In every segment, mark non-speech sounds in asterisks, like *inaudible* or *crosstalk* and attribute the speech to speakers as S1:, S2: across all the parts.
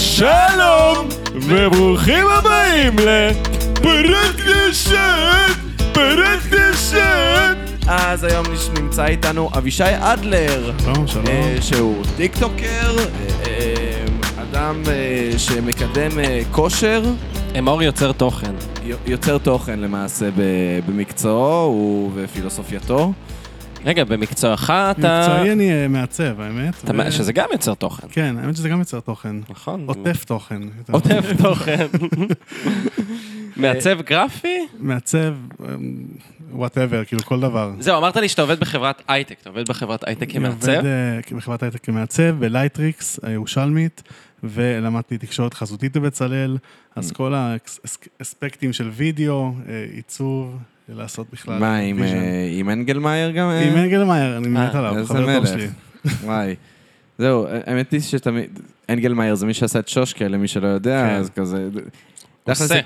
S1: שלום, וברוכים הבאים לפרק נשן, פרק נשן.
S2: אז היום נש- נמצא איתנו אבישי אדלר,
S3: לא,
S1: שלום, שלום.
S2: אה, שהוא טיקטוקר, אה, אה, אדם אה, שמקדם אה, כושר,
S4: אמור יוצר תוכן.
S2: י- יוצר תוכן למעשה ב- במקצועו הוא- ופילוסופייתו.
S4: רגע, במקצועך אתה...
S3: מקצועי אני אה, מעצב, האמת.
S4: אתה
S3: ו-
S4: מה- שזה גם יוצר תוכן.
S3: כן, האמת שזה גם יוצר תוכן.
S4: נכון.
S3: עוטף תוכן. אתה
S4: עוטף
S3: *laughs*
S4: תוכן. מעצב גרפי?
S3: מעצב, וואטאבר, כאילו כל דבר.
S4: זהו, אמרת לי שאתה עובד בחברת הייטק. אתה עובד בחברת הייטק
S3: אני
S4: כמעצב?
S3: עובד אה, בחברת הייטק כמעצב, בלייטריקס הירושלמית, ולמדתי תקשורת חזותית בבצלאל, אז כל האספקטים של וידאו, אה, עיצוב, לעשות בכלל.
S2: מה, עם,
S3: ויז'ן.
S2: אה, עם אנגלמאייר גם? אה?
S3: עם אנגלמאייר, אני מת
S4: אה,
S3: עליו,
S2: איזה
S3: חבר טוב
S2: מלך.
S3: שלי.
S2: וואי. זהו, האמת היא שתמיד, אנגלמאייר זה מי שעשה את שושקה, למי שלא יודע,
S3: כן.
S2: אז כזה... תכלס,
S4: עושה.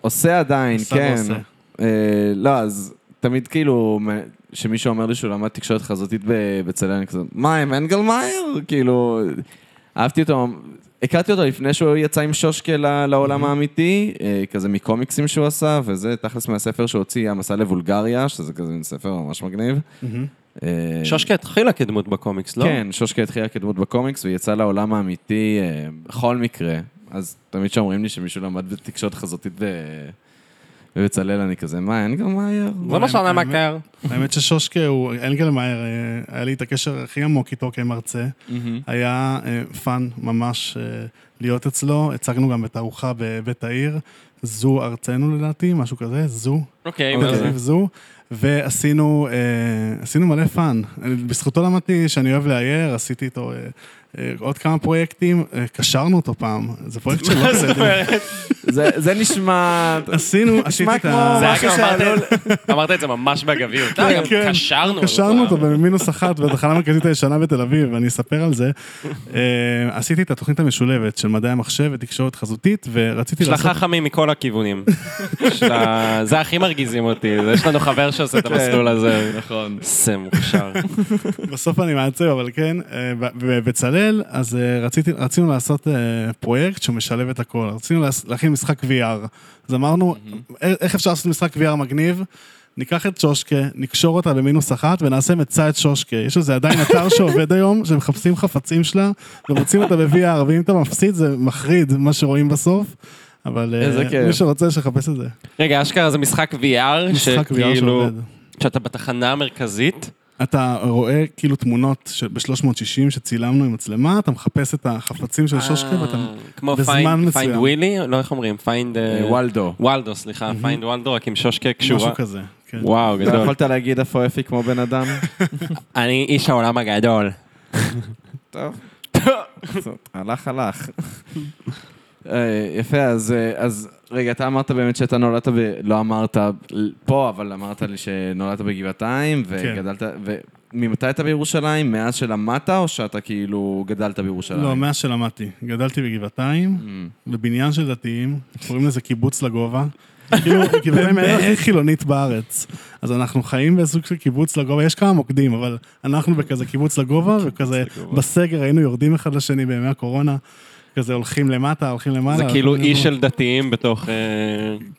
S2: עושה עדיין,
S3: עשה
S2: כן.
S3: ועושה.
S2: אה, לא, אז תמיד כאילו, מ- שמישהו אומר לי שהוא למד תקשורת חזותית בבצלאל, אני כזה, מה, עם אנגלמאייר? כאילו, אהבתי אותו, הכרתי אותו לפני שהוא יצא עם שושקה ל- לעולם האמיתי, אה, כזה מקומיקסים שהוא עשה, וזה תכלס מהספר שהוא הוציא, המסע לבולגריה, שזה כזה מין ספר ממש מגניב.
S3: מהמם.
S2: אה,
S4: שושקה התחילה כדמות בקומיקס, לא?
S2: כן, שושקה התחילה כדמות בקומיקס, והיא יצאה לעולם האמיתי אה, בכל מקרה. אז תמיד שאומרים לי שמישהו למד בתקשורת חזותית ב- בבצלאל, אני כזה, מה, אין גם מאייר?
S4: זה
S3: לא,
S4: מה שאני
S3: האמת-
S4: מכיר.
S3: האמת ששושקה הוא, אנגלמאייר, אה, היה לי את הקשר הכי עמוק איתו כמרצה. היה אה, פאן ממש אה, להיות אצלו, הצגנו גם בתערוכה בבית העיר, זו ארצנו לדעתי, משהו כזה, זו,
S4: אוקיי,
S2: אוקיי.
S4: אז-
S3: תל אביב זו, ועשינו אה, עשינו מלא פאן. אני- בזכותו למדתי שאני אוהב לאייר, עשיתי איתו אה, אה, עוד כמה פרויקטים, אה, קשרנו אותו פעם, זה פרויקט שלא
S4: *laughs* מה זאת
S3: בסדר.
S4: אומרת?
S2: זה זה נשמע...
S3: עשינו, עשיתי
S2: נשמע
S3: את
S2: כמו
S3: ה...
S4: זה היה
S2: משהו
S4: גם אמרת-
S2: שעלול...
S4: אמרת את זה ממש בגביות. אתה, גם
S3: כן.
S4: קשרנו אותו.
S3: קשרנו אותו במינוס אחת בתחנה המרכזית הישנה בתל אביב, אני אספר על זה. אה, עשיתי את התוכנית המשולבת של מדעי המחשב ותקשורת חזותית, ורציתי
S4: יש לה
S3: לעשות...
S4: חכמים
S3: *laughs*
S4: מכל הכיוונים. יש לה- זה הכי מרגיזים אותי, זה יש לנו חבר שעושה
S3: כן.
S4: את המסלול הזה. נכון. זה מוכשר.
S3: בסוף אני מעצב, אבל כן, אה, ב- בבצלאל, אז אה, רציתי, רצינו לעשות אה, פרויקט שמשלב את הכל. רצינו לעש- להכין משחק VR. אז אמרנו, "אה, איך אפשר לעשות משחק VR מגניב? ניקח את שושקה, נקשור אותה במינוס אחת ונעשה מצא את שושקה. יש לזה עדיין
S2: *laughs*
S3: אתר שעובד היום, שמחפשים חפצים שלה ומוצאים אותה ב-VR, ואם אתה מפסיד זה מחריד מה שרואים בסוף, אבל אה,
S2: איזה כיף.
S3: מי שרוצה שיחפש את זה.
S4: רגע, אשכרה זה משחק VR,
S3: משחק VR
S4: שכאילו,
S3: שעובד.
S4: שאתה בתחנה המרכזית,
S3: אתה רואה כאילו תמונות ב-360 שצילמנו עם מצלמה, אתה מחפש את החפצים של
S4: אה,
S3: שושקה ואתה...
S4: כמו
S3: בזמן
S4: פיינד
S3: מסוים.
S4: ווילי, לא איך אומרים, פיינד
S2: אה, וולדו.
S4: וולדו, סליחה, פיינד וולדו, רק עם שושקה
S3: משהו
S4: קשורה.
S3: כזה. כן.
S4: וואו,
S2: אתה
S4: גדול.
S2: יכולת להגיד איפה אפי כמו בן אדם?
S4: אני איש העולם הגדול.
S2: טוב.
S3: *laughs*
S2: הלך, הלך. אה, יפה, אז, אה, אז רגע, אתה אמרת באמת שאתה נולדת ב... לא אמרת פה, אבל אמרת לי שנולדת בגבעתיים,
S3: כן.
S2: וגדלת... וממתי אתה בירושלים? מאז שלמדת, או שאתה כאילו גדלת בירושלים?
S3: לא, מאז שלמדתי. גדלתי בגבעתיים, בבניין של דתיים, קוראים לזה קיבוץ לגובה.
S4: *laughs*
S3: כאילו, גבעתיים העיר הכי חילונית בארץ. אז אנחנו חיים בסוג של קיבוץ לגובה, יש כמה מוקדים, אבל אנחנו בכזה קיבוץ לגובה, וכזה
S2: לגובה.
S3: בסגר היינו יורדים אחד לשני בימי הקורונה, כזה הולכים למטה, הולכים למעלה.
S4: זה כאילו
S3: הולכים
S4: איש
S3: למעלה.
S4: של דתיים בתוך אה,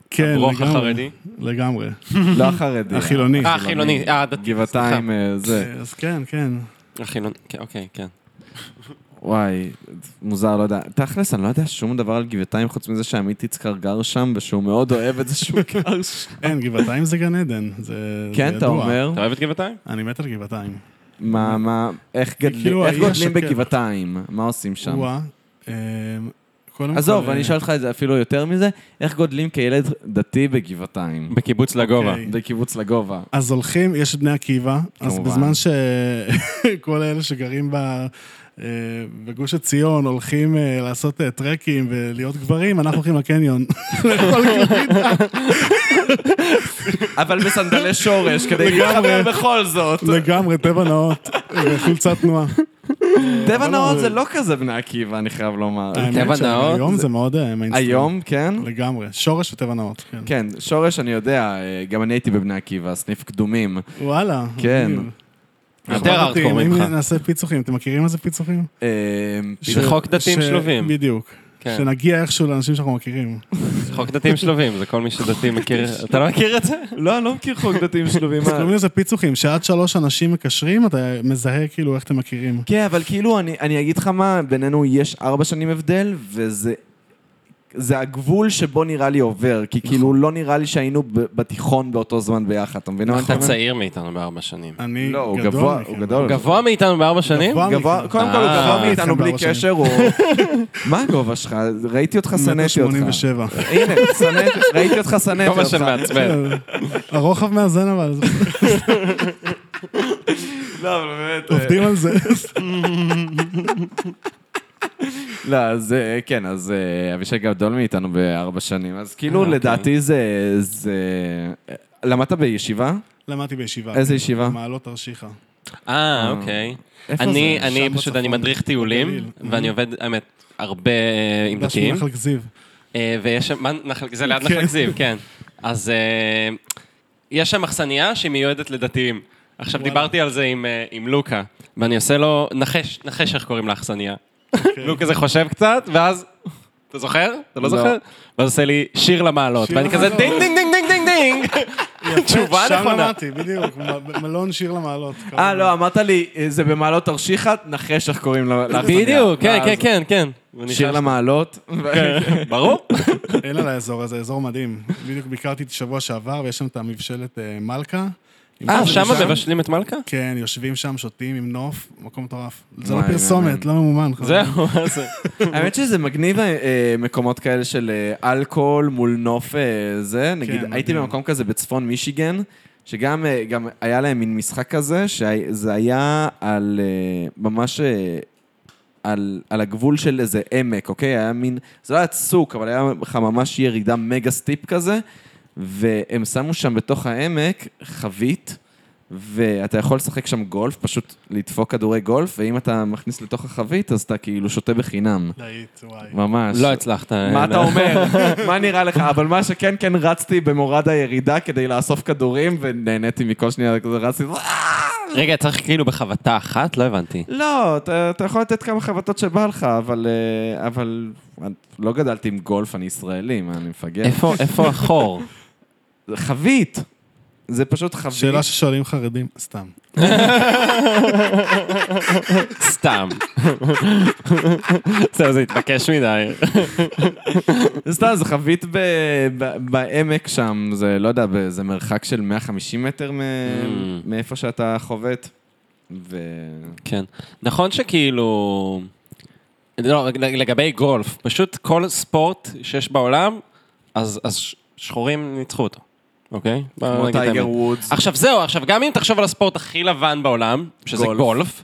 S3: כן,
S4: הברוך
S3: לגמרי.
S4: החרדי.
S3: לגמרי.
S2: לא החרדי.
S3: החילוני.
S4: אה, חילוני, אה, דתי.
S2: גבעתיים אה, זה.
S3: אז כן, כן.
S4: סליחה. החילוני, כן, אוקיי, כן.
S2: וואי, מוזר, לא יודע. תכלס, אני לא יודע שום דבר על גבעתיים, חוץ מזה שעמית יצקר גר שם, ושהוא מאוד אוהב את זה
S3: *laughs*
S2: שהוא גר שם.
S3: אין, גבעתיים זה גן עדן, זה זה
S2: כן, אתה
S3: ידוע.
S2: אומר?
S4: אתה אוהב את גבעתיים?
S3: אני מת על גבעתיים.
S2: מה, מה, איך גדלים,
S3: כאילו,
S2: איך
S3: האי
S2: גודלים
S3: השקט.
S2: בגבעתיים? מה עושים שם?
S3: וואה, אמ, קודם כל... אה,
S2: עזוב, אני אשאל אותך את זה אפילו יותר מזה, איך גודלים כילד דתי בגבעתיים?
S4: בקיבוץ לגובה.
S3: אוקיי.
S2: בקיבוץ לגובה.
S3: אז הולכים, יש את בני עקיבא, אז
S2: כמובן.
S3: בזמן *laughs* שכל אלה שגרים ב... אה, בגוש עציון הולכים אה, לעשות אה, טרקים ולהיות גברים, אנחנו הולכים
S2: *laughs*
S3: לקניון. לאכול גלידה.
S2: אבל בסנדלי שורש, כדי
S3: לגמרי.
S2: להתחבר בכל זאת.
S3: לגמרי, טבע נאות, וחולצת תנועה.
S2: טבע נאות
S3: לגמרי.
S2: זה לא כזה בני עקיבא, אני חייב לומר.
S3: האמת שהיום
S2: זה-
S3: זה מאוד אה, מיינסטרים.
S2: היום, כן?
S3: לגמרי, שורש וטבע נאות. כן.
S2: כן, שורש אני יודע, אה, גם אני הייתי בבני עקיבא, סניף קדומים.
S3: וואלה. אוקיי.
S2: כן.
S3: מגניב.
S4: יותר
S3: אם
S4: ארדקור ממך.
S3: נעשה פיצוחים, אתם מכירים מה זה פיצוחים?
S2: אה,
S4: זה חוק דתיים שלובים.
S3: בדיוק.
S4: כן.
S3: שנגיע איכשהו לאנשים שאנחנו מכירים.
S4: חוק דתיים שלובים, זה כל מי שדתי מכיר.
S3: *laughs*
S4: אתה לא מכיר את זה?
S2: לא, אני לא מכיר חוק דתיים שלובים.
S3: אז קוראים לזה פיצוחים, שעד שלוש אנשים מקשרים, אתה מזהה כאילו איך אתם מכירים.
S2: כן, אבל כאילו, אני, אני אגיד לך מה, בינינו יש ארבע שנים הבדל, וזה... זה הגבול שבו נראה לי עובר, כי
S4: נכון.
S2: כאילו לא נראה לי שהיינו ב- בתיכון באותו זמן ביחד, אתה מבין? מה
S3: נכון,
S2: אני
S4: אתה
S2: מתכוון?
S4: צעיר מאיתנו בארבע שנים.
S3: אני
S2: לא, הוא
S3: גדול
S2: גבוה,
S3: מכם.
S2: הוא גדול.
S4: גבוה מאיתנו בארבע שנים?
S3: גבוה
S2: גבוה,
S3: מכם.
S2: קודם כל הוא
S4: אה.
S2: גבוה מאיתנו בלי
S3: ארבע שנים.
S2: קשר,
S4: *laughs*
S2: הוא... מה הגובה שלך? ראיתי אותך, שנאתי אותך.
S3: 87.
S2: הנה, שנאתי, ראיתי אותך, שנאתי
S4: גובה
S2: אותך.
S4: של מעצבן.
S3: *laughs* הרוחב מאזן אבל,
S2: לא, אבל באמת... אה,
S3: עובדים על זה. *laughs*
S2: לא, אז אה, כן, אז אה, אבישי גדול מאיתנו בארבע שנים, אז כאילו
S4: אה, אוקיי.
S2: לדעתי זה... זה- אה, למדת בישיבה?
S3: למדתי בישיבה.
S2: איזה ישיבה?
S3: מעלות תרשיחא.
S4: אה, אוקיי.
S2: איפה
S4: אני,
S3: זה?
S4: אני
S3: שם
S4: פשוט, אני
S3: בצפון.
S4: מדריך טיולים,
S3: בגליל.
S4: ואני עובד, האמת, הרבה אה, עם
S3: דש
S4: דתיים.
S3: מנחל כזיב.
S4: אה, ויש שם, מה, נחל, זה ליד
S3: כן.
S4: נחל כזיב, כן. אז אה, יש שם אכסניה שהיא מיועדת לדתיים. עכשיו
S3: וואלה.
S4: דיברתי על זה עם, אה, עם לוקה, ואני עושה לו, נחש, נחש איך קוראים לאכסניה. *laughs*
S3: כן.
S4: והוא כזה חושב קצת, ואז, אתה זוכר? אתה לא
S2: לא.
S4: זוכר? ואז עושה לי שיר למעלות,
S3: שיר
S4: ואני כזה
S3: למעלות.
S4: דינג דינג דינג דינג דינג
S3: *laughs*
S4: דינג! תשובה
S3: שם
S4: נכונה.
S3: למדתי, בדיוק. מ- מלון שיר למעלות.
S2: אה, לא, אמרת לי, אה, זה במעלות תרשיחא, נחש איך קוראים לה- לאכסניה.
S4: בדיוק, כן,
S2: ואז
S4: כן, כן, כן.
S2: שיר למעלות.
S4: ברור.
S3: אין על האזור הזה, אזור מדהים. בדיוק ביקרתי את שבוע שעבר, ויש שם את המבשלת אה, מלכה.
S4: אה,
S3: אם זה
S4: שמה
S3: משם?
S4: מבשלים את מלכה?
S3: כן, יושבים שם, שותים עם נוף, מקום מטורף. זה לא
S2: וואי,
S3: פרסומת,
S2: מהמם.
S3: לא ממומן. חברים.
S4: *laughs* זהו, מה זה?
S2: האמת שזה מגניב אה, אה, מקומות כאלה של אה, אלכוהול מול נוף אה, זה. נגיד,
S3: מדהים.
S2: הייתי במקום כזה בצפון מישיגן, שגם אה, גם היה להם מין משחק כזה, שזה היה על אה, ממש... אה, על, על הגבול של איזה עמק, אוקיי? היה מין, זה לא היה צוק, אבל היה לך ממש ירידה מגה סטיפ כזה, והם שמו שם בתוך העמק חבית, ואתה יכול לשחק שם גולף, פשוט לדפוק כדורי גולף, ואם אתה מכניס לתוך החבית, אז אתה כאילו שותה בחינם.
S3: להיט, וואי.
S2: ממש.
S4: לא הצלחת.
S2: מה אתה
S4: *laughs*
S2: אומר? מה נראה לך? אבל מה שכן, כן רצתי במורד הירידה כדי לאסוף כדורים, ונהניתי מכל שנייה, כזה רצתי, "אה,
S4: רגע, צריך כאילו בחבטה אחת? לא הבנתי.
S2: לא, אתה, אתה יכול לתת כמה חבטות שבא לך, אבל, אה, אבל לא גדלתי עם גולף, אני ישראלי, מה, אני מפגר?
S4: איפה, איפה החור?
S2: זה חבית. זה פשוט חבית.
S3: שאלה ששואלים חרדים, סתם.
S4: סתם. *laughs* זהו, זה התבקש מדי.
S2: סתם, זה חבית ב, ב, בעמק שם, זה, לא יודע, ב- זה מרחק של 150 מטר מ,
S4: Mm.
S2: מאיפה שאתה חובט. ו...
S4: כן. נכון שכאילו... לא, לגבי גולף, פשוט כל ספורט שיש בעולם, אז, אז ש- שחורים ניצחו אותו, אוקיי? בוא
S2: כמו
S4: נגיד את האמת.
S2: טייגר וודס.
S4: עכשיו זהו, עכשיו גם אם תחשוב על הספורט הכי לבן בעולם, שזה
S2: גולף.
S4: גולף,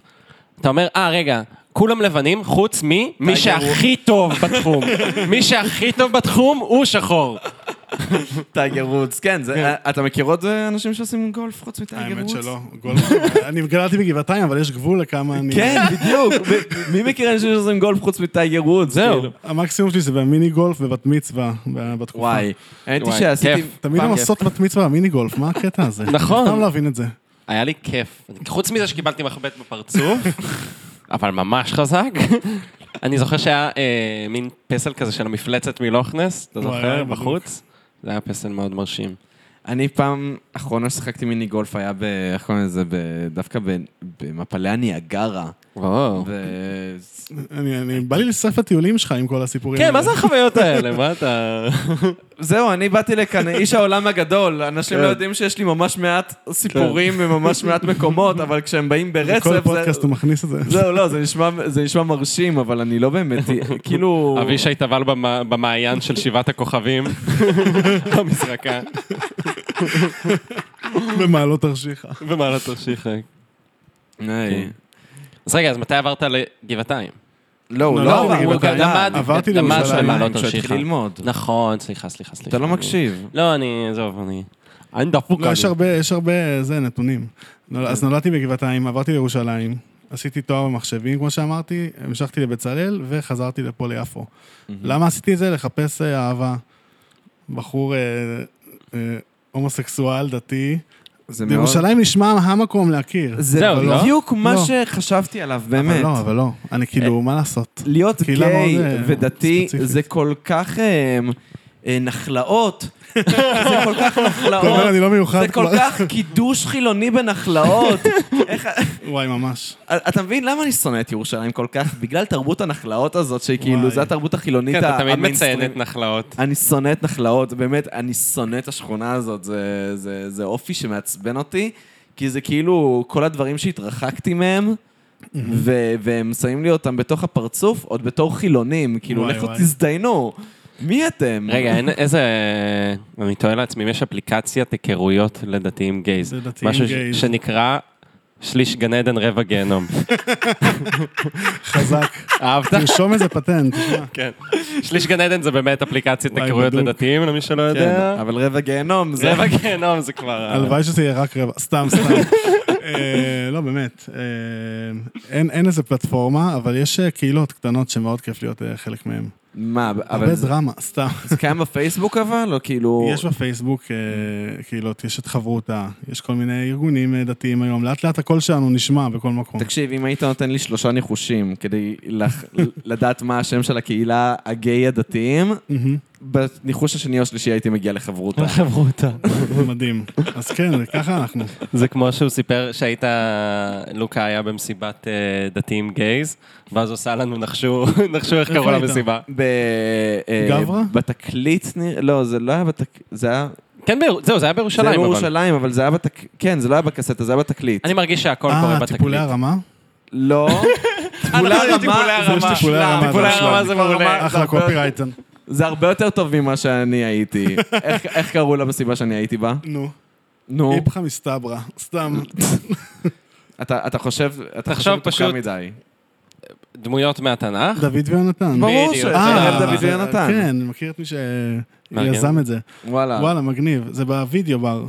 S4: אתה אומר, אה, רגע, כולם לבנים חוץ ממי שהכי טוב בתחום. מי שהכי טוב בתחום הוא שחור.
S2: טייגר וודס, כן, זה, אתה מכיר עוד אה, אנשים שעושים גולף חוץ מטייגר
S3: האמת
S2: וודס?
S3: שלא. גול- אני גדלתי בגבעתיים, אבל יש גבול לכמה אני...
S2: כן, בדיוק. ו- מי מכיר אנשים שעושים גולף חוץ מטייגר וודס?
S4: זהו.
S2: כאילו?
S3: המקסימום שלי זה במיני גולף ובת מצווה ב- בתקופה.
S2: וואי, האמת היא
S4: וואי,
S2: שעשיתי...
S4: כיף.
S3: תמיד
S2: פעם
S3: הם עושות בת מצווה במיני גולף, מה הקטע הזה?
S4: נכון.
S3: סתם להבין את זה.
S4: היה לי כיף. חוץ מזה שקיבלתי מחבט בפרצוף, אבל ממש חזק. אני זוכר שהיה אה, מין פסל כזה של המפלצת מלוך נס, אתה
S3: וואי, היה
S4: זוכר?
S3: בדיוק.
S4: בחוץ? זה היה פסל מאוד מרשים.
S2: אני פעם אחרונה ששיחקתי מיני גולף היה ב... איך קוראים לזה? ב- דווקא ב- במפלי הניאגרה.
S4: וואו.
S2: ו-
S3: אני, אני, בא לי לשרף הטיולים שלך עם כל הסיפורים
S4: כן,
S3: האלה.
S4: מה זה החוויות האלה? מה אתה...
S2: זהו, אני באתי לכאן, איש העולם הגדול. אנשים
S4: כן.
S2: לא יודעים שיש לי ממש מעט סיפורים וממש מעט מקומות, אבל כשהם באים ברצף...
S3: כל
S2: זה-
S3: פודקאסט הוא מכניס את זה.
S2: זהו, לא, זה נשמע- זה נשמע מרשים, אבל אני לא באמת... כאילו...
S4: אבישי טבל במ- במעיין של שבעת *laughs* הכוכבים במשחקה,
S3: במעלות תרשיחא.
S4: במעלת תרשיחא. כן.
S2: היי.
S4: אז רגע, אז מתי עברת לגבעתיים?
S2: לא, הוא
S3: לא,
S2: לא
S3: לא,
S2: עבר,
S3: הוא
S2: הוא
S3: גדל.
S2: גדל.
S3: עברתי
S4: למד
S3: לירושלים,
S4: במעלות
S2: כשהוא
S4: תרשיחא.
S2: התחיל ללמוד.
S4: נכון, סליחה, סליחה, סליחה.
S2: אתה לא
S4: אני-
S2: מקשיב.
S4: לא, אני, עזוב, אני... אני דפוק.
S3: לא, יש הרבה, יש הרבה, זה, נתונים. נול- אז
S2: כן.
S3: נולדתי בגבעתיים, עברתי לירושלים, עשיתי תואר במחשבים, כמו שאמרתי, המשכתי לבצלאל, וחזרתי לפה ליפו. למה עשיתי את זה? לחפש אה, אהבה. בחור אה, אה, הומוסקסואל, דתי,
S2: זה מאוד...
S3: ירושלים נשמע המקום להכיר.
S2: זה
S4: זהו, לא?
S2: בדיוק מה
S3: לא.
S2: שחשבתי עליו, באמת. אה, לא.
S3: אבל לא, אבל לא. אני כאילו, מה לעשות?
S2: להיות
S3: קהילה
S2: גיי
S3: מאוד, אה,
S2: ודתי
S3: ספציפית.
S2: זה כל כך אמ, אה,
S3: *laughs*
S2: נחלאות. זה כל כך
S3: אתה אומר,
S2: נחלאות.
S3: אני לא מיוחד
S2: זה כל
S3: כבר.
S2: כך קידוש חילוני בנחלאות. איך-
S3: וואי, ממש.
S2: אה, אתה מבין למה אני שונא את ירושלים כל כך? בגלל תרבות הנחלאות הזאת, שהיא כאילו,
S3: וואי.
S2: זו התרבות החילונית
S4: כן, אתה תמיד
S2: המיינסטרים.
S4: מציין את נחלאות.
S2: אני שונא את נחלאות, באמת, אני שונא את השכונה הזאת, זה, זה, זה אופי שמעצבן אותי, כי זה כאילו כל הדברים שהתרחקתי מהם, ו- והם שמים לי אותם בתוך הפרצוף, עוד בתור חילונים, כאילו,
S3: וואי,
S2: לכו
S3: וואי.
S2: תזדיינו, מי אתם? לא
S4: רגע, אין איזה... אני תוהה לעצמי, אם יש אפליקציית היכרויות לדתיים גייז.
S3: לדתיים
S4: משהו ש-
S3: גייז.
S4: שנקרא שליש גן עדן רבע גיהנום.
S2: *laughs*
S3: חזק.
S4: *laughs* אהבת?
S3: תרשום איזה פטנט, תשמע.
S4: כן. שליש גן עדן זה באמת אפליקציית
S3: וואי,
S4: היכרויות
S3: בדוק.
S4: לדתיים, למי שלא יודע.
S2: כן, אבל רבע גיהנום, זה...
S4: רבע גיהנום זה כבר... ה-
S3: הלוואי שזה יהיה רק רבע, סתם, סתם.
S2: *laughs*
S3: אה, לא, באמת. אה, אין אין איזה פלטפורמה, אבל יש אה, קהילות קטנות שמאוד כיף להיות אה, חלק מהן.
S2: מה, אבל
S3: הרבה
S2: זה,
S3: דרמה, סתם.
S2: זה קיים בפייסבוק אבל? או כאילו...
S3: יש בפייסבוק אה, קהילות, יש את חברותה, יש כל מיני ארגונים אה, דתיים היום. לאט לאט הקול שלנו נשמע בכל מקום.
S4: אוקיי.
S2: תקשיב, אם היית נותן לי שלושה ניחושים כדי לח- *laughs* לדעת מה השם של הקהילה הגיי הדתיים, *laughs*
S3: מהמם.
S2: בניחוש השני או השלישי הייתי מגיע לחברותה.
S4: אוקיי. חברותה.
S3: מדהים. אז כן, ככה אנחנו.
S4: זה כמו שהוא סיפר שהיית, לוקה היה במסיבת אה, דתיים גייז, ואז עושה לנו נחשו, *laughs* נחשו איך
S3: איפה
S4: קראו
S3: היית?
S4: למסיבה.
S2: ב... אה,
S3: גברה?
S2: בתקליט, נראה- לא, זה לא היה בתקליט, זה היה...
S4: כן, באיר- זהו, זה היה
S2: זה היה
S4: בירושלים אבל.
S2: בירושלים, אבל זה היה בתק... כן, זה לא היה בקסטה, זה היה בתקליט.
S4: אני מרגיש שהכל קורה
S3: אה,
S4: בתקליט.
S3: טיפולי הרמה?
S4: *laughs*
S2: לא. טיפולי
S4: נכון,
S2: הרמה,
S4: טיפולי
S2: זה
S4: הרמה. לא,
S2: מושלם.
S3: טיפולי הרמה,
S4: טיפולי
S3: זה
S4: הרמה זה
S2: מושלם.
S4: מעולה.
S2: זה
S3: אחלה
S2: הרבה
S3: קופי
S2: יותר-
S3: רייטן.
S2: זה הרבה יותר טוב ממה שאני הייתי. איך- איך קראו לה מסיבה שאני הייתי בה?
S3: נו.
S2: נו,
S3: איפכא מסתברא, סתם.
S2: *laughs* אתה אתה חושב, אתה חושב
S4: תחשוב
S2: מתוקה
S4: פשוט-
S2: מדי.
S4: דמויות מהתנ"ך.
S3: דוד ויונתן.
S2: ברור
S4: בדיוק.
S2: שזה
S4: אה,
S2: אראל דוד
S3: זה-
S2: ויונתן.
S3: כן, אני מכיר את מי
S4: מעניין. אה.
S3: שיזם את זה.
S2: וואלה.
S3: וואלה, מגניב. זה בווידאו בר.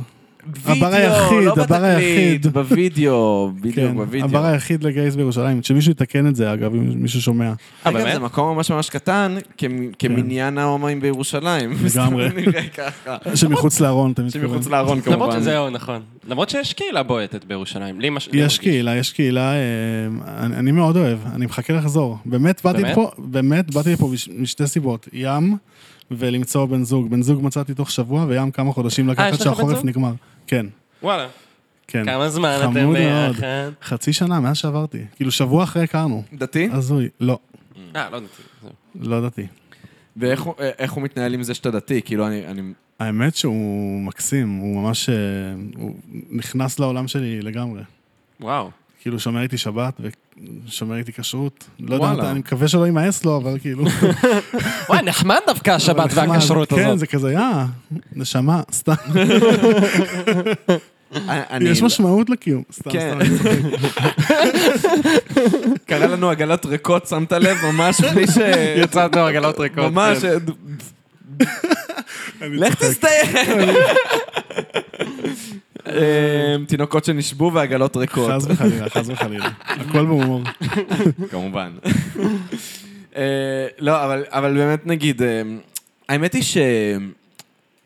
S2: וידאו,
S3: היחיד,
S2: לא
S3: הבר
S2: בתקליט,
S3: היחיד.
S2: בווידאו, בדיוק,
S3: כן,
S2: בווידאו.
S3: הבר היחיד לגייס בירושלים. שמישהו יתקן את זה, אגב, אם מישהו שומע.
S4: אה,
S2: אגב,
S4: באמת?
S2: זה מקום ממש ממש קטן, כמ- כמניין ההומואים בירושלים. *laughs*
S3: כן. לגמרי. נכון.
S2: סתם נראה ככה.
S3: *laughs* שמחוץ לארון, אתה מתכוון.
S2: שמחוץ לארון
S4: למרות
S2: כמובן.
S4: שזהו, נכון. למרות שיש קהילה בועטת בירושלים. לי מש... לי
S3: יש
S4: מרגיש.
S3: קהילה, יש קהילה, אה, אני אני מאוד אוהב, אני מחכה לחזור. באמת באתי
S4: באמת?
S3: לפה, באמת באתי לפה בש- משתי סיבות, ים ולמצוא בן זוג. בן זוג מצאתי תוך שבוע, וים כמה חודשים
S4: אה, יש
S3: לקחת
S4: לך בן
S3: שהחורף
S4: זוג?
S3: נגמר. כן,
S4: וואלה,
S3: כן.
S4: כמה זמן אתם
S3: חמוד מאוד.
S4: ביחד?
S3: חצי שנה מאז שעברתי, כאילו שבוע אחרי הכרנו.
S2: דתי?
S3: הזוי, לא,
S4: אה, לא יודעת. זהו.
S3: לא ידעתי.
S2: ואיך הוא- אה, איך הוא מתנהל עם זה שאתה דתי? כאילו, אני- אני...
S3: האמת שהוא מקסים, הוא ממש, אה, הוא נכנס לעולם שלי לגמרי.
S4: וואו.
S3: כאילו שומר איתי שבת ושומר איתי כשרות. לא יודע,
S2: וואלה.
S3: מתי, אני מקווה שלא יימאס לו, אבל
S2: *laughs*
S3: כאילו...
S4: וואי, נחמד דווקא השבת
S3: נחמד.
S4: והכשרות
S3: כן,
S4: הזאת.
S3: זה כזה, יא, נשמה, סתם.
S2: *laughs* אני-
S3: יש משמעות לקיום. סתם,
S2: כן.
S3: סתם.
S2: קרה לנו עגלות ריקות, שמת לב? ממש בלי ש...
S4: יצאנו עגלות ריקות.
S2: ממש... אה,
S4: כן.
S3: אני
S2: לך
S3: צוחק.
S2: תסתיים! אמ, תינוקות שנשבו ועגלות ריקות.
S3: חס וחלילה, חס
S2: *laughs*
S3: וחלילה. הכל בהומור.
S2: כמובן. אה, לא, אבל, אבל באמת נגיד, אה, האמת היא ש...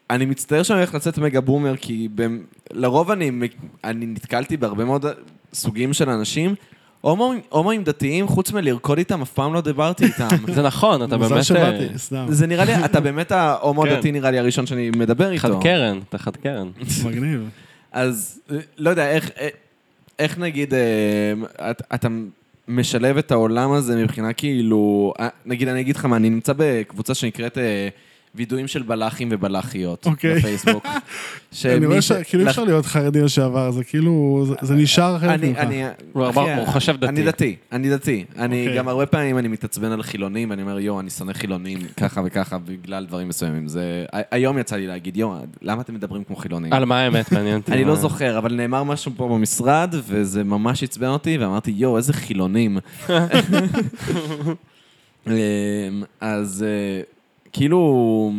S2: אני מצטער שאני הולך לצאת מגה בומר, כי במ... לרוב אני, מ- אני נתקלתי בהרבה מאוד סוגים של אנשים. הומואים- הומואים דתיים, חוץ מלרקוד איתם, אף פעם לא דיברתי איתם.
S4: *laughs* זה נכון, אתה
S3: מזל
S4: באמת... אה,
S3: שבאתי, סתם.
S2: זה נראה לי, אתה באמת ההומו
S4: כן.
S2: דתי נראה לי הראשון שאני מדבר
S4: חד
S2: איתו.
S4: קרן, אתה חד קרן.
S3: מגניב.
S2: אז אה, לא יודע, איך, אה, איך נגיד, אה, את, אתה משלב את העולם הזה מבחינה כאילו, אה, נגיד, אני אגיד לך מה, אני נמצא בקבוצה שנקראת אה, וידועים של בלחים ובלחיות
S3: אוקיי. *laughs*
S2: בפייסבוק. שמי
S3: אני רואה
S2: ש-
S3: שכאילו אי
S2: לח-
S3: אפשר להיות חרדי לשעבר, זה כאילו, זה- זה נשאר חלק
S2: אני,
S3: ממך. לא,
S2: אני,
S4: הוא
S2: אחי,
S4: אמר, הוא חושב דתי.
S2: אני דתי, אני דתי. אני
S3: אוקיי.
S2: גם הרבה פעמים אני מתעצבן על חילונים, ואני אומר, יואו, אני שונא חילונים ככה וככה בגלל דברים מסוימים. זה... היום יצא לי להגיד, יואו, למה אתם מדברים כמו חילונים?
S4: על מה האמת מעניין אותי.
S2: *laughs* אני לא
S4: מה-
S2: זוכר, אבל נאמר משהו פה במשרד, וזה ממש עצבן אותי, ואמרתי, יואו, איזה
S4: *laughs*
S2: חילונים. אמ, אז אה, כאילו,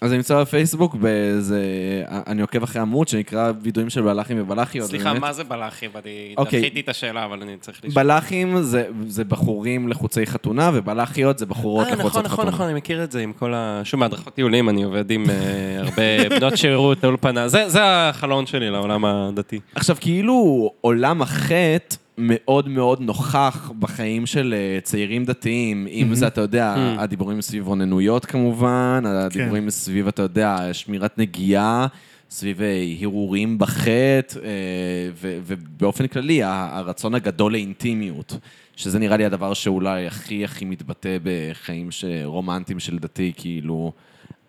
S2: אז אני נמצא בפייסבוק, באיזה... אני עוקב אחרי עמוד שנקרא וידועים של בלחים ובלחיות.
S4: סליחה,
S2: ובאמת-
S4: מה זה בלחים? אני
S2: אוקיי.
S4: דחיתי את השאלה, אבל אני צריך לשאול.
S2: בלחים זה, זה בחורים לחוצי חתונה, ובלחיות זה בחורות
S4: אה,
S2: לחוצות
S4: נכון, נכון,
S2: חתונה.
S4: נכון, אני מכיר את זה עם כל ה... שוב, מהדרכות טיולים, אני עובד עם אה, *laughs* הרבה בנות שירות, אולפנה. זה זה החלון שלי לעולם הדתי.
S2: עכשיו, כאילו עולם החטא מאוד מאוד נוכח בחיים של אה, צעירים דתיים, אם זה, אתה יודע, הדיבורים סביב רוננויות כמובן, הדיבורים סביב, אתה יודע, שמירת נגיעה, סביב אה, הרהורים בחטא, אה, ו- ובאופן כללי, ה- הרצון הגדול לאינטימיות, שזה נראה לי הדבר שאולי הכי הכי מתבטא בחיים ש- רומנטיים של דתי, כאילו...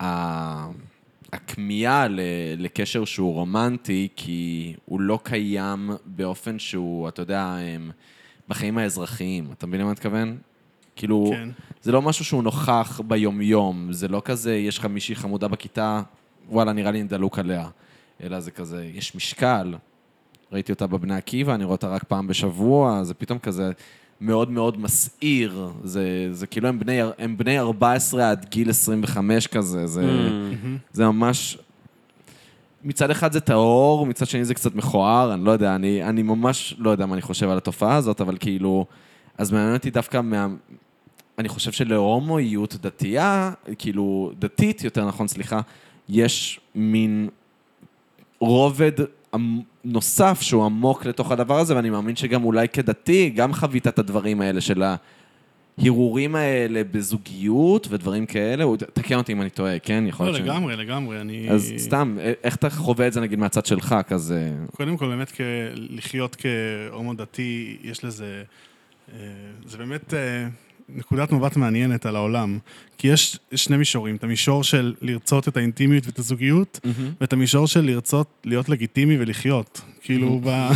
S2: ה- הכמיהה ל- לקשר שהוא רומנטי, כי הוא לא קיים באופן שהוא, אתה יודע, הם, בחיים האזרחיים. אתה מבין למה אני מתכוון? כאילו,
S3: כן.
S2: כן. זה לא משהו שהוא נוכח ביומיום, זה לא כזה, יש לך מישהי חמודה בכיתה, וואלה, נראה לי נדלוק עליה. אלא זה כזה, יש משקל. ראיתי אותה בבני עקיבא, אני רואה אותה רק פעם בשבוע, זה פתאום כזה מאוד מאוד מסעיר. זה, זה כאילו הם בני, הם בני 14 עד גיל 25 כזה, זה...
S4: Mm.
S2: זה ממש... מצד אחד זה טהור, מצד שני זה קצת מכוער, אני לא יודע, אני, אני ממש לא יודע מה אני חושב על התופעה הזאת, אבל כאילו... אז מעניין אותי דווקא מה... אני חושב שלהומואיות דתייה, כאילו, דתית, יותר נכון, סליחה, יש מין רובד עמ- נוסף שהוא עמוק לתוך הדבר הזה, ואני מאמין שגם אולי כדתי, גם חווית את הדברים האלה של ה... הרהורים האלה בזוגיות ודברים כאלה, הוא- תקן אותי אם אני טועה, כן? יכול
S3: לא,
S2: להיות שאני-
S3: לגמרי, לגמרי. אני...
S2: אז סתם, א- איך אתה חווה את זה נגיד מהצד שלך, כזה...
S3: קודם כל, באמת, כ- לחיות כהומו דתי, יש לזה... אה, זה באמת אה, נקודת מבט מעניינת על העולם. כי יש שני מישורים, את המישור של לרצות את האינטימיות ואת הזוגיות, ואת המישור של לרצות להיות לגיטימי ולחיות. כאילו, ב...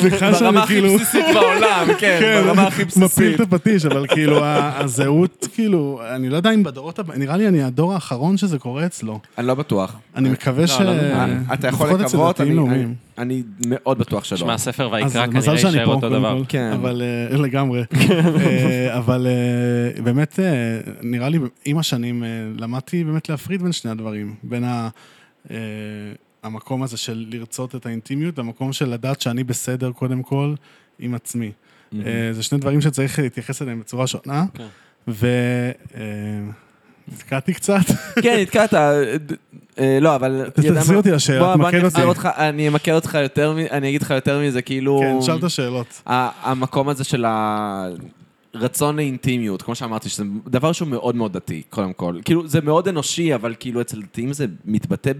S3: סליחה שאני כאילו... *laughs*
S2: בעולם,
S3: כן, מפיל את הפטיש, אבל כאילו, ה- הזהות, כאילו, אני לא יודע אם בדורות הבאים, נראה לי אני הדור האחרון שזה קורה אצלו.
S2: אני לא בטוח.
S3: אני מקווה ש...
S4: לא, לא,
S2: אה, אתה יכול
S3: לפחות אצל
S2: לקוות,
S3: דתיים
S2: אני-
S3: לאומיים.
S2: אני- אני מאוד בטוח שלא.
S4: שמע, הספר
S3: אז
S4: ויקרא
S3: מזל
S4: כנראה
S3: שאני
S4: יישאר
S3: פה,
S4: אותו
S3: קודם
S4: דבר.
S3: כל.
S2: כן.
S3: אבל אה, לגמרי. אה, אבל אה, באמת, אה, נראה לי, עם השנים אה, למדתי באמת להפריד בין שני הדברים. בין ה- אה, המקום הזה של לרצות את האינטימיות, למקום של לדעת שאני בסדר קודם כל עם עצמי. אה, זה שני דברים שצריך להתייחס אליהם בצורה שונה.
S4: כן.
S3: ו... אה, נתקעתי קצת.
S2: כן, נתקעת. ד- אה, לא, אבל...
S3: *laughs* תחזיר
S2: יודע מה?
S3: אותי לשאלה,
S2: בוא, בוא,
S3: תמקד
S2: אני אחזיר
S3: אותי.
S2: אותך- אני אמקד אותך יותר, מ- אני אגיד לך יותר מזה, כאילו...
S3: כן, שאלת שאלות.
S2: ה- המקום הזה של הרצון לאינטימיות, כמו שאמרתי, שזה דבר שהוא מאוד מאוד דתי, קודם כל. כאילו, זה מאוד אנושי, אבל כאילו אצל דתיים זה מתבטא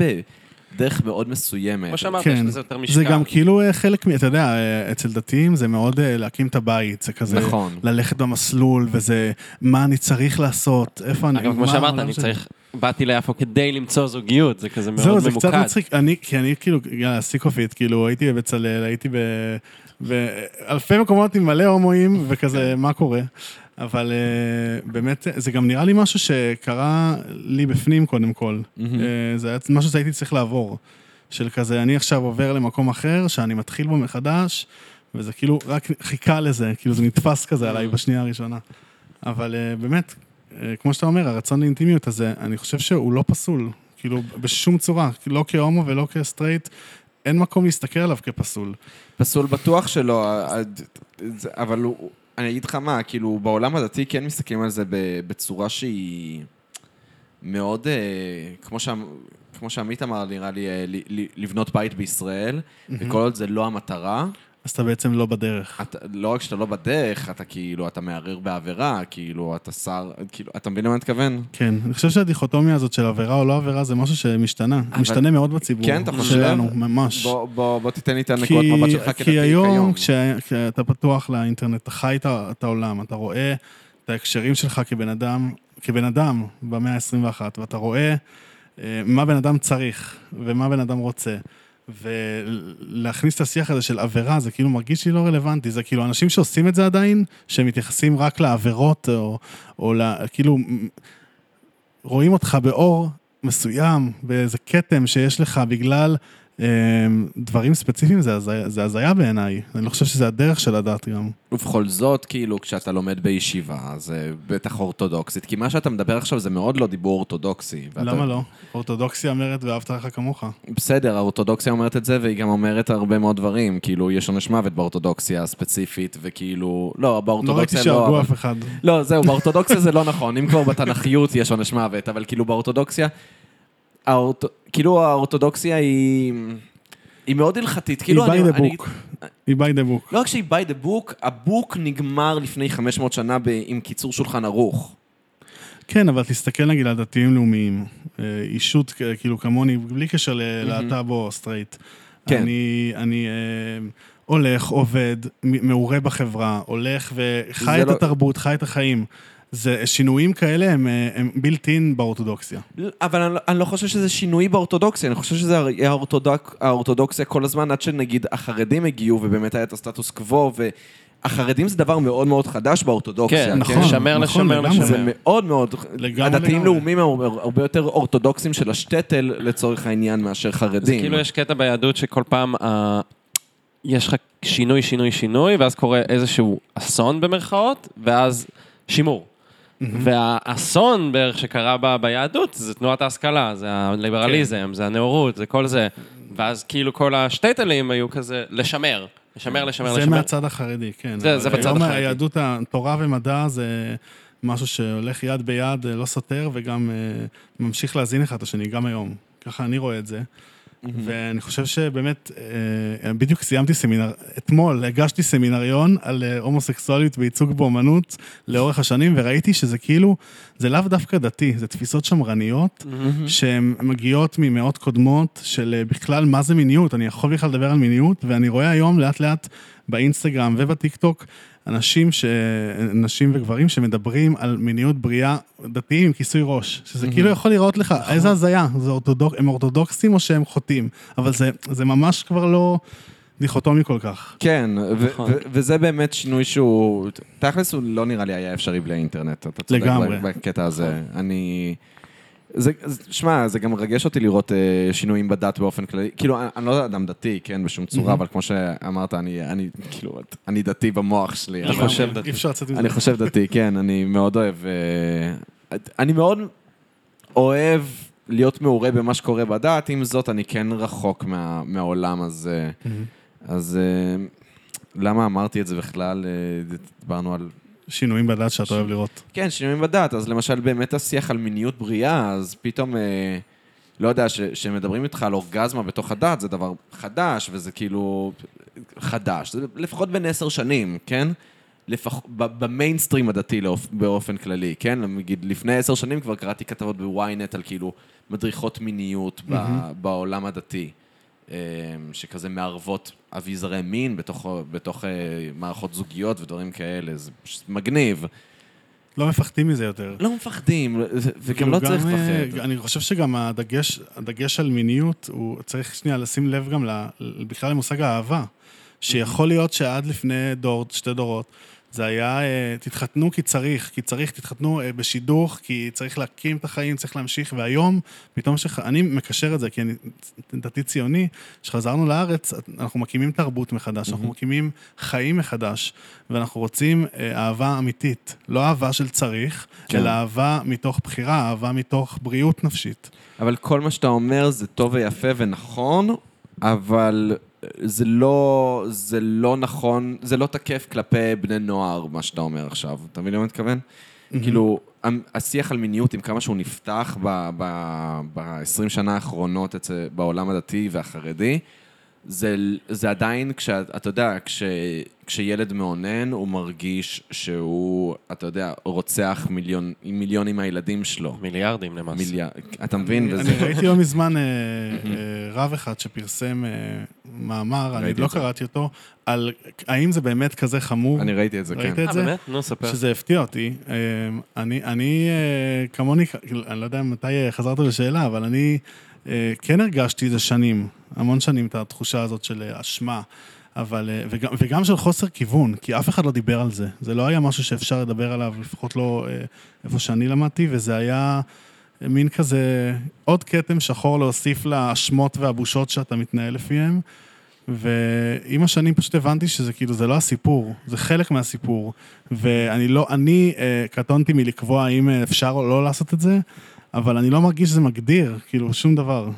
S2: בדרך מאוד מסוימת.
S4: כמו שאמרת, יש
S3: כן.
S4: לזה יותר משקל.
S3: זה גם כאילו אה, חלק מ... אתה יודע, אה, אצל דתיים זה מאוד אה, להקים את הבית, זה כזה...
S2: נכון.
S3: ללכת במסלול, וזה מה אני צריך לעשות, איפה אני...
S4: אגב, כמו
S3: מה
S4: שאמרת,
S3: העולם
S4: אני
S3: שלי.
S4: צריך... באתי ליפו כדי למצוא זוגיות, זה כזה מאוד
S3: זהו,
S4: ממוקד.
S3: זה קצת מצחיק. אני, כי אני כאילו, יאללה, סיקופית, כאילו, הייתי בבצלאל, הייתי ב... באלפי מקומות עם מלא הומואים,
S4: אוקיי.
S3: וכזה, מה קורה? אבל אה, באמת, זה גם נראה לי משהו שקרה לי בפנים, קודם כל. אה, זה היה משהו שהייתי צריך לעבור. של כזה, אני עכשיו עובר למקום אחר, שאני מתחיל בו מחדש, וזה כאילו רק חיכה לזה, כאילו זה נתפס כזה
S2: Mm.
S3: עליי בשנייה הראשונה. אבל אה, באמת, אה, כמו שאתה אומר, הרצון לאינטימיות הזה, אני חושב שהוא לא פסול, כאילו, בשום צורה, לא כהומו ולא כסטרייט, אין מקום להסתכל עליו כפסול.
S2: פסול בטוח שלא, ה- ה- זה- אבל הוא, אני אגיד לך מה, כאילו, בעולם הדתי כן מסתכלים על זה ב- בצורה שהיא מאוד, אה, כמו, שה, כמו שעמית אמר, נראה לי, אה, ל- ל- לבנות בית בישראל, וכל עוד זה לא המטרה,
S3: אז אתה בעצם לא בדרך.
S2: אתה, לא רק שאתה לא בדרך, אתה כאילו, אתה מערער בעבירה, כאילו, אתה שר, כאילו, אתה מבין למה אני מתכוון?
S3: כן, אני חושב שהדיכוטומיה הזאת של עבירה או לא עבירה זה משהו שמשתנה, משתנה מאוד בציבור.
S2: כן, אתה חושב?
S3: שלנו, ממש.
S2: בוא, בוא, בוא תיתן לי את הנקודת
S3: כי,
S2: מבט שלך כדתי
S3: כי היום,
S2: כיום.
S3: כשה- כשאתה פתוח לאינטרנט, אתה חי את ה- את העולם, אתה רואה את ההקשרים שלך כבן אדם, כבן אדם במאה ה-21, ואתה רואה אה, מה בן אדם צריך ומה בן אדם רוצה. ולהכניס את השיח הזה של עבירה, זה כאילו מרגיש לי לא רלוונטי. זה כאילו אנשים שעושים את זה עדיין, שמתייחסים רק לעבירות, או, או ל, כאילו מ- רואים אותך באור מסוים, באיזה כתם שיש לך בגלל אה, דברים ספציפיים זה הזיה- זה הזיה בעיניי. אני לא חושב שזה הדרך של הדת גם.
S2: ובכל זאת, כאילו, כשאתה לומד בישיבה, זה בטח אורתודוקסית, כי מה שאתה מדבר עכשיו זה מאוד לא דיבור אורתודוקסי. ואתה-
S3: למה לא? אורתודוקסיה אומרת ואהבת לך כמוך. לא
S2: בסדר, האורתודוקסיה אומרת את זה, והיא גם אומרת הרבה מאוד דברים. כאילו, יש עונש מוות באורתודוקסיה הספציפית, וכאילו... לא,
S3: לא ראיתי
S2: באורתודוקסיה לא...
S3: שהרגו
S2: אבל-
S3: אף אחד.
S2: לא, זהו, באורתודוקסיה זה לא נכון. אם כבר בתנ"כיות יש עונש מוות, אבל כאילו באורתודוקסיה... האורט... כאילו, האורתודוקסיה היא... היא מאוד הלכתית.
S3: היא
S2: כאילו, אני...
S3: by the
S2: אני-
S3: book. היא by the book.
S2: לא רק שהיא by the book, הבוק נגמר לפני 500 שנה ב... עם קיצור שולחן ערוך.
S3: כן, אבל תסתכל נגיד על דתיים לאומיים, אה, אישות כ- כאילו כמוני, בלי קשר ללהט"ב או סטרייט.
S2: כן.
S3: אני, אני אה, הולך, עובד, מ- מעורה בחברה, הולך וחי
S2: זה
S3: את
S2: לא-
S3: התרבות, חי את החיים. זה שינויים כאלה הם, אה, הם בילט אין באורתודוקסיה.
S2: אבל אני, לא- אני לא חושב שזה שינוי באורתודוקסיה, אני חושב שזה הר- האורתודוק, האורתודוקסיה כל הזמן, עד שנגיד החרדים הגיעו ובאמת היה את הסטטוס קוו, והחרדים זה דבר מאוד מאוד חדש באורתודוקסיה.
S4: כן,
S3: נכון,
S4: לשמר,
S3: נכון,
S4: לשמר,
S3: לגמרי.
S2: זה
S4: לשמר.
S2: מאוד מאוד,
S3: לגמרי,
S2: הדתיים
S3: לגמרי.
S2: לאומיים הם הרבה- הרבה יותר אורתודוקסים של השטטל לצורך העניין מאשר
S4: זה
S2: חרדים.
S4: כאילו יש קטע ביהדות שכל פעם אה, יש לך שינוי, שינוי, שינוי, ואז קורה איזשהו אסון במרכאות, ואז שימור. והאסון בערך שקרה ב- ביהדות זה תנועת ההשכלה, זה הליברליזם, זה הנאורות, זה כל זה. ואז כאילו כל השטייטלים היו כזה לשמר, לשמר, לשמר,
S3: זה
S4: לשמר.
S3: מהצד החרדי, כן.
S4: זה-
S3: אבל
S4: זה בצד
S3: היום
S4: החרדי.
S3: היהדות, התורה ומדע זה משהו שהולך יד ביד, אה, לא סותר, וגם אה, ממשיך להזין אחד את השני, גם היום. ככה אני רואה את זה. ואני חושב שבאמת, אה, בדיוק סיימתי סמינר, אתמול הגשתי סמינריון על אה, הומוסקסואליות וייצוג באומנות לאורך השנים, וראיתי שזה כאילו, זה לאו דווקא דתי, זה תפיסות שמרניות, שהן מגיעות ממאות קודמות של אה, בכלל מה זה מיניות, אני יכול בכלל לדבר על מיניות, ואני רואה היום לאט לאט באינסטגרם ובטיקטוק, אנשים, ש... נשים וגברים שמדברים על מיניות בריאה דתיים עם כיסוי ראש, שזה כאילו יכול להיראות לך, איזה הזיה, זה אורתודוק... הם אורתודוקסים או שהם חוטאים, אבל זה, זה ממש כבר לא דיכוטומי כל כך.
S2: כן, ו-
S4: נכון.
S2: ו- וזה באמת שינוי שהוא, תכלס הוא לא נראה לי היה אפשרי בלי האינטרנט, אתה צודק
S3: לגמרי.
S2: ב- בקטע הזה. אני... זה, זה- שמע, זה גם מרגש אותי לראות אה, שינויים בדת באופן כללי. כאילו, אני, אני לא אדם דתי, כן, בשום צורה, אבל כמו שאמרת, אני, אני, כאילו, אני דתי במוח שלי. אבל-
S4: חושב
S3: לגמרי,
S4: דתי.
S3: כאילו, אי אפשר לצאת מזה.
S2: אני חושב דתי, כן, אני מאוד אוהב... אה, אני מאוד אוהב להיות מעורה במה שקורה בדת, עם זאת, אני כן רחוק מה, מהעולם הזה. אז אה, למה אמרתי את זה בכלל? אה, דיברנו על...
S3: שינויים בדת שאתה אוהב לראות.
S2: כן, שינויים בדת, אז למשל באמת השיח על מיניות בריאה, אז פתאום, אה, לא יודע, ש- שמדברים איתך על אורגזמה בתוך הדת, זה דבר חדש, וזה כאילו חדש. זה לפחות בין עשר שנים, כן? לפח... ב- במיינסטרים הדתי לאופ... באופן כללי, כן? נגיד, לפני עשר שנים כבר קראתי כתבות בוויינט על כאילו מדריכות מיניות ב... בעולם הדתי, אה, שכזה מערבות אביזרי מין בתוך, בתוך אה, מערכות זוגיות ודברים כאלה, זה פשוט מגניב.
S3: לא מפחדים מזה יותר.
S2: לא מפחדים, וגם
S3: כאילו,
S2: לא צריך
S3: אה,
S2: לפחד.
S3: אני חושב שגם הדגש, הדגש על מיניות, הוא צריך שנייה לשים לב גם ל- ל- בכלל למושג האהבה. שיכול להיות שעד לפני דור, שתי דורות, זה היה, אה, תתחתנו כי צריך, כי צריך, תתחתנו אה, בשידוך, כי צריך להקים את החיים, צריך להמשיך, והיום, פתאום שח... אני מקשר את זה, כי אני דתי ציוני, כשחזרנו לארץ, אנחנו מקימים תרבות מחדש, אנחנו מקימים חיים מחדש, ואנחנו רוצים אה, אהבה אמיתית. לא אהבה של צריך,
S2: כן.
S3: אלא אהבה מתוך בחירה, אהבה מתוך בריאות נפשית.
S2: אבל כל מה שאתה אומר זה טוב ויפה ונכון, אבל זה לא, זה לא נכון, זה לא תקף כלפי בני נוער, מה שאתה אומר עכשיו. אתה מבין למה אני מתכוון? כאילו, המ- השיח על מיניות, עם כמה שהוא נפתח ב-20 שנה האחרונות אצל- בעולם הדתי והחרדי, זה, זה עדיין, כשאת, אתה יודע, כש, כשילד מאונן, הוא מרגיש שהוא, אתה יודע, רוצח מיליון, מיליונים מהילדים שלו.
S4: מיליארדים למעשה.
S2: מיליארד, אתה מבין?
S3: אני
S2: וזה-
S3: ראיתי לא מזמן אה, אה, רב אחד שפרסם אה, מאמר, אני
S2: ראיתי
S3: לא
S2: את זה.
S3: קראתי אותו, על האם זה באמת כזה חמור.
S2: אני ראיתי את זה,
S3: ראית
S2: כן.
S3: את
S4: אה,
S3: זה?
S4: באמת? נו, ספר.
S3: שזה הפתיע אותי. אמ, אני, אני אה, כמוני, כאילו, אני לא יודע מתי אה, חזרת לשאלה, אבל אני אה, כן הרגשתי את זה שנים, המון שנים, את התחושה הזאת של אה, אשמה, אבל, אה, וגם, וגם של חוסר כיוון, כי אף אחד לא דיבר על זה. זה לא היה משהו שאפשר לדבר עליו, לפחות לא אה, איפה שאני למדתי, וזה היה... מין כזה עוד כתם שחור להוסיף לשמות והבושות שאתה מתנהל לפיהם. ועם השנים פשוט הבנתי שזה כאילו, זה לא הסיפור, זה חלק מהסיפור. ואני לא, אני אה, קטונתי מלקבוע האם אה, אפשר או לא לעשות את זה, אבל אני לא מרגיש שזה מגדיר, כאילו, שום דבר.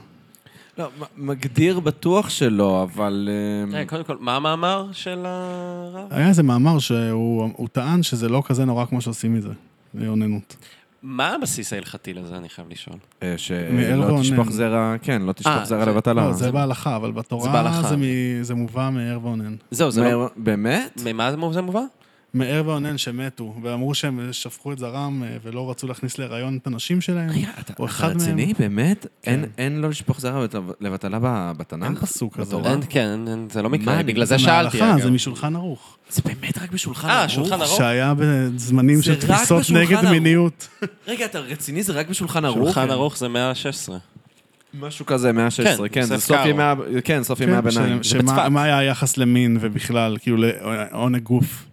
S2: לא, מ- מגדיר בטוח שלא, אבל... אמ,
S4: רגע, כן, קודם כל, מה המאמר של הרב?
S3: היה איזה מאמר שהוא הוא טען שזה לא כזה נורא כמו שעושים מזה, לאוננות.
S4: מה הבסיס ההלכתי לזה, אני חייב לשאול?
S2: אה,
S3: מאל
S2: שלא
S3: רונן.
S2: תשפוך זרע, כן, לא תשפוך
S4: אה,
S2: זרע
S4: זה-
S2: לבטלה.
S3: לא, אה, זה בהלכה, אבל
S4: זה
S3: בתורה
S4: בהלכה.
S3: זה מ- זה מובא מאר ואונן.
S4: זהו, זה לא...
S2: מאיר- באמת?
S4: ממה זה מובא- זה מובא?
S3: מאר ואונן שמתו, ואמרו שהם שפכו את זרם אה, ולא רצו להכניס להיריון את הנשים שלהם.
S2: רגע, אתה אתה
S3: או אחד מהם.
S2: רציני? באמת?
S3: כן.
S2: אין- אין לא לשפוך זרע בת- לבטלה ב- בתנ"ך?
S3: אין פסוק כזה.
S2: בתורה?
S4: אין, כן, אין- אין, זה לא
S2: מה,
S4: מקרה,
S2: אני-
S4: בגלל
S3: זה
S4: זה שאלתי,
S3: מההלכה, זה
S4: אגב.
S3: משולחן ערוך.
S2: זה באמת רק בשולחן
S4: אה,
S2: ערוך?
S4: שולחן ערוך?
S3: שהיה בזמנים
S2: זה
S3: של
S2: רק
S3: תפיסות
S2: בשולחן
S3: נגד
S2: ערוך.
S3: מיניות.
S2: רגע, אתה רציני? זה רק בשולחן ערוך? כן.
S3: אוקיי.
S4: שולחן ערוך זה מאה ה-16.
S2: משהו כזה, מאה ה-16,
S4: כן,
S2: כן, זה
S4: יוסף
S2: סוף
S4: קארו.
S2: ימי ה- כן, סוף ימי הביניים.
S3: ש-
S2: זה
S3: שמה-
S2: בצפת.
S3: מה היה היחס למין ובכלל, כאילו לעונג גוף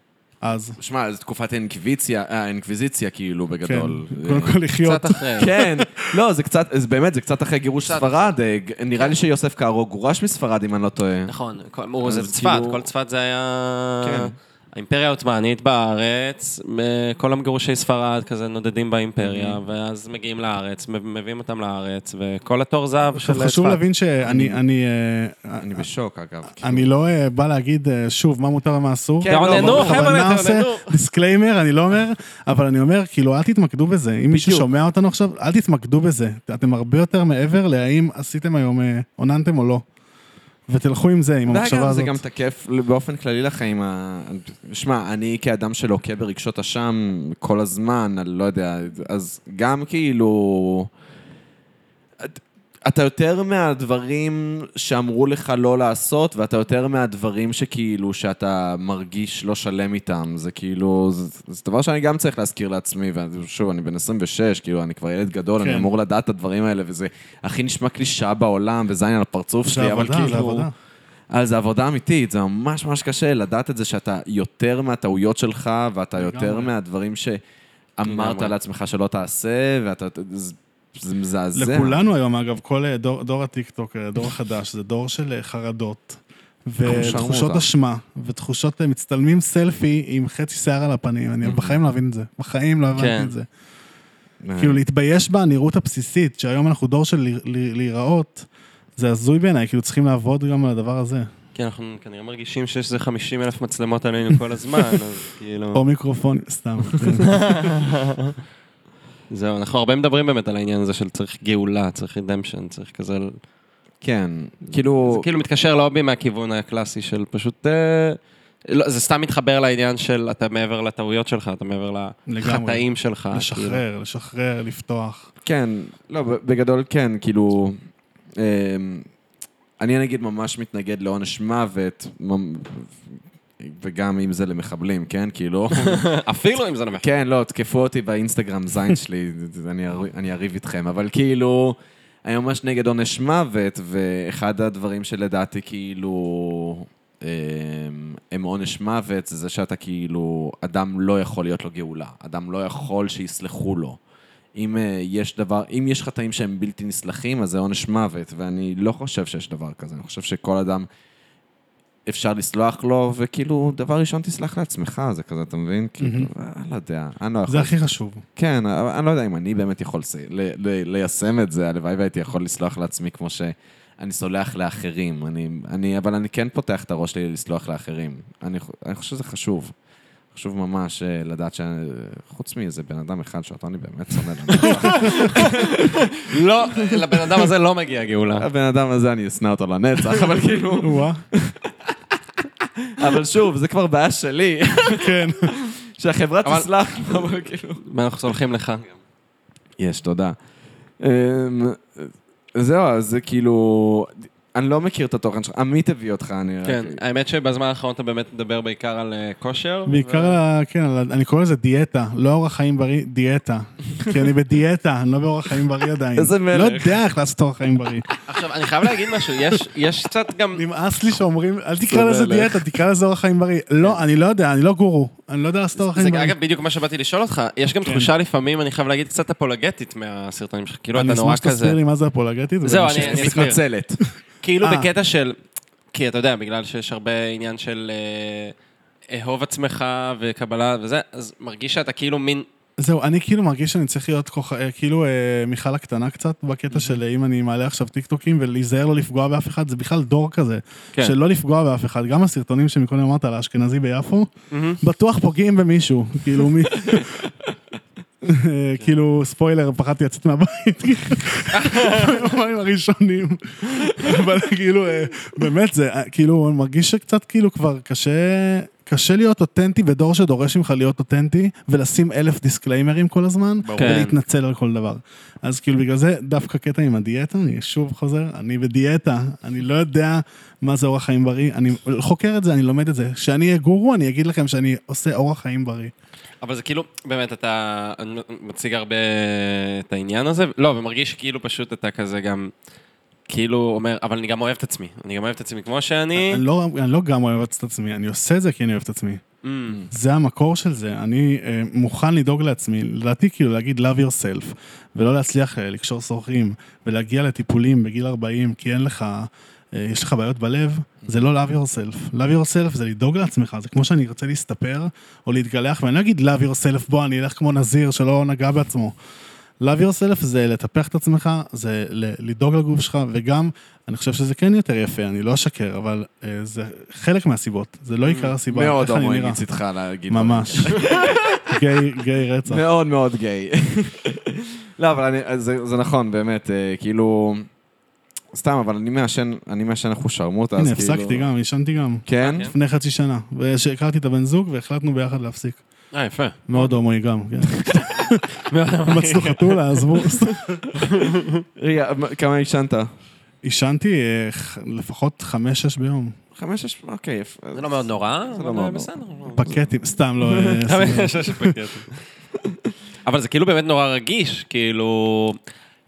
S3: אז.
S2: שמע, זו תקופת האינקוויציה, אה, האינקוויזיציה כאילו
S3: כן,
S2: בגדול.
S3: קודם כל לחיות.
S4: קצת אחרי.
S2: כן, לא, זה קצת, זה באמת, זה קצת אחרי גירוש
S4: קצת.
S2: ספרד. אה, ג- נראה לי שיוסף קארו גורש מספרד, אם אני לא טועה.
S4: נכון, כל- הוא- זה
S2: אז
S4: צפת,
S2: כאילו-
S4: כל צפת זה היה...
S2: כן.
S4: האימפריה העות'מאנית בארץ, אה, כל המגורשי ספרד כזה נודדים באימפריה, ואז מגיעים לארץ, מב- מביאים אותם לארץ, וכל התור זהב של
S3: עכשיו
S4: צפת.
S3: חשוב להבין שאני אני, אה,
S2: אני בשוק, אגב.
S3: אני לא אה, בא להגיד אה, שוב מה מותר ומה אסור.
S2: כן, אבל
S3: אני
S2: נו,
S3: בכוונה
S4: חבר'ה,
S3: עושה
S4: תעודדו.
S3: דיסקליימר, אני לא אומר, אבל אני אומר, כאילו, אל תתמקדו בזה. אם מישהו שומע אותנו עכשיו, אל תתמקדו בזה. אתם הרבה יותר מעבר להאם עשיתם היום, אה, אוננתם או לא. ותלכו עם זה, עם המחשבה
S2: ואגב, זה
S3: הזאת.
S2: גם תקף באופן כללי לחיים. ה- שמע, אני כאדם שלוקה ברגשות אשם כל הזמן, אני לא יודע, אז גם כאילו... את- אתה יותר מהדברים שאמרו לך לא לעשות, ואתה יותר מהדברים שכאילו, שאתה מרגיש לא שלם איתם. זה כאילו, זה, זה דבר שאני גם צריך להזכיר לעצמי, ושוב, אני בן 26, כאילו, אני כבר ילד גדול,
S3: כן.
S2: אני אמור לדעת את הדברים האלה, וזה הכי נשמע קלישאה בעולם, וזין על הפרצוף
S3: זה
S2: שלי, אבל
S3: עבודה,
S2: כאילו...
S3: זה עבודה.
S2: אז זה עבודה אמיתית, זה ממש ממש קשה לדעת את זה שאתה יותר מהטעויות שלך, ואתה יותר
S3: לגמרי.
S2: מהדברים שאמרת
S4: לגמרי. לעצמך
S2: לעצמך שלא תעשה, ואתה... זה מזעזע.
S3: לכולנו היום, אגב, כל אה, דור, דור הטיקטוק, אה, דור החדש, זה דור של אה, חרדות. ותחושות
S2: שרמוטה.
S3: אשמה, ותחושות, אה, מצטלמים סלפי עם חצי שיער על הפנים, אני בחיים לא אבין את זה, בחיים לא
S4: כן.
S3: הבנתי את זה.
S2: אה,
S3: כאילו להתבייש בנראות הבסיסית, שהיום אנחנו דור של ל- ל- להיראות, זה הזוי בעיניי, כאילו צריכים לעבוד גם על הדבר הזה.
S4: כי אנחנו כנראה מרגישים שיש איזה 50 אלף מצלמות עלינו כל הזמן,
S3: *laughs*
S4: אז כאילו...
S3: או מיקרופון,
S4: *laughs*
S3: סתם.
S4: זהו, אנחנו הרבה מדברים באמת על העניין הזה של צריך גאולה, צריך רידמפשן, צריך כזה... ל-
S2: כן, כאילו...
S4: זה כאילו מתקשר להובי מהכיוון הקלאסי של פשוט... אה, לא, זה סתם מתחבר לעניין של אתה מעבר לטעויות שלך, אתה מעבר
S3: לגמרי.
S4: לחטאים שלך. כאילו.
S3: לשחרר, לשחרר, לפתוח.
S2: כן, לא, ב- בגדול כן, כאילו... אמ, אני נגיד ממש מתנגד לעונש מוות, ממ- וגם אם זה למחבלים, כן? כאילו...
S4: אפילו אם זה נמח.
S2: כן, לא, תקפו אותי באינסטגרם זין שלי, אני אר- אני אריב איתכם, אבל כאילו, אני ממש נגד עונש מוות, ואחד הדברים שלדעתי כאילו... אמ, הם עונש מוות, זה זה שאתה כאילו, אדם לא יכול להיות לו גאולה, אדם לא יכול שיסלחו לו. אם אה, יש דבר, אם יש חטאים שהם בלתי נסלחים, אז זה עונש מוות, ואני לא חושב שיש דבר כזה, אני חושב שכל אדם אפשר לסלוח לו, וכאילו, דבר ראשון תסלח לעצמך, זה כזה, אתה מבין? כאילו, אה, לא יודע, אני לא יכול.
S3: זה הכי חשוב.
S2: כן, אבל אני לא יודע אם אני באמת יכול לס- ל- ל- ליישם את זה, הלוואי והייתי יכול לסלוח לעצמי כמו שאני סולח לאחרים. אני, אני, אבל אני כן פותח את הראש שלי לסלוח לאחרים. אני, חו- אני חושב שזה חשוב. חשוב ממש אה, לדעת ש... חוץ מאיזה בן אדם אחד שאותו אני באמת שונא
S3: *laughs*
S2: לנצח.
S4: לא, לבן אדם הזה לא מגיע גאולה.
S2: הבן אדם הזה, אני אשנא אותו לנצח,
S3: *laughs*
S2: אבל כאילו...
S3: וואה,
S2: אבל שוב, זה כבר בעיה שלי,
S3: כן.
S2: שהחברה
S4: אבל-
S2: תסלח, אבל כאילו...
S4: ואנחנו סולחים לך.
S2: יש, תודה. אמ, זהו, אז זה כאילו... אני לא מכיר את התוכן שלך, עמית הביא אותך, אני...
S4: כן, האמת שבזמן האחרון אתה באמת מדבר בעיקר על אה, כושר.
S3: בעיקר,
S4: ו-
S3: על ה- כן, על ה- אני קורא לזה דיאטה, לא אורח חיים בריא,
S4: *laughs*
S3: דיאטה. כי אני בדיאטה, אני לא באורח חיים בריא עדיין.
S2: איזה מלך.
S3: לא יודע איך לעשות אורח חיים בריא.
S4: עכשיו, אני חייב להגיד משהו, יש- יש קצת גם...
S3: נמאס לי שאומרים, אל תקרא לזה
S2: מלך.
S3: דיאטה, תקרא לזה אורח חיים בריא. לא, אני לא יודע, אני לא גורו. אני לא יודע לעשות אורח
S4: זה
S3: חיים בריא.
S4: אגב בדיוק מה שבאתי לשאול אותך, יש גם תחושה לפעמים, אני חייב להגיד, קצת אפולגטית מהסרטונים שלך, כאילו
S3: אני
S4: אתה נורא
S3: אשמח
S4: כזה,
S3: שתסביר לי מה זה אפולגטית.
S4: זהו,
S3: ונמשיך.
S4: אני- אני-
S2: מתנצלת.
S4: כאילו
S3: אה.
S4: בקטע של, כי אתה יודע, בגלל שיש הרבה עניין של אה, אהוב עצמך וקבלה וזה, אז מרגיש שאתה כאילו מין,
S3: זהו, אני כאילו מרגיש שאני צריך להיות כוח... אה, כאילו אה, מיכל הקטנה קצת, בקטע של אה, אם אני מעלה עכשיו טיקטוקים ולהיזהר לא לפגוע באף אחד, זה בכלל דור כזה.
S4: כן.
S3: של לא לפגוע באף אחד. גם הסרטונים שמקודם אמרת על האשכנזי ביפו, בטוח פוגעים במישהו. כאילו, מי... אה, *laughs* כאילו, ספוילר, פחדתי לצאת מהבית, *laughs* ביומיים הראשונים. *laughs* אבל כאילו, אה, באמת זה, אה, כאילו, אני מרגיש שקצת כאילו כבר קשה... קשה להיות אותנטי בדור שדורש ממך להיות אותנטי ולשים אלף דיסקליימרים כל הזמן
S4: כן.
S3: ולהתנצל על כל דבר. אז כאילו בגלל זה דווקא קטע עם הדיאטה, אני שוב חוזר, אני בדיאטה, אני לא יודע מה זה אורח חיים בריא, אני חוקר את זה, אני לומד את זה. כשאני אהיה גורו, אני אגיד לכם שאני עושה אורח חיים בריא.
S4: אבל זה כאילו, באמת, אתה לא, מציג הרבה את העניין הזה, לא, ומרגיש שכאילו פשוט אתה כזה גם, כאילו אומר, אבל אני גם אוהב את עצמי, אני גם אוהב את עצמי כמו שאני,
S3: אני לא, אני לא גם אוהב את עצמי, אני עושה את זה כי אני אוהב את עצמי.
S4: Mm,
S3: זה המקור של זה, אני אה, מוכן לדאוג לעצמי, לדעתי כאילו להגיד love yourself, ולא להצליח אה, לקשור שורחים, ולהגיע לטיפולים בגיל 40, כי אין לך, אה, יש לך בעיות בלב, זה לא love yourself. love yourself זה לדאוג לעצמך, זה כמו שאני ארצה להסתפר, או להתגלח, ואני לא אגיד love yourself, בוא, אני אלך כמו נזיר שלא נגע בעצמו. love yourself זה לטפח את עצמך, זה ל- לדאוג לגוף שלך, וגם, אני חושב שזה כן יותר יפה, אני לא אשקר, אבל אה, זה חלק מהסיבות, זה לא עיקר הסיבה,
S2: מאוד
S3: איך אני
S2: הומואי
S3: נראה.
S2: מצידך להגיד. *laughs*
S3: ממש. גיי, גיי רצח.
S2: מאוד מאוד גיי. *laughs* לא, אבל אני, אז זה, זה נכון, באמת, אה, כאילו... סתם, אבל אני מעשן, אני מעשן אחושרמוטה, אז
S3: הנה,
S2: כאילו...
S3: הפסקתי גם, עישנתי גם.
S2: כן?
S4: אה, כן?
S3: לפני חצי שנה. כשהכרתי את הבן זוג והחלטנו ביחד להפסיק.
S4: אה, יפה.
S3: מאוד הומואי גם, כן. מצאו חתולה, עזבו. *laughs*
S2: רגע, מה- כמה עישנת?
S3: עישנתי אה, ח- לפחות חמש-שש ביום.
S2: חמש, שש, אוקיי, יפה.
S4: זה לא מאוד נורא,
S2: זה לא
S4: אבל
S2: מאוד
S4: בסדר.
S3: פקטים, סתם לא... אה, סתם.
S4: *laughs* אבל זה כאילו באמת נורא רגיש, כאילו...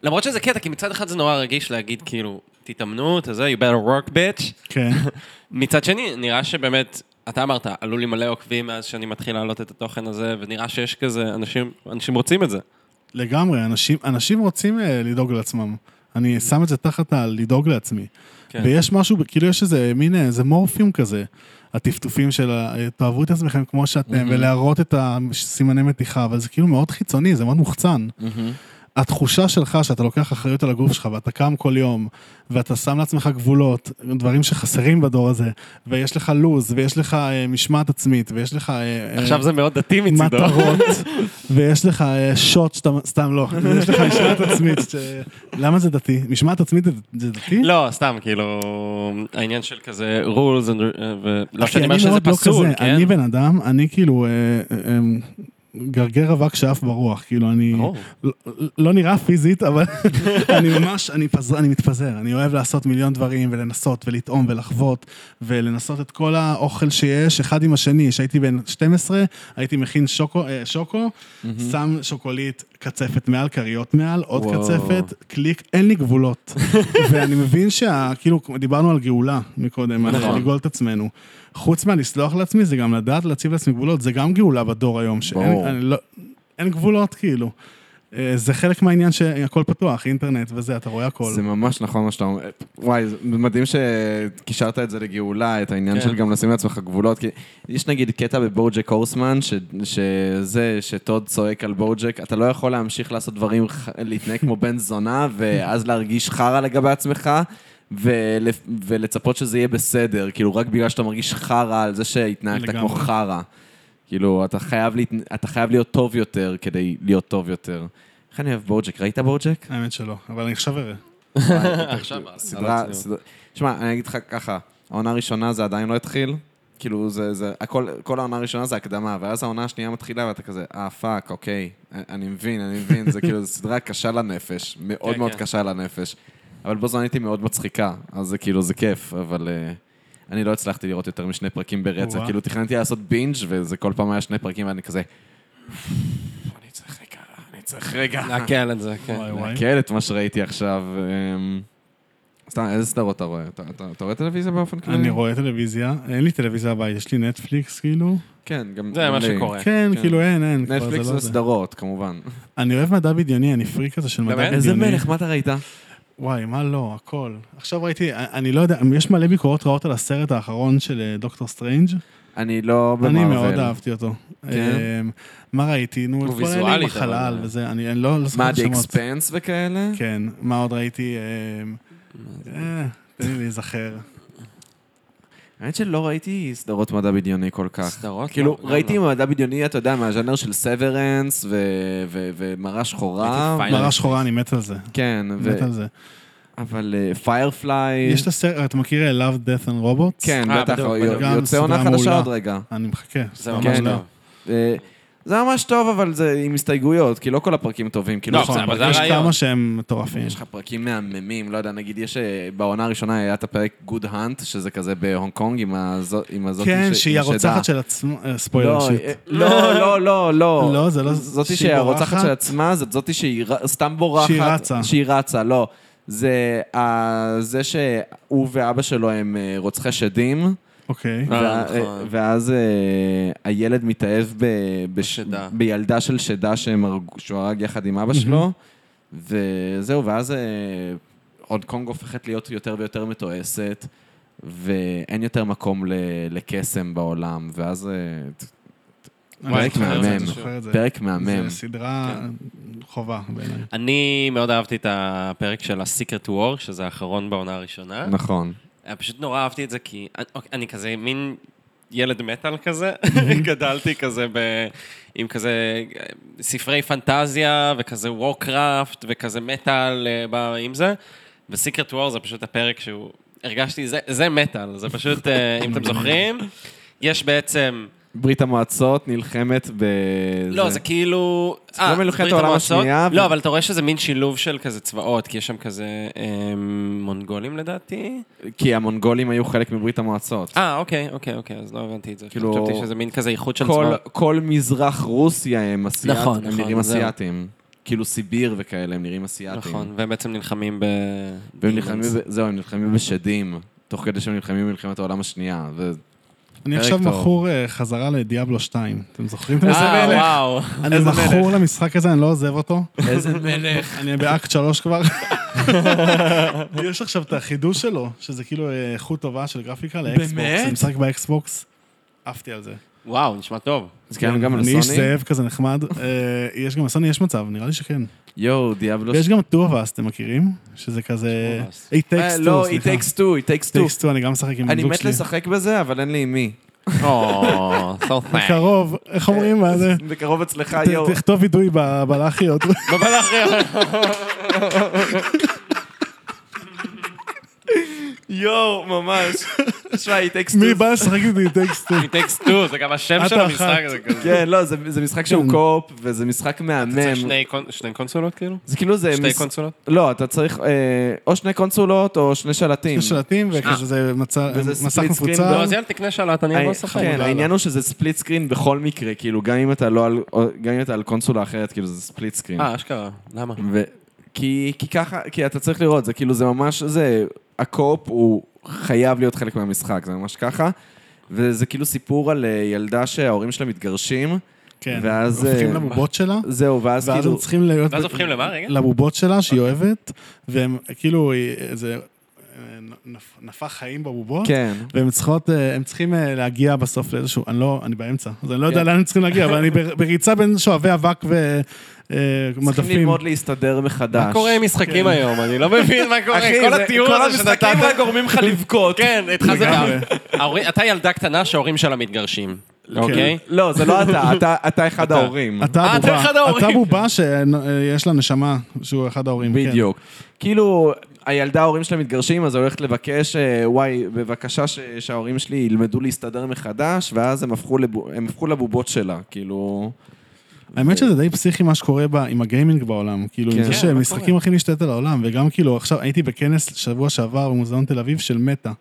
S4: למרות שזה קטע, כי מצד אחד זה נורא רגיש להגיד, כאילו, תתאמנו, אתה זה, you better work bitch.
S3: כן.
S4: מצד שני, נראה שבאמת, אתה אמרת, עלו לי מלא עוקבים מאז שאני מתחיל להעלות את התוכן הזה, ונראה שיש כזה, אנשים, אנשים רוצים את זה.
S3: לגמרי, אנשים, אנשים רוצים אה, לדאוג לעצמם. אני שם את זה תחת הלדאוג לעצמי.
S4: כן.
S3: כן. ויש משהו, כאילו יש איזה מין איזה מורפיום כזה, הטפטופים של ה- אה, תאהבו את עצמכם כמו שאתם, ולהראות את הסימני מתיחה, אבל זה כאילו מאוד חיצוני, זה מאוד מוחצן. התחושה שלך שאתה לוקח אחריות על הגוף שלך ואתה קם כל יום ואתה שם לעצמך גבולות, דברים שחסרים בדור הזה, ויש לך לו"ז ויש לך אה, משמעת עצמית ויש לך... אה, אה,
S4: עכשיו זה מאוד דתי מצידו.
S3: מטרות, *laughs* ויש לך אה, שוט שאתה, סתם לא, *laughs* יש לך משמעת עצמית, ש- למה זה דתי? משמעת עצמית זה- זה דתי?
S4: לא, סתם, כאילו, העניין של כזה rules, and- ולא שאני אומר
S3: כי
S4: שזה
S3: מאוד לא
S4: פסול,
S3: כזה.
S4: כן?
S3: אני בן אדם, אני כאילו אה, אה, אה, גרגר אבק שאף ברוח, כאילו אני
S4: ברור.
S3: לא- לא נראה פיזית, אבל *laughs* אני ממש, אני פז- אני מתפזר, אני אוהב לעשות מיליון דברים ולנסות ולטעום ולחוות ולנסות את כל האוכל שיש, אחד עם השני, כשהייתי בן 12, הייתי מכין שוקו, אה, שוקו, שם שוקולית, קצפת מעל, כריות מעל, עוד
S2: וואו.
S3: קצפת, קליק, אין לי *laughs* גבולות. ואני מבין שה... כאילו, דיברנו על גאולה מקודם, על
S4: נכון.
S3: לגאול את עצמנו. חוץ מהלסלוח לעצמי, זה גם לדעת להציב לעצמי גבולות, זה גם גאולה בדור היום, שאין
S2: ברור.
S3: אני לא- אין גבולות כאילו. אה, זה חלק מהעניין שהכל פתוח, אינטרנט וזה, אתה רואה הכל.
S2: זה ממש נכון מה שאתה אומר. וואי, זה מדהים שקישרת את זה לגאולה, את העניין
S4: כן.
S2: של גם לשים לעצמך גבולות. כי יש נגיד קטע בבוג'ק הורסמן, ש- שזה, שטוד צועק על בוג'ק, אתה לא יכול להמשיך לעשות דברים, ח- להתנהג כמו בן זונה, ואז להרגיש חרא לגבי עצמך. ול, ולצפות שזה יהיה בסדר, כאילו רק בגלל שאתה מרגיש חרא על זה שהתנהגת
S3: לגמרי.
S2: כמו חרא. כאילו, אתה חייב, להת... אתה חייב להיות טוב יותר כדי להיות טוב יותר. איך אני אוהב בוג'ק? ראית בוג'ק?
S3: *laughs* האמת שלא, אבל אני עכשיו אראה.
S4: עכשיו,
S2: אה, סדרה,
S4: על
S2: סדרה- שמע, אני אגיד לך ככה, העונה הראשונה זה עדיין לא התחיל, כאילו זה, זה, הכל, כל העונה הראשונה זה הקדמה, ואז העונה השנייה מתחילה ואתה כזה, אה, פאק, אוקיי, אני מבין, אני מבין, זה כאילו, זו סדרה קשה לנפש, מאוד
S4: כן,
S2: מאוד
S4: כן.
S2: קשה לנפש. אבל בו זמן הייתי מאוד מצחיקה, אז זה כאילו, זה כיף, אבל אה, אני לא הצלחתי לראות יותר משני פרקים ברצף.
S3: וואו.
S2: כאילו, תכננתי לעשות בינג' וזה כל פעם היה שני פרקים, ואני כזה... אני צריך רגע, אני צריך רגע.
S4: נעכל את זה, כן.
S3: וואי וואי.
S2: לעכל את מה שראיתי עכשיו. אמ, סתם, איזה סדרות אתה רואה? אתה- אתה אתה רואה טלוויזיה באופן כללי?
S3: אני רואה טלוויזיה, אין לי טלוויזיה בבית, יש לי נטפליקס כאילו.
S2: כן, גם...
S4: זה
S2: גם
S4: מה
S2: לי.
S4: שקורה.
S3: כן,
S2: כן.
S3: כאילו אין, אין. כבר,
S2: נטפליקס
S3: זה לא זה.
S2: וסדרות, כמובן.
S3: אני אוהב מדע בדיוני, אני פרי כזה של מדע
S4: באמת?
S3: בדיוני.
S2: איזה מלך, מה אתה ראית?
S3: וואי, מה לא, הכל. עכשיו ראיתי, אני לא יודע, יש מלא ביקורות רעות על הסרט האחרון של אה, דוקטור סטרנג'.
S2: אני לא במרוויל.
S3: אני מאוד אהבתי אותו.
S2: כן?
S3: אמ, מה ראיתי? נו,
S4: הוא
S3: את כל האלה עם
S4: ויזואלית,
S3: החלל
S4: אבל-
S3: וזה, אני אני לא לא זוכר
S2: מה,
S3: את
S2: The
S3: השמות.
S2: Expanse וכאלה?
S3: כן, מה עוד ראיתי? אמ, אה, תן לי להיזכר.
S2: האמת שלא ראיתי סדרות מדע בדיוני כל כך.
S4: סדרות?
S2: כאילו,
S4: לא, גם
S2: ראיתי
S4: לא.
S2: מדע בדיוני, אתה יודע, מהז'אנר של סוורנס ומראה שחורה.
S4: ראיתי
S3: מראה שחורה, אני מת על זה.
S2: כן, ו-
S3: מת על זה.
S2: אבל אה, פיירפליי...
S3: יש את הסרט, אתה מכיר אה, Love, Death and Robots?
S2: כן,
S4: אה,
S2: בטח,
S4: בדיוק, בדיוק.
S3: גם
S2: יוצא
S3: סדרה
S2: עונה חדשה
S3: מעולה.
S2: עוד רגע.
S3: אני מחכה.
S4: זה
S2: כן.
S3: סתם,
S4: ממש
S3: לא.
S4: טוב.
S2: אה, זה ממש טוב, אבל זה עם הסתייגויות, כי לא כל הפרקים טובים. כאילו,
S4: לא,
S2: יש לך
S4: בסדר, אבל זה
S3: נכון, יש
S4: הרעיון.
S3: כמה שהם מטורפים.
S2: יש לך פרקים מהממים, לא יודע, נגיד יש, אה, בעונה הראשונה היה את הפרק גוד האנט, שזה כזה בהונג קונג עם הזו- עם הזאת
S3: כן,
S2: ש-
S3: שהיא
S2: עם השדה.
S3: הרוצחת של עצמה, אה, ספוילר
S2: לא,
S3: שיט.
S2: אה,
S3: *laughs*
S2: לא, לא, לא, לא.
S3: לא, זה לא-
S2: זאתי
S3: שהיא
S2: שהיא הרוצחת
S3: בורחת?
S2: של עצמה, זאת זאתי שהיא ר- סתם בורחת.
S3: שהיא רצה.
S2: שהיא רצה, לא. זה ה- זה שהוא ואבא שלו הם אה, רוצחי שדים.
S3: אוקיי.
S4: אה,
S2: וה-
S4: נכון.
S2: ואז אה, הילד מתאהב ב- בש-
S4: בשדה.
S2: בילדה של שדה שהם הרגו- שהוא הרג יחד עם אבא שלו, וזהו, ואז אה, הונג קונג הופכת להיות יותר ויותר מתועסת, ואין יותר מקום ל- לקסם בעולם, ואז אה, ת-
S3: אני
S4: וואי,
S3: זוכר את
S2: מהמם.
S3: זה, אני זוכר את זה.
S2: פרק מהמם. כן.
S3: זה סדרה חובה בעיניי.
S4: אני מאוד אהבתי את הפרק של ה-Secret War, שזה האחרון בעונה הראשונה.
S2: נכון.
S4: אה, פשוט נורא אהבתי את זה, כי אוקיי, אני כזה מין ילד מטאל כזה, גדלתי כזה ב... עם כזה אה, ספרי פנטזיה וכזה וורקראפט וכזה מטאל אה, בא עם זה, וסיקרט וור זה פשוט הפרק שהוא... הרגשתי, זה, זה מטאל, זה פשוט, אה, אם אתם זוכרים, יש בעצם...
S2: ברית המועצות נלחמת ב...
S4: לא, זה כאילו...
S2: כמו מלחמת
S4: ברית
S2: העולם
S4: המועצות?
S2: לא השנייה, ו-
S4: לא, אבל אתה רואה שזה מין שילוב של כזה צבאות, כי יש שם כזה אה, מונגולים לדעתי.
S2: כי המונגולים היו חלק מברית המועצות.
S4: אה, אוקיי, אוקיי, אוקיי, אז לא הבנתי את זה.
S2: כאילו-
S4: כאילו... חשבתי שזה מין כזה איחוד של
S2: כל,
S4: צבאות.
S2: כל מזרח רוסיה הם אסיאתים,
S4: נכון,
S2: הם
S4: נכון,
S2: נראים
S4: זהו.
S2: אסיאתים. כאילו סיביר וכאלה, הם נראים אסיאתים.
S4: נכון, והם בעצם נלחמים ב...
S2: והם נלחמים, ב- זהו, הם נלחמים בשדים, תוך כדי שהם נלחמים במלחמת העולם השנייה. ו...
S3: אני
S2: פרק
S3: עכשיו
S2: טוב.
S3: מכור אה, חזרה לדיאבלו 2. אתם זוכרים את זה?
S4: אה, וואו.
S3: אני מכור למשחק הזה, אני לא עוזב אותו.
S2: איזה מלך.
S3: אני באקט 3 כבר. *laughs* יש עכשיו את החידוש שלו, שזה כאילו אה, איכות טובה של גרפיקה לאקסבוקס.
S2: באמת?
S3: זה משחק באקסבוקס. עפתי על זה.
S4: וואו, נשמע
S2: *laughs*
S4: טוב.
S2: *laughs* אז כן, גם על
S3: אני איש
S2: סוני.
S3: זאב כזה נחמד. אה, יש גם לסוני, יש מצב, נראה לי שכן.
S2: יואו, דיאבלו.
S3: ויש גם את Two of Us, אתם מכירים? שזה כזה...
S4: Two of Us.
S3: It takes two,
S2: אה, לא, it
S3: סליחה.
S2: takes two, it takes
S3: Takes
S2: two.
S3: two, אני גם משחק עם
S2: אני
S3: זוג
S2: מת
S3: שלי.
S2: לשחק בזה, אבל אין לי עם מי.
S4: או, so Oh, thanks.
S3: בקרוב, איך אומרים מה זה?
S2: בקרוב אצלך,
S3: ת-
S2: אה, יואו.
S3: תכתוב וידוי ב-
S2: *laughs*
S3: בלחיות.
S4: בבל אחר.
S2: יואו,
S3: *laughs*
S2: ממש. תשמע, it takes
S3: מי
S2: two.
S3: בא לשחק איתי
S2: *laughs*
S3: טקסט?
S4: מטקס טו, זה גם השם
S3: את
S4: של המשחק.
S3: האחת.
S4: זה כזה.
S2: כן, לא, זה זה משחק שהוא קו-אופ, וזה משחק
S4: זה
S2: מהמם.
S4: שני קונ- שני קונסולות כאילו?
S2: זה כאילו זה...
S4: שתי
S2: מס-
S4: קונסולות?
S2: לא, אתה צריך אה, או שני קונסולות או שני שלטים.
S3: שלטים וכזה מצ-
S2: אה, וזה
S3: מסך
S2: split screen
S3: מפוצל.
S4: לא, אז יאללה, תקנה שלט, אני אבוא
S2: אה,
S4: לשחק.
S2: כן,
S3: חמודה,
S2: העניין הוא שזה ספליט סקרין בכל מקרה, כאילו, גם אם אתה לא על- או- גם אם אתה על קונסולה אחרת, כאילו, זה ספליט סקרין.
S4: אה, אשכרה, למה?
S2: ו- כי כי ככה, כי אתה צריך לראות, זה כאילו, זה ממש, זה, הקו-אופ הוא חייב להיות חלק מהמשחק, זה ממש ככה. וזה כאילו סיפור על אה, ילדה שההורים שלה מתגרשים,
S3: כן,
S2: ואז,
S3: הופכים
S2: אה,
S3: לבובות שלה,
S2: זהו, ואז
S3: ואז הם
S2: כאילו... אוקיי.
S3: צריכים להיות...
S4: ואז הופכים למה, רגע?
S3: לבובות שלה שהיא אוהבת, והם כאילו איזה אה, נפ- נפח חיים בבובות.
S2: כן.
S3: והם צריכות, אה, הם צריכים אה, להגיע בסוף לאיזשהו, אני לא, אני באמצע, אז אני לא
S2: כן.
S3: יודע לאן הם צריכים להגיע, אבל אני
S2: *laughs*
S3: בר- בריצה בין שואבי אבק אה,
S2: צריכים
S3: ומדפים.
S2: ללמוד להסתדר מחדש.
S4: מה קורה עם משחקים היום? אני לא מבין מה קורה.
S2: כן. אחי,
S4: כל
S2: זה-
S4: התיאור
S2: כל
S4: הזה
S2: המשחקים
S4: שנתת...
S2: רק גורמים לך לבכות.
S4: כן, התחלת...
S3: לגמרי.
S4: ההורים- אתה ילדה קטנה שההורים שלה מתגרשים, אוקיי?
S2: לא, זה לא אתה, אתה- אתה אחד ההורים.
S3: אתה
S4: אה, אתה
S3: הבובה,
S4: אחד ההורים.
S3: אתה בובה שיש לה נשמה, שהוא אחד ההורים. כן.
S2: בדיוק. כאילו, הילדה, ההורים שלה מתגרשים, אז היא הולכת לבקש, אה, וואי, בבקשה ש- שההורים שלי ילמדו להסתדר מחדש, ואז הם הפכו, לבו, הם הפכו לבובות שלה, כאילו...
S3: האמת שזה די פסיכי מה שקורה ב- עם הגיימינג בעולם, כאילו,
S2: כן.
S3: זה
S4: כן, מה
S3: שמשחקים
S4: קורה?
S3: הכי להשתלט על העולם, וגם כאילו, עכשיו הייתי בכנס שבוע שעבר במוזיאון תל אביב של מטא.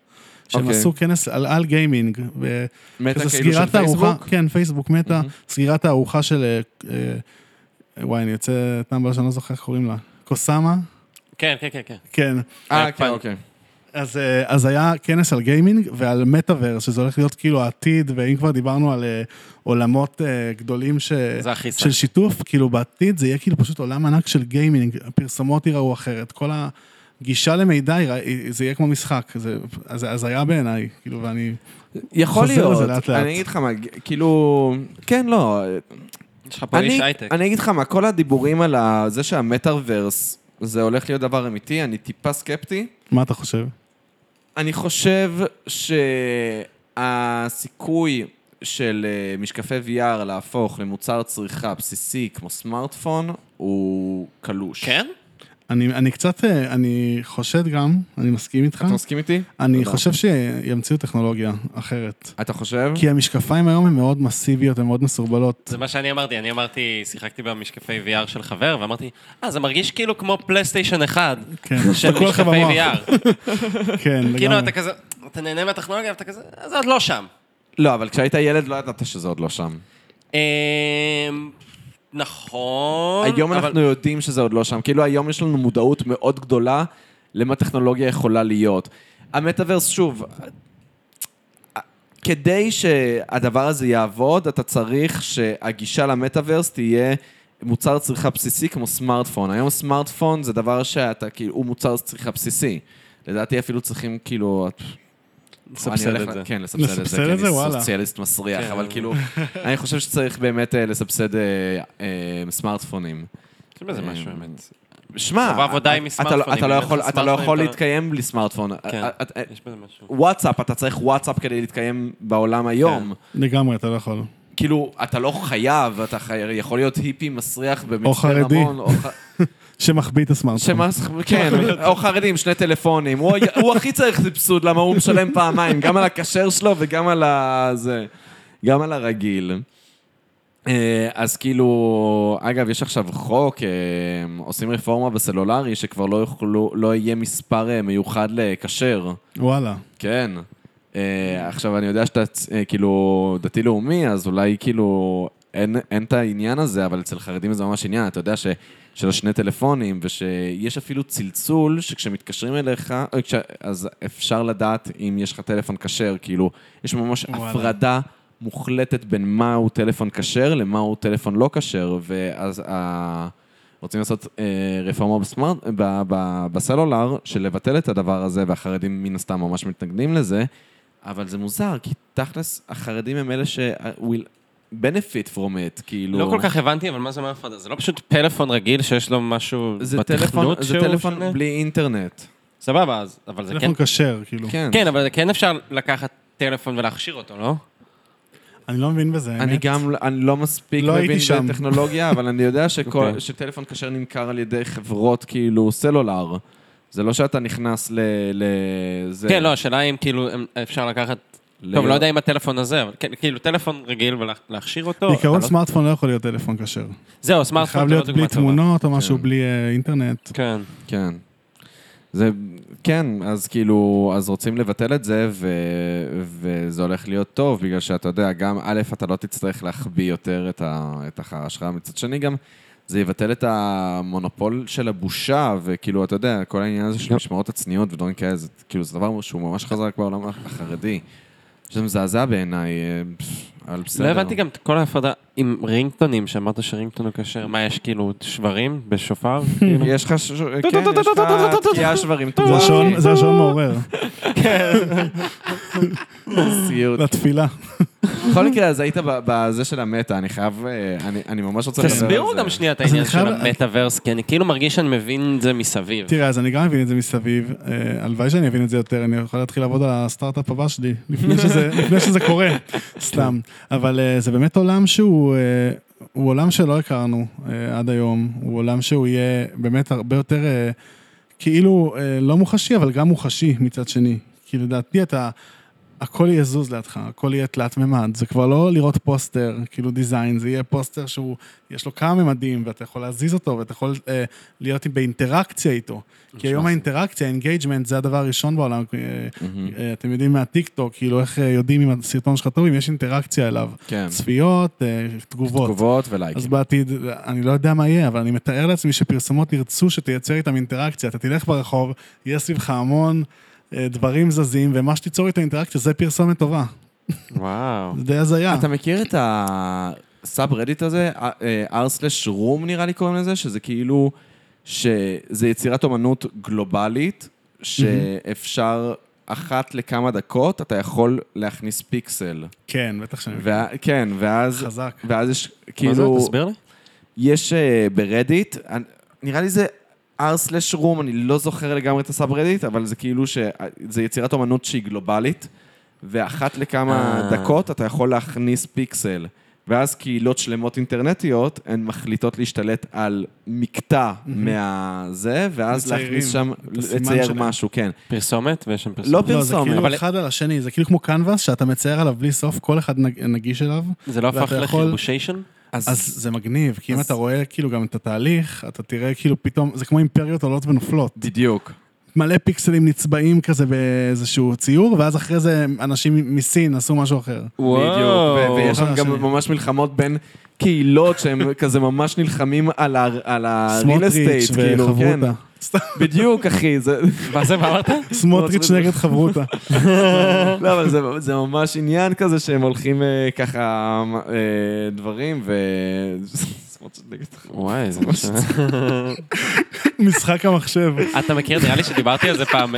S3: שהם
S2: אוקיי.
S3: עשו כנס על על גיימינג, ו-
S2: מטה
S3: כזה
S2: כאילו של
S3: סגירת תערוכה,
S2: פייסבוק?
S3: כן, פייסבוק מטא, סגירת תערוכה של, אה, אה, וואי, אני יוצא טמבל שאני לא זוכר איך קוראים לה, קוסאמה?
S4: כן, כן, כן, כן.
S3: כן.
S2: אה, כן, אוקיי.
S3: אז, אה, אז היה כנס על גיימינג ועל מטאוורס, שזה הולך להיות כאילו העתיד, ואם כבר דיברנו על אה, עולמות אה, גדולים ש...
S4: זה הכי סך.
S3: של שיתוף, כאילו בעתיד זה יהיה כאילו פשוט עולם ענק של גיימינג, הפרסומות ייראו אחרת, כל הגישה למידע, יירא- זה יהיה כמו משחק, זה אז- אז היה בעיניי, כאילו, ואני...
S2: יכול
S3: חוזר
S2: להיות,
S3: לזה לאט לאט.
S2: אני אגיד לך מה, כאילו, כן, לא,
S4: יש לך פה איש
S2: אני,
S4: הייטק.
S2: אני אגיד לך מה, כל הדיבורים על ה- זה שהמטאוורס זה הולך להיות דבר אמיתי, אני טיפה סקפטי.
S3: מה אתה חושב?
S2: אני חושב שהסיכוי של אה, משקפי VR להפוך למוצר צריכה בסיסי כמו סמארטפון הוא קלוש.
S4: כן?
S3: אני, אני קצת, אה, אני חושד גם, אני מסכים איתך,
S2: אתה מסכים איתי?
S3: אני
S2: תודה.
S3: חושב שימציאו טכנולוגיה אחרת.
S2: אתה חושב?
S3: כי המשקפיים היום הן מאוד מסיביות, הן מאוד מסורבלות.
S4: זה מה שאני אמרתי, אני אמרתי, שיחקתי במשקפי VR של חבר, ואמרתי, אה, זה מרגיש כאילו כמו פלייסטיישן 1
S3: כן,
S4: של
S3: תקוע לך
S4: משקפי
S3: במוח.
S4: VR.
S3: כן,
S4: כאילו,
S3: לגמרי.
S4: אתה כזה, אתה נהנה מהטכנולוגיה, ואתה כזה, "אה, זה עוד לא שם.
S2: לא, אבל כשהיית ילד לא ידעת שזה עוד לא שם.
S4: אמ, נכון,
S2: היום
S4: אבל-
S2: אנחנו יודעים שזה עוד לא שם. כאילו היום יש לנו מודעות מאוד גדולה למה טכנולוגיה יכולה להיות. המטאוורס, שוב, כדי שהדבר הזה יעבוד, אתה צריך שהגישה למטאוורס תהיה מוצר צריכה בסיסי כמו סמארטפון. היום סמארטפון זה דבר שאתה, כאילו, הוא מוצר צריכה בסיסי. לדעתי אפילו צריכים, כאילו, את- אני
S4: סבסד
S2: הולך
S4: את זה.
S2: ל- כן, לסבסד את זה.
S3: לסבסד
S2: כי
S3: את זה?
S2: אני
S3: וואלה.
S2: סוציאליסט מסריח,
S4: כן.
S2: אבל כאילו, אני חושב שצריך באמת אה, לסבסד אה, אה, סמארטפונים.
S4: יש בזה
S2: אמ,
S4: משהו, האמת.
S2: שמע,
S4: רוב העבודה היא
S2: אתה-
S4: מסמארטפונים,
S2: אתה לא- אתה לא
S4: אם אין לך
S2: יכול- אתה לא
S4: סמארטפון,
S2: יכול
S4: אתה-
S2: להתקיים בלי סמארטפון.
S4: כן,
S2: אה, אה,
S4: יש בזה משהו.
S2: וואטסאפ, אתה צריך וואטסאפ כדי להתקיים בעולם היום.
S4: כן.
S3: לגמרי, אתה לא יכול.
S2: כאילו, אתה לא חייב, אתה חי- יכול להיות היפי מסריח במצפה
S3: חרדי.
S2: רמון. או חרדי.
S3: שמחביא את הסמארטפון.
S2: שמס... כן, או חרדי עם שני טלפונים. הוא, *laughs* הוא הכי צריך סבסוד, למה הוא משלם פעמיים, גם על הכשר שלו וגם על ה... זה, גם על הרגיל. אה, אז כאילו, אגב, יש עכשיו חוק, אה, עושים רפורמה בסלולרי, שכבר לא יוכלו, לא יהיה מספר אה, מיוחד לכשר.
S3: וואלה.
S2: כן. Uh, עכשיו, אני יודע שאתה uh, כאילו דתי-לאומי, אז אולי כאילו אין, אין את העניין הזה, אבל אצל חרדים זה ממש עניין. אתה יודע ש, של השני טלפונים, ושיש אפילו צלצול שכשמתקשרים אליך, אה, כש, אז אפשר לדעת אם יש לך טלפון כשר. כאילו, יש ממש
S3: וואלה.
S2: וואלה. הפרדה מוחלטת בין מהו טלפון כשר למהו טלפון לא כשר, ואז ה... רוצים לעשות אה, רפורמה בסמארט, ב, ב, בסלולר, של לבטל את הדבר הזה, והחרדים מן הסתם ממש מתנגדים לזה, אבל זה מוזר, כי תכלס, החרדים הם אלה ש... אה, will benefit from it, כאילו...
S4: לא כל כך הבנתי, אבל מה זה אומר הפרדה? זה לא פשוט פלאפון רגיל שיש לו משהו
S2: זה טלפון,
S4: בתכנות
S2: זה
S4: שהוא
S2: טלפון
S4: שונה?
S2: בלי אינטרנט.
S4: סבבה, אז- אבל זה כן...
S3: טלפון כשר, כאילו.
S2: כן.
S4: כן, אבל כן אפשר לקחת טלפון ולהכשיר אותו, לא?
S3: אני לא מבין בזה,
S2: אני
S3: האמת.
S2: גם, אני לא מספיק
S3: לא הייתי
S2: מבין
S3: שם. *laughs*
S2: בטכנולוגיה, אבל אני יודע שכל-
S4: אוקיי.
S2: שטלפון כשר נמכר על ידי חברות כאילו סלולר. זה לא שאתה נכנס ל... ל- זה-
S4: כן, לא, השאלה אם כאילו הם- אפשר לקחת...
S2: ל-
S4: טוב, לא יודע אם הטלפון הזה, אבל כן, כאילו טלפון רגיל ולהכשיר אותו.
S3: בעיקרון
S4: אתה לא-
S3: סמארטפון לא יכול להיות טלפון כשר.
S4: זהו,
S3: חייב
S4: סמארטפון זה לא
S3: להיות
S4: דוגמה
S3: בלי
S4: טובה.
S3: תמונות או משהו,
S2: כן.
S3: בלי אה, אינטרנט.
S4: כן.
S2: כן. זה, כן, אז כאילו, אז רוצים לבטל את זה, ו, וזה הולך להיות טוב, בגלל שאתה יודע, גם א', אתה לא תצטרך להחביא יותר את, ה, את החרא שלך, מצד שני גם, זה יבטל את המונופול של הבושה, וכאילו, אתה יודע, כל העניין הזה של
S3: לא.
S4: גם-
S2: משמרות הצניעות ודברים כאלה, זה כאילו, זה דבר שהוא ממש חזק בעולם החרדי. שזה מזעזע בעיניי, אה, פפ, אבל בסדר.
S4: לא הבנתי גם את כל ההפרדה עם רינגטונים, שאמרת שרינגטון הוא כשר. מה, יש כאילו שברים
S3: *laughs* לא
S4: בשופר? כאילו?
S2: יש לך, ש- כן, יש לך
S4: *laughs*
S2: תקיעה שברים.
S3: זה השעון- זה השעון מעורר,
S2: סיוט.
S3: לתפילה.
S4: כן.
S2: בכל מקרה, אז היית ב- בזה של המטה, אני חייב, אה, אני- אני ממש רוצה לדבר על זה.
S4: תסבירו גם שנייה את
S3: אז
S4: העניין
S3: אני
S4: של
S3: חייב-
S4: המטאוורס, כי אני כאילו מרגיש שאני מבין את זה מסביב.
S3: תראה, אז אני גם מבין את זה מסביב. אה, הלוואי שאני אבין את זה יותר, אני יכול להתחיל לעבוד על הסטארט-אפ הבא
S4: *laughs*
S3: שלי, לפני שזה- לפני שזה קורה, סתם. אבל אה, זה באמת עולם שהוא... אה, הוא עולם שלא הכרנו אה, עד היום, הוא עולם שהוא יהיה באמת הרבה יותר אה, כאילו אה, לא מוחשי, אבל גם מוחשי מצד שני. כי לדעתי אתה, הכל יהיה זוז לידך, הכל יהיה תלת מימד. זה כבר לא לראות פוסטר, כאילו דיזיין, זה יהיה פוסטר שהוא, יש לו כמה ממדים, ואתה יכול להזיז אותו, ואתה יכול אה, להיות באינטראקציה איתו. כי היום האינטראקציה, האינגייג'מנט, זה הדבר הראשון בעולם. אה, אה, אתם יודעים מהטיקטוק, כאילו איך אה, יודעים אם הסרטון שלך טוב, אם יש אינטראקציה אליו.
S2: כן.
S3: צפיות, אה, תגובות.
S2: תגובות
S3: אז
S2: ולייקים.
S3: בעתיד, אני לא יודע מה יהיה, אבל אני מתאר לעצמי שפרסומות ירצו שתייצר איתם אינטראקציה. אתה תלך ברחוב, יהיה סביבך המון אה, דברים זזים, ומה שתיצור איתו אינטראקציה זה פרסומת טובה.
S4: וואו.
S3: זה די הזיה.
S2: אתה מכיר את הסאב רדיט הזה? r/slash room נראה לי קוראים לזה, שזה כאילו, שזה יצירת אומנות גלובלית, שאפשר אחת לכמה דקות, אתה יכול להכניס פיקסל.
S3: כן, בטח שאני מבין.
S2: וה- כן, ואז...
S3: חזק.
S2: ואז יש,
S4: מה זה?
S2: כאילו,
S4: תסביר לי.
S2: יש אה, ברדיט, אני- נראה לי זה r/room, אני לא זוכר לגמרי את הסאב רדיט, אבל זה כאילו ש... זה יצירת אומנות שהיא גלובלית, ואחת לכמה
S4: אה.
S2: דקות אתה יכול להכניס פיקסל. ואז קהילות שלמות אינטרנטיות, הן מחליטות להשתלט על מקטע מהזה, ואז
S3: מציירים
S2: להכניס שם,
S3: את הסימן
S2: לצייר
S3: שלהם.
S2: משהו, כן.
S4: פרסומת ויש שם
S2: לא
S4: פרסומת.
S3: לא, זה
S2: פרסומת,
S3: כאילו
S2: אבל
S3: אחד על השני, זה כאילו כמו קנבס שאתה מצייר עליו בלי סוף, כל אחד נג- נגיש אליו,
S4: זה לא
S3: ואתה
S4: הפך
S3: יכול-
S4: לחרבושיישן?
S3: אז זה מגניב, כי אם
S2: אז-
S3: אתה רואה כאילו גם את התהליך, אתה תראה כאילו פתאום, זה כמו אימפריות עולות ונופלות.
S2: בדיוק.
S3: מלא פיקסלים נצבעים כזה באיזשהו ציור, ואז אחרי זה אנשים מסין עשו משהו אחר.
S2: בדיוק, ו- ויש שם
S3: אחד
S2: גם
S3: לשני.
S2: ממש מלחמות בין קהילות
S3: *laughs*
S2: שהם כזה ממש נלחמים על ה- על ה-real
S3: סמוטריץ'
S2: estate, כאילו, כן.
S3: וחברותה. סתם,
S2: בדיוק, אחי, זה... *laughs*
S4: מה זה, מה אמרת?
S3: סמוטריץ' נגד חברותה.
S2: לא, אבל זה, זה ממש עניין כזה שהם הולכים אה, ככה אה, דברים, ו...
S4: וואי, *laughs* זה
S2: ממש-
S3: משחק המחשב.
S4: אתה מכיר, נראה לי שדיברתי על זה פעם.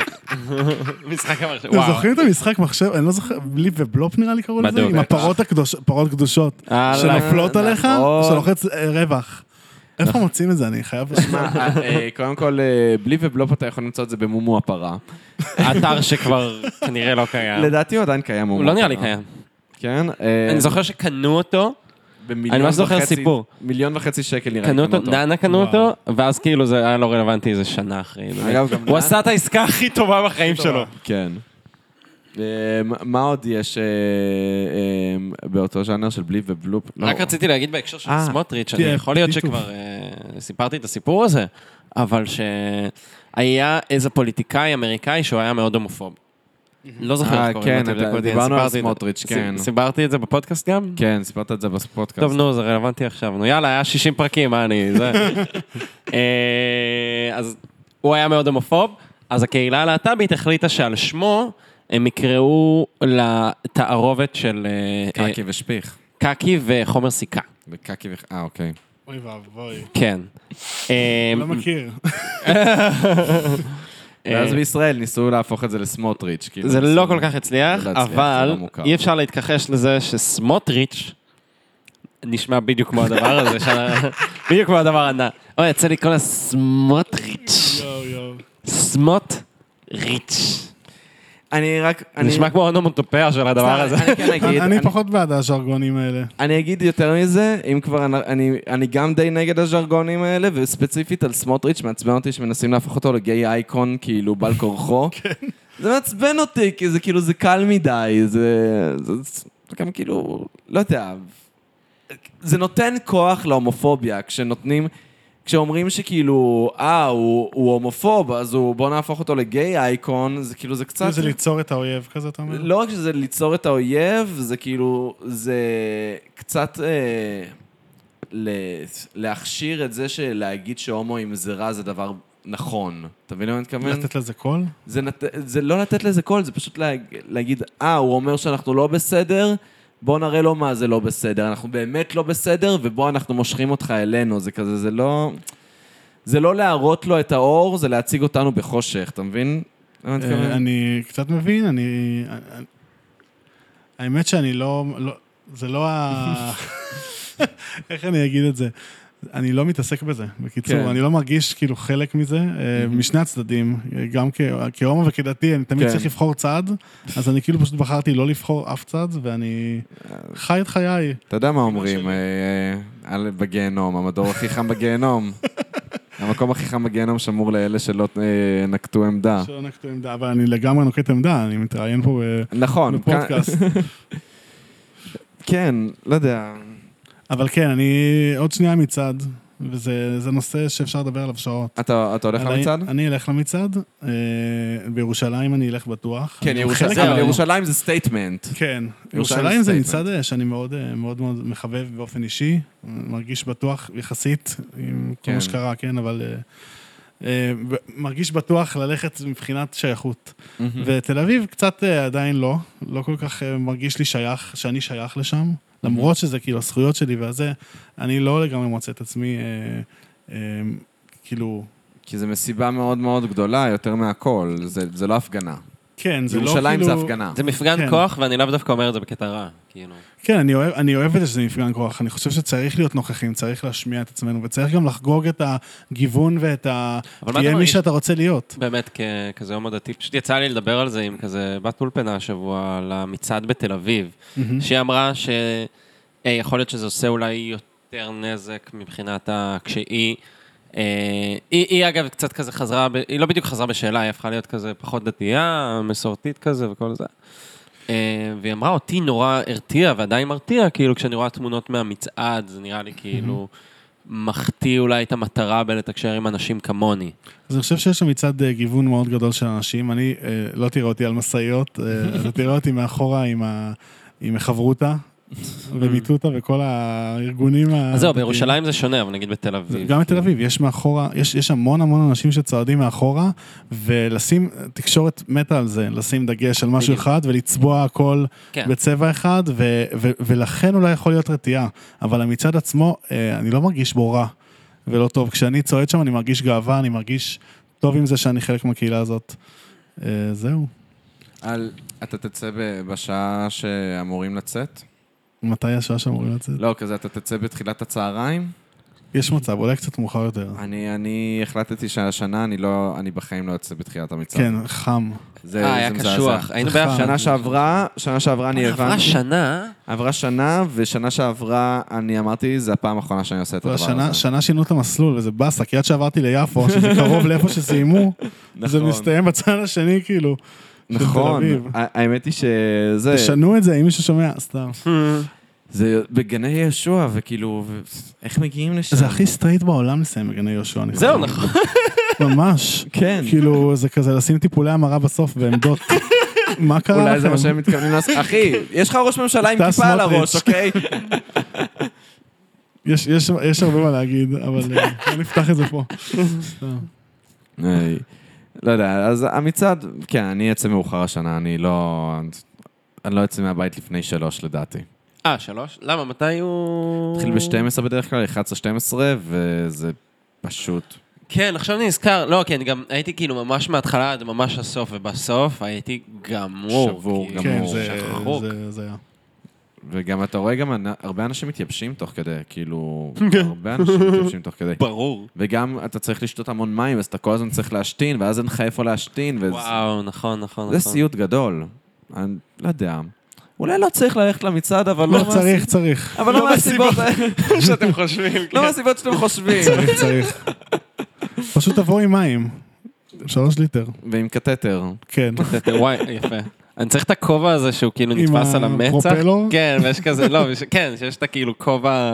S4: משחק המחשב,
S3: אתם
S4: וואו.
S3: זוכרים את המשחק מחשב? אני לא זוכר, בליפ ובלופ נראה לי קראו לזה?
S4: בדיוק.
S3: עם הפרות הקדוש- פרות קדושות.
S2: *laughs*
S4: אה, לא.
S3: שנופלות עליך,
S2: נכון.
S3: שלוחץ אה, רווח. איפה מוצאים את זה? אני חייב...
S2: מה, אה, אה, קודם כל, אה, בלי ובלופ אתה יכול למצוא את זה במומו הפרה.
S4: אתר שכבר כנראה לא
S3: כן.
S4: קיים.
S2: לדעתי הוא עדיין קיים, מומו
S4: הוא לא נראה לי
S2: הפרה.
S4: קיים.
S2: כן? אה,
S4: אני זוכר שקנו אותו,
S2: במיליון
S4: ממש זוכר
S2: וחצי-
S4: סיפור.
S2: מיליון וחצי שקל נראה לי.
S4: קנו אותו, דנה קנו
S3: וואו.
S4: אותו, ואז כאילו זה היה לא רלוונטי איזה שנה אחרי. זה.
S2: אגב, גם
S4: הוא
S2: דנה-
S4: עשה את העסקה הכי טובה בחיים שלו.
S2: כן. אה, מה- מה עוד יש אה, אה, באותו ז'אנר של בליפ ובלופ? לא.
S4: רק רציתי להגיד בהקשר של
S2: אה,
S4: סמוטריץ', אני
S3: תהיה,
S4: יכול להיות
S3: טיטוף.
S4: שכבר אה, סיפרתי את הסיפור הזה, אבל שהיה איזה פוליטיקאי אמריקאי שהוא היה מאוד הומופוב. לא זוכר
S2: אה,
S4: איך קוראים
S2: כן,
S4: לו,
S2: אתה-
S4: תבדקו אותי,
S2: דיברנו על
S4: סיפרתי את זה.
S2: סמוטריץ',
S4: סי-
S2: כן.
S4: סיפרתי את זה בפודקאסט גם?
S2: כן, סיפרת את זה בפודקאסט.
S4: טוב, נו, זה רלוונטי עכשיו. נו, יאללה, היה 60 פרקים, מה אני...
S2: *laughs*
S4: זה... אה, אז הוא היה מאוד הומופוב, אז הקהילה הלהט"בית החליטה שעל שמו הם יקראו לתערובת של אה, אה,
S2: קקי ושפיך.
S4: קקי וחומר סיכה.
S2: וקקי וח... אה, אוקיי.
S3: אוי ואבוי.
S4: כן. אה,
S3: לא מכיר.
S4: אה,
S2: ואז בישראל ניסו להפוך את זה לסמוטריץ'. כאילו,
S4: זה
S2: ניסו-
S4: לא כל כך הצליח,
S2: לא הצליח, זה
S4: אבל
S2: לא מוכר.
S4: אי אפשר להתכחש לזה שסמוטריץ' נשמע בדיוק כמו הדבר הזה, של- בדיוק כמו הדבר הנע. אוי, יצא לי כל הסמוטריץ'.
S3: יואו יואו.
S4: סמוטריץ'.
S2: אני רק... אני-
S4: נשמע כמו אונומוטופיה של הדבר הזה.
S2: אני כן אגיד,
S3: אני
S2: *laughs* אני-
S3: פחות בעד הז'רגונים האלה.
S2: אני אגיד יותר מזה, אם כבר אני- אני- אני גם די נגד הז'רגונים האלה, וספציפית על סמוטריץ', מעצבן אותי שמנסים להפוך אותו לגיי אייקון, כאילו בעל
S3: *laughs*
S2: כורחו.
S3: כן.
S2: זה מעצבן אותי, כי זה כאילו, זה קל מדי, זה... זה- זה גם כאילו, לא יודע. זה נותן כוח להומופוביה, כשנותנים... כשאומרים שכאילו, אה, הוא, הוא הומופוב, אז הוא, בוא נהפוך אותו לגיי אייקון, זה כאילו, זה קצת...
S3: זה ליצור את האויב כזה, אתה אומר?
S2: לא רק שזה ליצור את האויב, זה כאילו, זה קצת אה, ל- להכשיר את זה שלהגיד שהומואים זה רע זה דבר נכון. אתה מבין למה אני מתכוון?
S3: לתת לזה קול?
S2: זה, נת... זה לא לתת לזה קול, זה פשוט לה... להגיד, אה, הוא אומר שאנחנו לא בסדר, בוא נראה לו מה זה לא בסדר. אנחנו באמת לא בסדר, ובוא אנחנו מושכים אותך אלינו. זה כזה, זה לא... זה לא להראות לו את האור, זה להציג אותנו בחושך, אתה מבין? למה אני מתכוון?
S3: אה, אני קצת מבין, אני... אני- האמת שאני לא... לא- זה לא
S2: *laughs*
S3: ה... איך אני אגיד את זה? אני לא מתעסק בזה,
S2: כן.
S3: בקיצור, אני לא מרגיש כאילו חלק מזה, אה, משני הצדדים, אה, גם כ- כהומו וכדתי, אני תמיד
S2: כן.
S3: צריך לבחור צד, אז אני כאילו פשוט בחרתי לא לבחור אף צד, ואני חי את חיי.
S2: אה,
S3: *laughs*
S2: אתה יודע מה אומרים אה, על בגיהנום, המדור הכי חם בגיהנום. המקום הכי חם בגיהנום שמור לאלה שלא אה, נקטו עמדה.
S3: שלא נקטו עמדה, אבל אני לגמרי נוקט עמדה, אני מתראיין פה ב-
S2: נכון, כאן-
S3: בפודקאסט.
S2: כן, לא יודע.
S3: אבל כן, אני עוד שנייה מצעד, וזה זה נושא שאפשר לדבר עליו שעות.
S2: אתה אתה הולך
S3: אבל אני-
S2: למצעד?
S3: אני אלך למצעד, אה, בירושלים אני אלך בטוח.
S2: כן,
S3: אני
S2: ירוש-
S3: חלק
S2: זהו,
S3: ממנו.
S2: ירושלים זה סטייטמנט.
S3: כן,
S2: ירושלים
S3: ירושלים זה
S2: statement.
S3: מצעד אה, שאני מאוד אה, מאוד מאוד מחבב באופן אישי, מרגיש בטוח יחסית עם כל
S2: כן.
S3: מה שקרה, כן, אבל... אה, אה, ו- מרגיש בטוח ללכת מבחינת שייכות.
S2: Mm-hmm.
S3: ותל אביב קצת אה, עדיין לא, לא כל כך אה, מרגיש לי שייך, שאני שייך לשם, למרות שזה כאילו הזכויות שלי והזה, אני לא לגמרי מוצא את עצמי, אה, אה, כאילו,
S2: כי זו מסיבה מאוד מאוד גדולה, יותר מהכל. זה זה לא הפגנה.
S3: כן, זה לא כאילו...
S2: ירושלים זה הפגנה.
S4: זה מפגן
S3: כן.
S4: כוח, ואני לאו דווקא אומר את זה בקטע רע, כאילו.
S3: כן, אני אוהב, אני אוהב את זה שזה מפגן כוח. אני חושב שצריך להיות נוכחים, צריך להשמיע את עצמנו, וצריך גם לחגוג את הגיוון ואת ה...
S4: אבל מה אתה
S3: תהיה מי
S4: מרגיש?
S3: שאתה רוצה להיות.
S4: באמת, כ- כזה יום הדתי, פשוט יצא לי לדבר על זה עם כזה בת אולפנה השבוע, על המצעד בתל אביב, שהיא אמרה ש- אה, יכול להיות שזה עושה אולי יותר נזק מבחינת ה... כשהיא... אה, היא, היא אגב קצת כזה חזרה, ב, היא לא בדיוק חזרה בשאלה, היא הפכה להיות כזה פחות דתייה, מסורתית כזה וכל זה. אה, והיא אמרה, אותי נורא הרתיע ועדיין מרתיע, כאילו כשאני רואה תמונות מהמצעד, זה נראה לי כאילו מחטיא אולי את המטרה בלתקשר עם אנשים כמוני.
S3: אז אני חושב שיש שם מצד אה, גיוון מאוד גדול של אנשים. אני, אה, לא תראה אותי על משאיות, אה, אתה תראה אותי מאחורה עם ה... עם חברותה, ומיטוטה, וכל הארגונים ה...
S4: אז זהו, בירושלים זה שונה, אבל נגיד בתל
S3: זה-
S4: אביב.
S3: גם בתל אביב, יש מאחורה, יש, יש המון המון אנשים שצועדים מאחורה, ולשים, תקשורת מתה על זה, לשים דגש על משהו
S4: בדיוק.
S3: אחד ולצבוע הכל
S4: כן.
S3: בצבע אחד, ו, ו, ולכן אולי יכול להיות רתיעה. אבל המצעד עצמו, אה, אני לא מרגיש בו רע ולא טוב. כשאני צועד שם אני מרגיש גאווה, אני מרגיש טוב עם זה שאני חלק מהקהילה הזאת. אה, זהו.
S2: על- אתה תצא ב- בשעה שאמורים לצאת?
S3: מתי השעה שאמורים לצאת?
S2: לא, כזה, אתה תצא בתחילת הצהריים?
S3: יש מצב, אולי קצת מאוחר יותר.
S2: אני אני החלטתי שהשנה אני לא, אני בחיים לא אצא בתחילת המצעד.
S3: כן, אה, חם.
S2: זה
S4: אה, היה
S2: זה מזעזע.
S4: קשוח. היינו
S3: סליחה.
S4: ביחד
S2: שנה שעברה, שנה שעברה אני
S4: עברה
S2: הבנתי,
S4: שנה,
S2: עברה שנה, ושנה שעברה אני אמרתי, זה הפעם האחרונה שאני עושה את הדבר
S3: השנה,
S2: הזה.
S3: שנה שינו את המסלול, וזה באסה, כי עד שעברתי ליפו, שזה קרוב לאיפה שסיימו, זה מסתיים בצד השני, כאילו. של
S2: נכון,
S3: תל אביב.
S2: ה- האמת היא שזה,
S3: תשנו את זה, אם מישהו שומע, סתם.
S4: אה,
S2: זה בגני יהושע, וכאילו, ו- איך מגיעים לשם?
S3: זה הכי סטרייט בעולם לסיים בגני יהושע, אני
S4: זהו,
S3: חושב.
S4: נכון.
S3: ממש.
S2: כן.
S3: כאילו, זה כזה לשים טיפולי המרה בסוף בעמדות.
S4: *laughs*
S3: מה קרה לכם?
S2: אולי זה מה שהם מתכוונים לעשות. אחי, יש לך ראש ממשלה עם
S3: אתה
S2: כיפה על
S3: סמוטריץ'.
S2: הראש, אוקיי?
S3: יש- יש- יש הרבה מה להגיד, אבל אה, לא נפתח את זה פה. סתם.
S2: היי. לא יודע, אז המצעד, כן, אני אצא מאוחר השנה, אני לא... אני לא אצא מהבית לפני שלוש לדעתי.
S4: אה, שלוש? למה? מתי הוא...
S2: התחיל ב-12 בדרך כלל, 11-12, וזה פשוט...
S4: כן, עכשיו אני נזכר. לא, כן, גם הייתי כאילו ממש מההתחלה עד ממש הסוף, ובסוף הייתי גמור.
S2: שבור,
S4: כאילו.
S3: כן,
S2: גמור,
S3: זה-
S4: שחוק.
S3: זה- זה היה.
S2: וגם אתה רואה גם אנ- הרבה אנשים מתייבשים תוך כדי, כאילו... הרבה אנשים מתייבשים תוך כדי.
S4: ברור.
S2: וגם אתה צריך לשתות המון מים, אז אתה כל הזמן צריך להשתין, ואז אין לך איפה להשתין, וזה...
S4: וואו, נכון, נכון, נכון.
S2: זה סיוט גדול. אני לא יודע. אולי לא צריך ללכת למצעד, אבל לא...
S3: לא
S2: מה-
S3: צריך, צריך.
S2: אבל לא מהסיבות
S4: *laughs* שאתם חושבים. כן.
S2: לא מהסיבות שאתם חושבים.
S3: צריך, צריך. פשוט תבואו עם מים. שלוש ליטר.
S2: ועם קטטר.
S4: *laughs*
S3: כן.
S4: וואי, יפה. אני צריך את הכובע הזה שהוא כאילו
S3: עם
S4: נתפס על המצח.
S3: הפרופלור?
S4: כן, ויש כזה, לא, ויש- כן, שיש את הכאילו כובע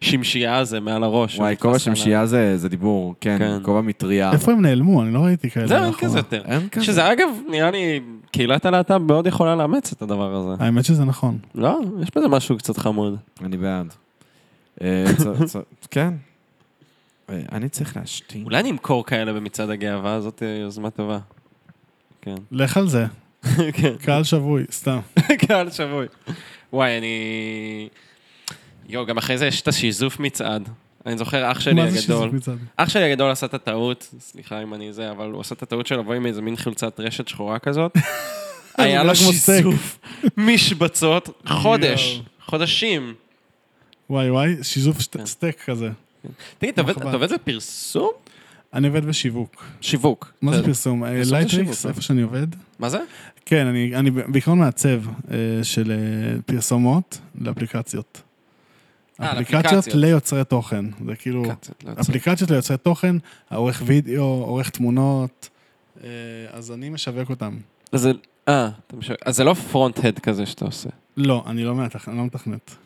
S4: שמשייה הזה מעל הראש.
S2: וואי,
S4: שנתפס
S2: כובע
S4: על ה-
S2: שמשייה זה זה דיבור, כן,
S4: כן.
S2: כובע מטריה.
S3: איפה הם נעלמו? אני לא ראיתי כאלה.
S4: זהו, אין
S3: לאחרונה.
S4: כזה יותר.
S2: אין כזה.
S4: שזה אגב, נראה לי, קהילת הלהט"ב מאוד יכולה לאמץ את הדבר הזה.
S3: האמת שזה נכון.
S4: לא, יש בזה משהו קצת חמוד.
S2: אני בעד. אה, צ- צ- כן. אה, אני צריך להשתין.
S4: אולי נמכור כאלה במצעד הגאווה, זאת אה, יוזמה טובה. כן.
S3: לך על זה.
S4: כן.
S3: קהל שבוי, סתם.
S4: *laughs* קהל שבוי. וואי, אני... יואו, גם אחרי זה יש את השיזוף מצעד. אני זוכר אח שלי
S3: מה זה
S4: הגדול.
S3: שיזוף מצעד?
S4: אח שלי הגדול עשה את הטעות, סליחה אם אני זה, אבל הוא עשה את הטעות של לבוא עם איזה מין חולצת רשת שחורה
S3: *laughs*
S4: כזאת. היה
S3: נראה
S4: לו
S3: כמו סטייק. *laughs*
S4: שיזוף משבצות חודש,
S3: יואו.
S4: חודשים.
S3: וואי וואי, שיזוף שט- סטייק כזה.
S4: תגיד, אתה עובד-
S3: מכובד.
S4: אתה עובד בפרסום?
S3: אני עובד בשיווק.
S4: שיווק.
S3: מה זה פרסום? אה,
S4: פרסום זה
S3: לייטריקס,
S4: שיווק,
S3: איפה שאני עובד?
S4: מה זה?
S3: כן, אני אני ב- בעיקרון מעצב אה, של אה, פרסומות לאפליקציות. אפליקציות ליוצרי תוכן. זה כאילו,
S4: אפליקציות, לא יוצא.
S3: אפליקציות ליוצרי תוכן, העורך וידאו, עורך תמונות, אה, אז אני משווק אותם.
S4: אז זה- אה, אתה משווה- אז זה לא פרונט-הד כזה שאתה עושה,
S3: לא, אני לא מתכנת, אני לא מתכנת.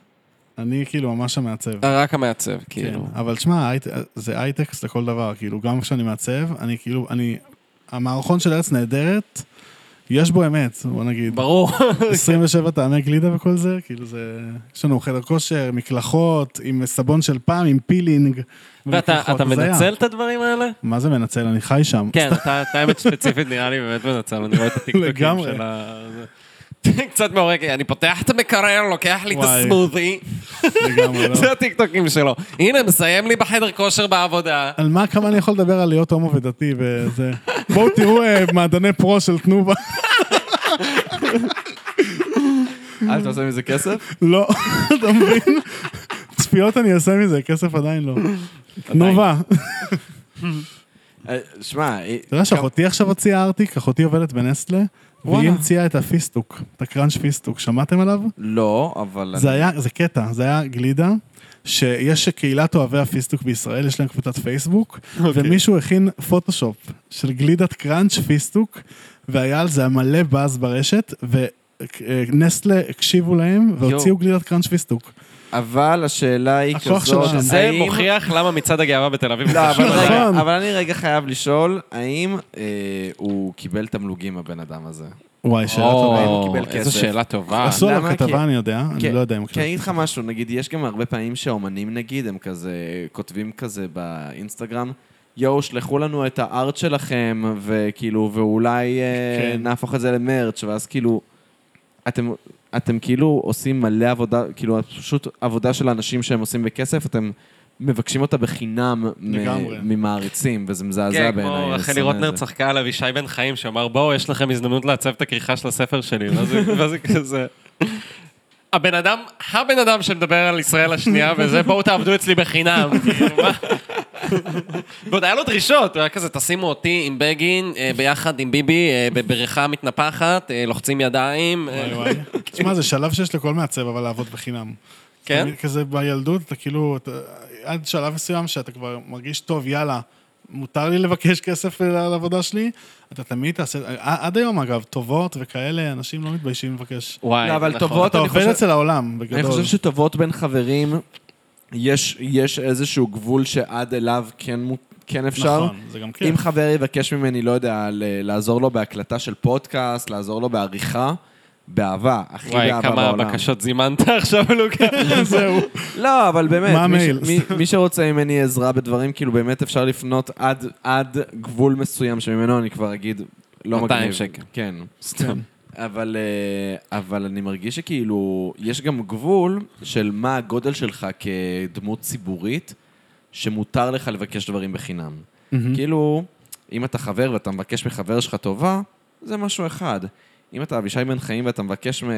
S3: אני כאילו ממש המעצב.
S4: אה, רק המעצב,
S3: כן,
S4: כאילו.
S3: אבל שמע, הייט- זה הייטקס לכל דבר, כאילו, גם כשאני מעצב, אני כאילו, אני... המערכון של ארץ נהדרת, יש בו אמת, בוא נגיד.
S4: ברור.
S3: 27 טעמי גלידה וכל זה, כאילו זה... יש לנו חדר כושר, מקלחות, עם סבון של פעם, עם פילינג.
S4: *laughs* ואתה
S3: ומקלחות,
S4: אתה
S3: זה היה.
S4: מנצל את הדברים האלה?
S3: מה זה מנצל? אני חי שם.
S4: כן, אתה אתה האמת ספציפית נראה לי באמת מנצל, אני רואה את הטיקטוקים
S3: לגמרי.
S4: של ה... זה- *laughs* קצת מעורק, אני פותח את המקרר, לוקח לי את
S3: וואי.
S4: הסמותי, *laughs*
S3: לגמרי, לא.
S4: זה הטיקטוקים שלו. הנה, מסיים לי בחדר כושר בעבודה.
S3: על מה, כמה אני יכול לדבר על להיות הומו ודתי וזה. בואו תראו אה, מעדני פרו של תנובה.
S2: אה, אתה עושה מזה כסף?
S3: לא, *laughs* אתה מבין? צפיות אני עושה מזה, כסף עדיין לא. תנובה.
S2: אה, שמע, אה,
S3: אתה יודע שאחותי עכשיו הוציאה ארטיק, אחותי עובדת בנסטלה, והיא
S4: וואלה.
S3: המציאה את הפיסטוק, את הקראנץ' פיסטוק, שמעתם עליו?
S2: לא, אבל...
S3: זה היה, זה קטע, זה היה גלידה, שיש קהילת אוהבי הפיסטוק בישראל, יש להם קבוצת פייסבוק, ומישהו הכין פוטושופ של גלידת קראנץ' פיסטוק, והיה על זה מלא באז ברשת, ונסטלה הקשיבו להם, והוציאו גלידת קראנץ' פיסטוק.
S2: אבל השאלה היא
S3: הכוח
S2: כזאת,
S3: שלנו.
S4: זה
S2: האם-
S4: מוכיח למה מצעד הגאווה בתל אביב.
S2: לא, אבל
S4: נכון.
S2: רגע,
S3: נכון.
S2: אבל אני רגע חייב לשאול, האם אה, הוא קיבל תמלוגים, הבן אדם הזה?
S3: וואי,
S4: נכון.
S3: שאלה טובה.
S4: או,
S2: קיבל
S4: איזו
S2: כסף.
S4: שאלה טובה.
S3: עשו עליו
S2: אה, למה? כי-
S3: כתבה, אני יודע,
S2: כן,
S3: אני לא יודע אם...
S2: כי אני אגיד לך משהו, נגיד, יש גם הרבה פעמים שהאומנים, נגיד, הם כזה, כותבים כזה באינסטגרם, יואו, שלחו לנו את הארט שלכם, וכאילו, ואולי אה,
S3: כן.
S2: נהפוך את זה למרץ', ואז כאילו, אתם... אתם כאילו עושים מלא עבודה, כאילו פשוט עבודה של אנשים שהם עושים בכסף, אתם מבקשים אותה בחינם מ-
S3: לגמרי.
S2: ממעריצים, וזה מזעזע
S4: כן,
S2: בעיניי.
S4: כמו
S2: אני
S4: רחלי
S2: שונא את
S4: רוטנר
S2: זה.
S4: צחקה על אבישי בן חיים, שאמר, בואו, יש לכם הזדמנות לעצב את הכריכה של הספר שלי, ואז ואז זה כזה... הבן אדם, הבן אדם שמדבר על ישראל השנייה, וזה בואו תעבדו אצלי בחינם. כאילו, מה? ועוד היה לו דרישות, הוא היה כזה, תשימו אותי עם בגין, אה, ביחד עם ביבי, אה, בבריכה מתנפחת, אה, לוחצים ידיים. אה,
S3: וואי וואי. תשמע, זה שלב שיש לכל מעצב, אבל לעבוד בחינם.
S4: כן?
S3: תמיד כזה בילדות, אתה כאילו, אתה, עד שלב מסוים שאתה כבר מרגיש טוב, יאללה, מותר לי לבקש כסף אה, על העבודה שלי, אתה תמיד תעשה, ע- עד היום אגב, טובות וכאלה, אנשים לא מתביישים לבקש.
S4: וואי,
S2: לא, אבל
S4: נכון.
S2: טובות,
S3: אתה
S2: אני
S3: עובד
S2: חושב-
S3: אצל העולם,
S2: אני
S3: בגדול.
S2: חושב שטובות בין חברים, יש, יש איזשהו גבול שעד אליו כן, מו- כן אפשר.
S3: נכון, זה גם
S2: אם
S3: כיף.
S2: חבר יבקש ממני, לא יודע, ל- לעזור לו בהקלטה של פודקאסט, לעזור לו בעריכה, באהבה, הכי
S4: וואי,
S2: באהבה
S4: כמה
S2: בעולם.
S4: בקשות זימנת עכשיו,
S2: *laughs*
S4: לוקה.
S3: זהו.
S2: לא, אבל באמת,
S3: מה
S2: מי ש-
S3: המייל?
S2: מי, מי שרוצה ממני עזרה בדברים, כאילו באמת אפשר לפנות עד, עד גבול מסוים שממנו אני כבר אגיד, לא מגניב.
S4: 200 שקל.
S2: כן, סתם. אבל, אה, אבל אני מרגיש שכאילו, יש גם גבול של מה הגודל שלך כדמות ציבורית, שמותר לך לבקש דברים בחינם.
S3: Mm-hmm.
S2: כאילו, אם אתה חבר ואתה מבקש מחבר שלך טובה, זה משהו אחד. אם אתה אבישי בן חיים ואתה מבקש מ...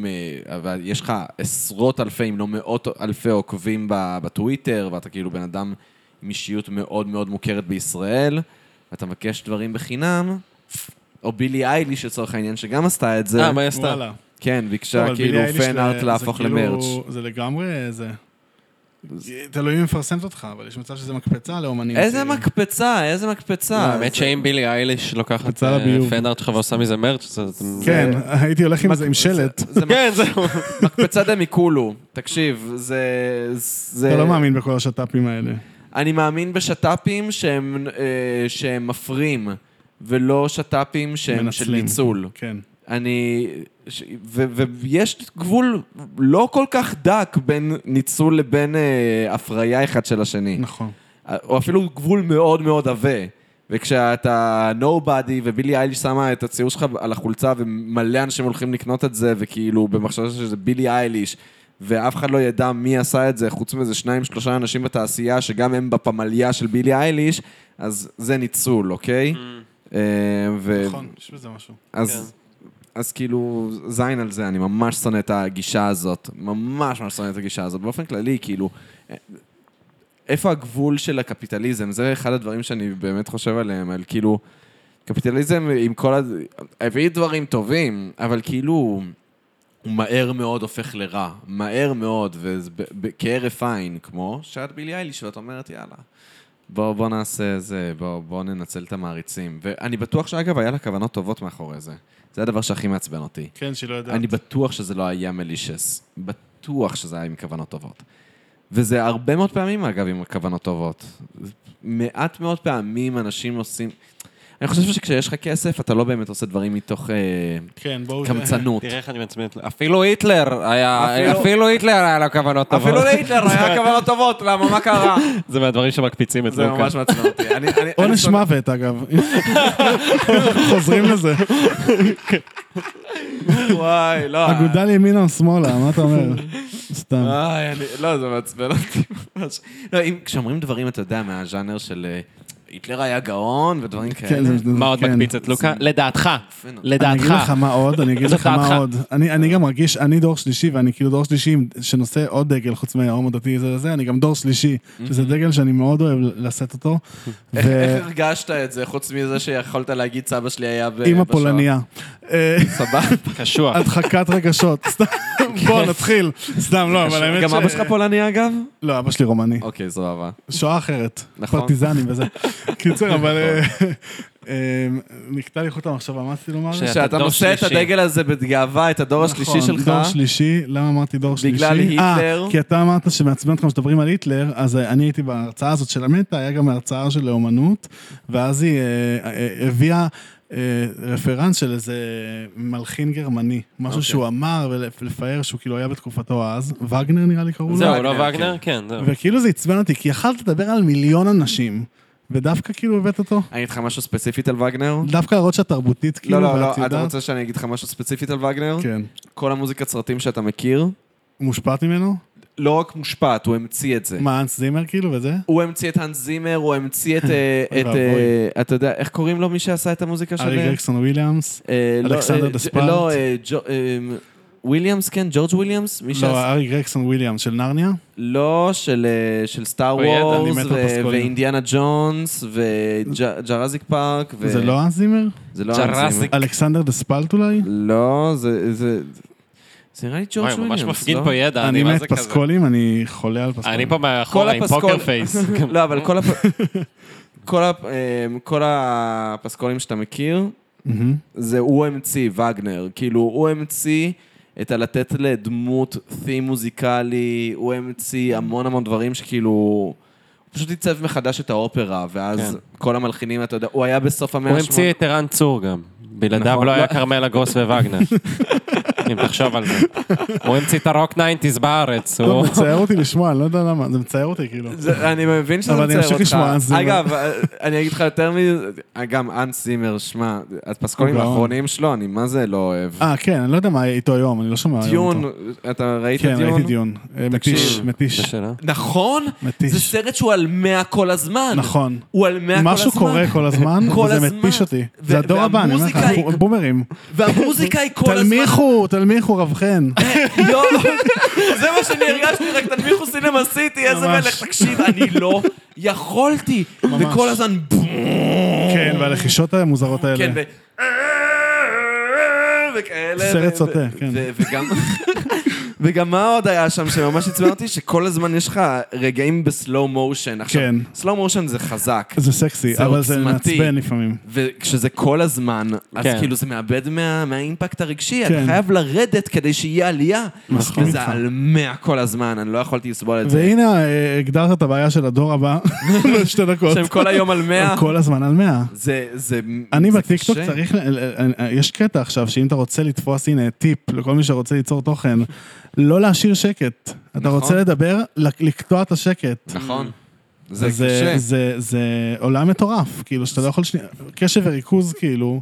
S2: מ... אבל יש לך עשרות אלפי, אם לא מאות אלפי עוקבים ב- בטוויטר, ואתה כאילו בן אדם עם אישיות מאוד מאוד מוכרת בישראל, ואתה מבקש דברים בחינם, או בילי אייליש לצורך העניין, שגם עשתה את זה,
S4: אה, מה היא עשתה?
S3: וואלה.
S2: כן, ביקשה
S3: לא, אבל
S2: כאילו
S3: בילי אייליש
S2: פן
S3: זה-
S2: ארט
S3: זה
S2: להפוך
S3: כאילו-
S2: למרץ'.
S3: זה לגמרי, זה... תלוי מי מפרסמת אותך, אבל יש מצב שזה מקפצה לאומנים.
S2: איזה
S3: צעירים.
S2: מקפצה, איזה מקפצה.
S4: לא, האמת שאם בילי אייליש לוקחת
S3: קפצה לביוב.
S4: פנארט שלך ועושה מזה מרץ', זה...
S3: כן, הייתי הולך עם זה, עם שלט.
S2: זה- זה
S4: *laughs* כן, זהו.
S2: מקפצה דמיקולו, תקשיב, זה... זה...
S3: אתה לא מאמין בכל השת"פים האלה.
S2: אני מאמין בשת"פים שהם, אה, שהם מפרים, ולא שת"פים שהם של
S3: מנצלים.
S2: ניצול.
S3: כן.
S2: אני... ש... ו... ויש גבול לא כל כך דק בין ניצול לבין אה, הפריה אחד של השני.
S3: נכון.
S2: או אפילו גבול מאוד מאוד עבה. וכשאתה נובדי ובילי אייליש שמה את הציור שלך על החולצה ומלא אנשים הולכים לקנות את זה, וכאילו במחשבה שזה בילי אייליש, ואף אחד לא ידע מי עשה את זה, חוץ מאיזה שניים, שלושה אנשים בתעשייה, שגם הם בפמליה של בילי אייליש, אז זה ניצול, אוקיי?
S4: נכון.
S2: אה, ו-
S3: נכון, יש בזה משהו.
S2: אז... אז כאילו, זין על זה, אני ממש שונא את הגישה הזאת. ממש ממש שונא את הגישה הזאת. באופן כללי, כאילו, א- איפה הגבול של הקפיטליזם? זה אחד הדברים שאני באמת חושב עליהם, על כאילו, קפיטליזם עם כל ה... הביא דברים טובים, אבל כאילו, הוא מהר מאוד הופך לרע. מהר מאוד, וכהרף עין, כמו שאת בילי אייליש, ואת אומרת, יאללה. בוא, בוא נעשה זה, בוא, בוא ננצל את המעריצים. ואני בטוח שאגב, היה לה כוונות טובות מאחורי זה. זה הדבר שהכי מעצבן אותי.
S3: כן, שלא יודעת.
S2: אני בטוח שזה לא היה מלישס. בטוח שזה היה עם כוונות טובות. וזה הרבה מאוד פעמים, אגב, עם כוונות טובות. מעט מאוד פעמים אנשים עושים... אני חושב שכשיש לך כסף, אתה לא באמת עושה דברים מתוך אה,
S3: כן, בואו...
S2: *laughs* קמצנות.
S4: *laughs* תראה איך אני מעצבן את... אפילו היטלר היה...
S2: אפילו-
S4: אפילו היטלר היה לו כוונות טובות.
S2: אפילו להיטלר
S4: *laughs*
S2: היה כוונות טובות, למה? מה קרה?
S4: *laughs* זה מהדברים שמקפיצים את
S2: זה כן.
S4: לוקה.
S2: ממש מעצבן אותי. אני- אני- אני
S3: עונש
S2: שונא-
S3: מוות, *laughs* אגב. חוזרים לזה.
S2: וואי, לא.
S3: אגודל ימינה או שמאלה, מה אתה אומר? סתם.
S2: וואי, אני- לא, זה מעצבן אותי ממש. לא, אם- כשאומרים דברים, אתה יודע, מהז'אנר של אה, היטלר היה גאון ודברים
S3: כן,
S2: כאלה.
S3: זה- זה-
S4: מה עוד
S3: כן.
S4: מקפיץ את לוקה? לדעתך.
S2: יפה נורא.
S3: אני אגיד
S4: לדעתך.
S3: לך מה עוד, אני אגיד
S4: זאת
S3: לך מה
S4: דעתך.
S3: עוד. אני אני גם מרגיש, אני דור שלישי, ואני כאילו דור שלישי שנושא עוד דגל חוץ מההומו דתי זה וזה, אני גם דור שלישי, שזה דגל שאני מאוד אוהב לשאת אותו.
S2: איך
S3: ו-
S2: איך הרגשת את זה, חוץ מזה שיכולת להגיד סבא שלי היה ב-
S3: אימא
S2: בשואה"?
S3: פולניה. אה,
S2: סבבה.
S4: קשוח.
S3: הדחקת רגשות. *laughs* סתם, בוא נתחיל. כן. סתם, לא, אבל האמת ש...
S2: גם אבא שלך פולני אגב?
S3: לא, אבא שלי רומני.
S2: אוקיי, סבבה.
S3: שואה אחרת.
S2: נכון.
S3: פרטיזנים
S2: *laughs*
S3: וזה. קיצר, אבל... אה, אה, נקטע לי חוט המחשבה, מה רציתי לומר?
S4: ש- אתה
S2: שאתה
S4: דור
S2: נושא את
S4: שלישי.
S2: הדגל הזה בגאווה, את הדור השלישי
S3: נכון,
S2: שלך.
S3: דור שלישי, למה אמרתי דור שלישי?
S2: בגלל היטלר.
S3: אה, כי אתה אמרת שמעצבן אותך כשמדברים על היטלר, אז אה, אני הייתי בהרצאה הזאת של המטה, היה גם הרצאה של אומנות, ואז היא אה, אה, הביאה... אה, רפרנס של איזה מלחין גרמני, משהו
S2: אוקיי.
S3: שהוא אמר ולפאר שהוא כאילו היה בתקופתו אז, וגנר נראה לי קראו לו,
S4: זהו, לא
S2: וגנר,
S4: וגנר? כן, זהו.
S3: וכאילו זה עצבן אותי, כי יכלת לדבר על מיליון אנשים, ודווקא כאילו הבאת אותו,
S2: אני אגיד לך משהו ספציפית על וגנר?
S3: דווקא להראות שאת תרבותית כאילו,
S2: לא, לא,
S3: ואת
S2: לא, אתה
S3: יודעת-
S2: רוצה שאני אגיד לך משהו ספציפית על וגנר?
S3: כן.
S2: כל המוזיקת סרטים שאתה מכיר,
S3: מושפעת ממנו?
S2: לא רק מושפעת, הוא המציא את זה.
S3: מה, אנס זימר כאילו וזה?
S2: הוא המציא את האנס זימר, הוא המציא
S3: *laughs*
S2: את... אה,
S3: אוי
S2: את,
S3: ואבוי.
S2: אה, אתה יודע, איך קוראים לו מי שעשה את המוזיקה שלו?
S3: ארי גרקסון וויליאמס?
S2: אה, לא,
S3: אלכסנדר
S2: אה,
S3: דה
S2: ג'-
S3: ספארט?
S2: לא, אה, ג'ו- אה, וויליאמס, כן, ג'ורג' וויליאמס? מי
S3: לא,
S2: שעשה...
S3: ארי גרקסון וויליאמס של נרניה?
S2: לא, של, אה, של סטאר
S4: אוי, ידע,
S2: וורס,
S3: אני מת על
S2: ו-
S3: פסקולים.
S2: ואינדיאנה ג'ונס, וג'רזיק פארק, ו...
S3: זה לא אנס זימר?
S2: זה לא האנס
S4: ג'ראזיק.
S2: זימר.
S3: אלכסנדר דה ספלט אולי?
S2: לא, זה... זה זה נראה לי ג'ורג'
S4: וואי, הוא
S2: וויליאמס,
S4: ממש
S2: לא?
S4: מפגין פה ידע,
S3: אני
S4: מה
S3: מת
S4: זה כזה?
S3: פסקולים, אני חולה על פסקולים.
S4: אני פה
S2: כל
S4: מאחורה עם פוקר
S2: הפסקול-
S4: פייס.
S2: לא, אבל כל הפ... *laughs* כל, הפ... אמ, כל הפסקולים שאתה מכיר,
S3: מהמם.
S2: זה הוא המציא, וגנר. כאילו, הוא המציא את הלתת לדמות תים מוזיקלי, הוא המציא המון המון דברים שכאילו... הוא פשוט עיצב מחדש את האופרה,
S3: כן.
S2: ואז כל המלחינים, אתה יודע, הוא היה בסוף המאה
S4: הוא
S2: ה-800.
S4: המציא את ערן צור גם. בלעדיו
S2: לא. נכון,
S4: לא
S2: לא.
S4: היה כרמלה גרוס ווגנר. אם תחשוב על זה. הוא המציא את הרוק ניינטיז בארץ. הוא...
S3: טוב, לא, מצער אותי לשמוע, אני לא יודע למה, זה מצער אותי כאילו.
S2: זה- אני מבין שזה
S3: אבל אני
S2: מצער
S3: אמשיך
S2: אותך.
S3: לשמוע, אז זה- לא-
S2: אגב, אני אגיד לך יותר מזה, גם אנס זימר, שמע, הפסקולים
S3: גאון.
S2: האחרונים שלו, אני מה זה לא אוהב.
S3: אה, כן, אני לא יודע מה היה איתו היום, אני לא שומע היום אותו.
S2: דיון, אתה ראית
S3: כן,
S2: דיון?
S3: ראיתי דיון. אה,
S2: תקשיב.
S3: מתיש, מתיש.
S4: זה שאלה.
S2: נכון?
S3: מתיש.
S2: זה סרט שהוא על 100 כל הזמן.
S3: נכון.
S2: הוא על 100 כל הזמן.
S3: משהו קורה כל הזמן,
S2: כל
S3: וזה
S2: הזמן.
S3: מתיש אותי.
S2: ו-
S3: זה הדור הבא, אני אומר לך,
S2: והמוזיקה היא-
S3: אנחנו בומרים.
S2: והמוזיקה היא כל הזמן. *laughs*
S3: תלמיכו, תלמיכו רב חן.
S2: יואו, זה מה שאני הרגשתי, רק תנמיכו סינמה סיטי, איזה
S3: ממש.
S2: מלך. תקשיב, אני לא יכולתי. וכל הזמן בום.
S3: כן, והלחישות המוזרות האלה.
S2: כן, ו... וכאלה.
S3: סרט
S2: ו-
S3: סוטה,
S2: ו-
S3: כן.
S2: ו- וגם... *laughs* וגם מה עוד היה שם שממש עצבן אותי? שכל הזמן יש לך רגעים בסלואו מושן. עכשיו,
S3: כן.
S2: סלואו מושן זה חזק.
S3: זה סקסי,
S2: זה
S3: אבל זה
S2: עוצמתי.
S3: מעצבן לפעמים.
S2: וכשזה כל הזמן, אז
S4: כן.
S2: כאילו זה מאבד מה, מהאימפקט הרגשי,
S3: כן.
S2: אתה חייב לרדת כדי שיהיה עלייה.
S3: מסכים
S2: וזה
S3: איתך.
S2: על 100 כל הזמן, אני לא יכולתי לסבול את זה.
S3: והנה, אה, הגדרת את הבעיה של הדור
S2: *laughs*
S3: הבא, בשתי דקות.
S2: שהם כל היום על 100,
S3: הם כל הזמן על 100.
S2: זה זה
S3: אני
S2: זה
S3: בטיקטוק
S2: קשה.
S3: צריך, ל- ל- ל- יש קטע עכשיו, שאם אתה רוצה לתפוס, הנה, טיפ לכל מי שרוצה ליצור תוכן, לא להשאיר שקט. אתה
S2: נכון.
S3: רוצה לדבר, ל- לקטוע את השקט.
S2: נכון. זה
S3: אז
S2: קשה.
S3: זה- זה עולם מטורף, כאילו, שאתה לא יכול שנייה, קשב וריכוז, כאילו.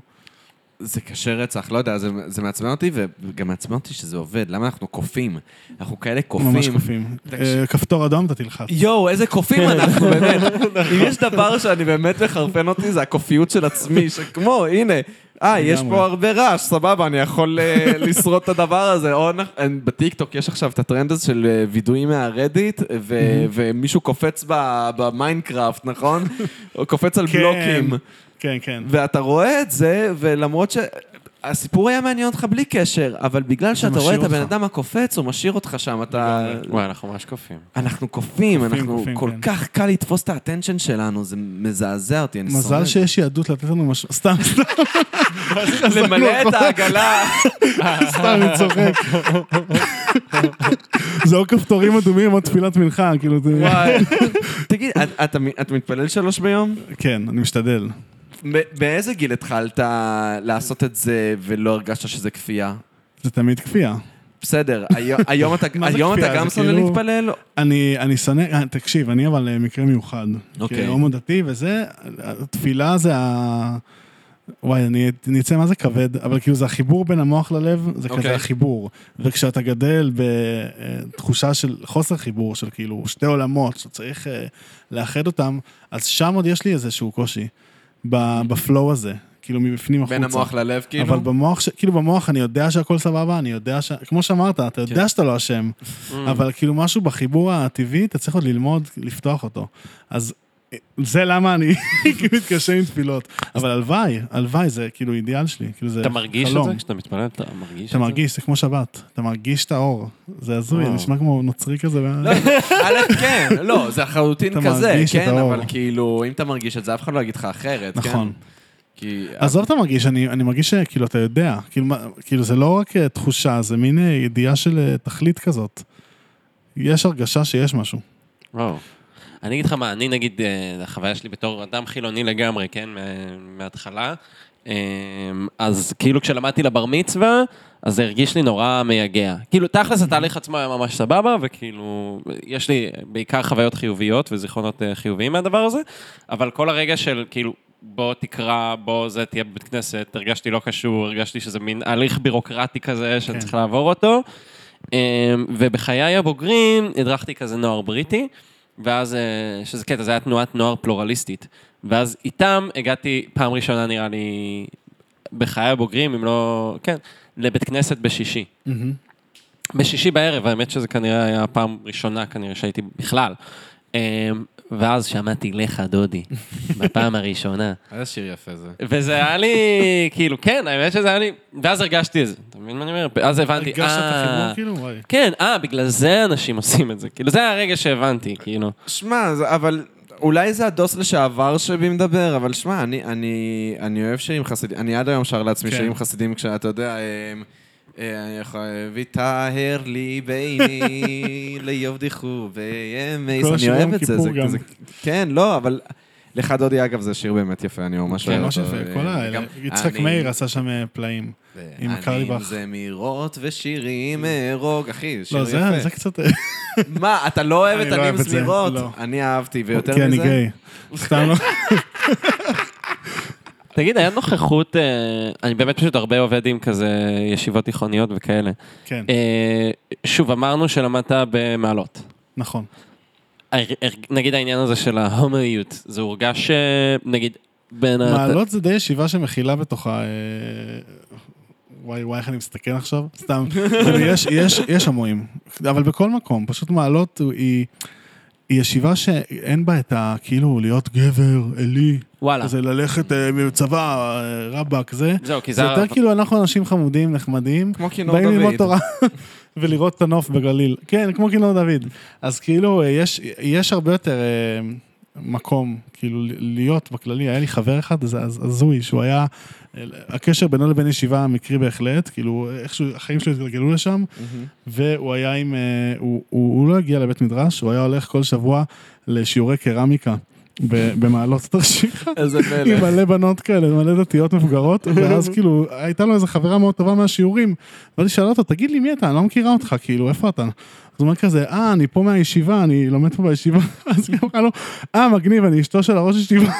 S2: זה קשה רצח, לא יודע, זה, זה מעצבן אותי, וגם מעצבן אותי שזה עובד, למה אנחנו קופים? אנחנו כאלה קופים.
S3: ממש קופים.
S2: תקשיב.
S3: אה, כפתור אדום אתה תלחץ.
S2: יואו, איזה
S3: כן.
S2: קופים
S3: *laughs*
S2: אנחנו, באמת.
S3: נכון.
S2: אם יש דבר שאני באמת מחרפן אותי, זה הקופיות של עצמי, שכמו, הנה, אה, יש
S3: לגמרי.
S2: פה הרבה רעש, סבבה, אני יכול
S3: *laughs*
S2: אה, לשרוד את הדבר הזה. או נח- בטיקטוק יש עכשיו את הטרנד הזה של אה, וידויים מהרדיט, ו- ומישהו קופץ ב- במיינקראפט,
S3: *laughs*
S2: נכון? הוא קופץ על
S3: כן.
S2: בלוקים.
S3: כן, כן.
S2: ואתה רואה את זה, ולמרות ש... הסיפור היה מעניין אותך בלי קשר, אבל בגלל שאתה רואה
S3: משאיר
S2: את הבן
S3: אותך.
S2: אדם הקופץ, הוא משאיר אותך שם, אתה...
S4: וואי, אנחנו ממש קופים.
S2: אנחנו קופים, אנחנו
S3: קופים,
S2: כל
S3: כן.
S2: כך קל לתפוס את האטנשן שלנו, זה מזעזע אותי, אני שונא.
S3: מזל
S2: את זה.
S3: שיש יהדות לתת לנו משהו, סתם, סתם,
S2: למלא את העגלה.
S3: סתם, אני צוחק. *laughs* זה או כפתורים אדומים או תפילת מנחה, כאילו, זה...
S2: *laughs* וואי. תגיד, את- אתה מ- את מתפלל שלוש ביום?
S3: כן, אני משתדל.
S2: ב- באיזה גיל התחלת לעשות את זה ולא הרגשת שזה כפייה?
S3: זה תמיד כפייה.
S2: *laughs* בסדר, היום- היום אתה-
S3: מה זה
S2: היום אתה
S3: כפייה?
S2: גם
S3: זה
S2: שונא
S3: כאילו-
S2: להתפלל?
S3: אני, אני שונא, אה, תקשיב, אני אבל אה, מקרה מיוחד.
S2: אוקיי.
S3: כהומו דתי וזה, התפילה זה ה... וואי, אני אני אצא מה זה כבד, אבל כאילו זה החיבור בין המוח ללב, זה
S2: אוקיי.
S3: כזה החיבור. וכשאתה גדל בתחושה של חוסר חיבור, של כאילו שתי עולמות, שצריך אה, לאחד אותם, אז שם עוד יש לי איזשהו קושי, ב- בפלואו הזה, כאילו מבפנים החוצה.
S2: אוקיי. בין המוח ללב, כאילו?
S3: אבל במוח, ש- כאילו במוח אני יודע שהכל סבבה, אני יודע ש... כמו שאמרת, אתה
S4: כן.
S3: יודע שאתה לא אשם,
S4: Mm.
S3: אבל כאילו משהו בחיבור הטבעי, אתה צריך עוד ללמוד לפתוח אותו. אז אה, זה למה אני *laughs* כאילו מתקשה עם תפילות. אבל הלוואי, הלוואי, זה כאילו אידיאל שלי, כאילו זה
S4: אתה מרגיש את
S3: חלום.
S4: זה כשאתה מתפלל? אתה מרגיש את זה?
S3: אתה מרגיש, זה כמו שבת, אתה מרגיש את האור. זה הזוי,
S4: וואו. לא,
S3: נשמע כמו נוצרי כזה. ו-
S2: *laughs* א', כן, לא, זה לחלוטין
S3: אתה
S2: כזה,
S3: מרגיש את
S2: כן,
S3: האור.
S2: אבל כאילו, אם אתה מרגיש את זה, אף אחד לא יגיד לך אחרת, כן?
S3: נכון.
S2: כי...
S3: עזוב אתה מרגיש, אני, אני מרגיש שכאילו אתה יודע, כאילו, מה- כאילו זה לא רק אה, תחושה, זה מין אה, ידיעה של אה, תכלית כזאת. יש הרגשה שיש משהו.
S4: וואו. אני אגיד לך מה, אני נגיד, אה, החוויה שלי בתור אדם חילוני לגמרי, כן, מה- מההתחלה. אה, אז כאילו כשלמדתי לבר מצווה, אז זה הרגיש לי נורא מייגע. כאילו, תכלס התהליך עצמו היה ממש סבבה, וכאילו, יש לי בעיקר חוויות חיוביות וזיכרונות אה, חיוביים מהדבר הזה, אבל כל הרגע של כאילו, בוא תקרא, בוא זה תהיה בבית כנסת, הרגשתי לא קשור, הרגשתי שזה מין הליך בירוקרטי כזה שאני
S3: כן.
S4: צריך לעבור אותו. אמ, ובחיי הבוגרים הדרכתי כזה נוער בריטי, ואז, אה, שזה קטע, זה היה תנועת נוער פלורליסטית. ואז איתם הגעתי פעם ראשונה, נראה לי, בחיי הבוגרים, אם לא... כן, לבית כנסת בשישי. בשישי בערב, האמת שזה כנראה היה הפעם ראשונה כנראה שהייתי בכלל. אמ, ואז שמעתי לך
S3: *laughs*
S4: דודי, בפעם הראשונה.
S2: איזה שיר יפה זה.
S4: וזה היה לי, כאילו, כן, האמת שזה היה לי, ואז הרגשתי את זה, אתה מבין מה אני אומר? אז הבנתי,
S3: הרגשת את החיבור
S4: אה,
S3: כאילו, וואי.
S4: כן, אה, בגלל זה אנשים עושים את זה. כאילו, זה הרגע שהבנתי, כאילו.
S2: שמע, זה- אבל אולי זה הדוס לשעבר שבי מדבר, אבל שמע, אני, אני, אני אוהב שירים חסידים, אני עד היום שר לעצמי
S3: כן.
S2: שירים חסידים כשאתה יודע... הם, אה, אני יכול... ויטהר לי ביני
S3: *laughs*
S2: ליובדיחו בימי...
S3: כל
S2: אני
S3: השירים
S2: אוהב את זה,
S3: כיפור
S2: זה
S3: גם.
S2: כזה... כן, לא, אבל... לך דודי, אגב, זה שיר באמת יפה, אני ממש
S4: כן,
S2: אוהב
S3: ממש
S2: אותו.
S3: יפה, כל האלה.
S2: אה, גם
S3: יצחק
S2: אני-
S3: מאיר עשה שם אה, פלאים. עם קרליבך.
S2: זמירות ושירים ארוג, אחי, שיר
S3: לא,
S2: יפה.
S3: זה- זה קצת...
S2: מה, אתה לא אוהב את
S3: אני לא
S2: אני
S3: אוהב את זה,
S2: וזמירות?
S3: לא.
S2: אני אהבתי, ויותר
S3: כי אני
S2: *laughs* מזה...
S3: גיי. סתם לא.
S4: תגיד, היה נוכחות, אה, אני באמת פשוט הרבה עובד עם כזה ישיבות תיכוניות וכאלה.
S3: כן,
S4: אה, שוב, אמרנו שלמדת במעלות.
S3: נכון.
S4: הר- הר- נגיד העניין הזה של ההומואיות, זה הורגש, אה, נגיד, בין ה...
S3: מעלות זה די ישיבה שמכילה בתוכה... אה, וואי וואי, איך אני מסתכן עכשיו? סתם. כאילו, יש- יש- יש המואים, אבל בכל מקום. פשוט מעלות הוא- היא... היא ישיבה שאין בה את ה... כאילו, להיות גבר, עלי.
S4: וואלה.
S3: זה ללכת אה, בצבא, אה, רבאק, זה.
S4: זהו, כי
S3: זה
S4: זה...
S3: יותר כאילו אנחנו אנשים חמודים, נחמדים,
S2: כמו כינור
S3: באים ללמוד
S2: דוד.
S3: תורה *laughs* ולראות את הנוף בגליל. כן, כמו כינור דוד. אז כאילו, אה, יש- יש הרבה יותר אה, מקום, כאילו, ל- להיות בכללי. היה לי חבר אחד, זה הז- הזוי, שהוא היה... אה, הקשר בינו לבין ישיבה מקרי בהחלט, כאילו, איכשהו החיים שלו התגלגלו לשם, והוא היה עם... אה, הוא- הוא הוא לא הגיע לבית מדרש, הוא היה הולך כל שבוע לשיעורי קרמיקה ב- במעלות תרשיחא.
S2: איזה
S3: עם
S2: מלך.
S3: מלא בנות כאלה, מלא דתיות מבוגרות, ואז כאילו, הייתה לו איזו חברה מאוד טובה מהשיעורים, ואז היא שאלה אותו, תגיד לי מי אתה, אני לא מכירה אותך, כאילו, איפה אתה? אז הוא אומר כזה, אה, אני פה מהישיבה, אני לומד פה בישיבה, *laughs* אז היא אמרה לו, אה, מגניב, אני אשתו של הראש ישיבה.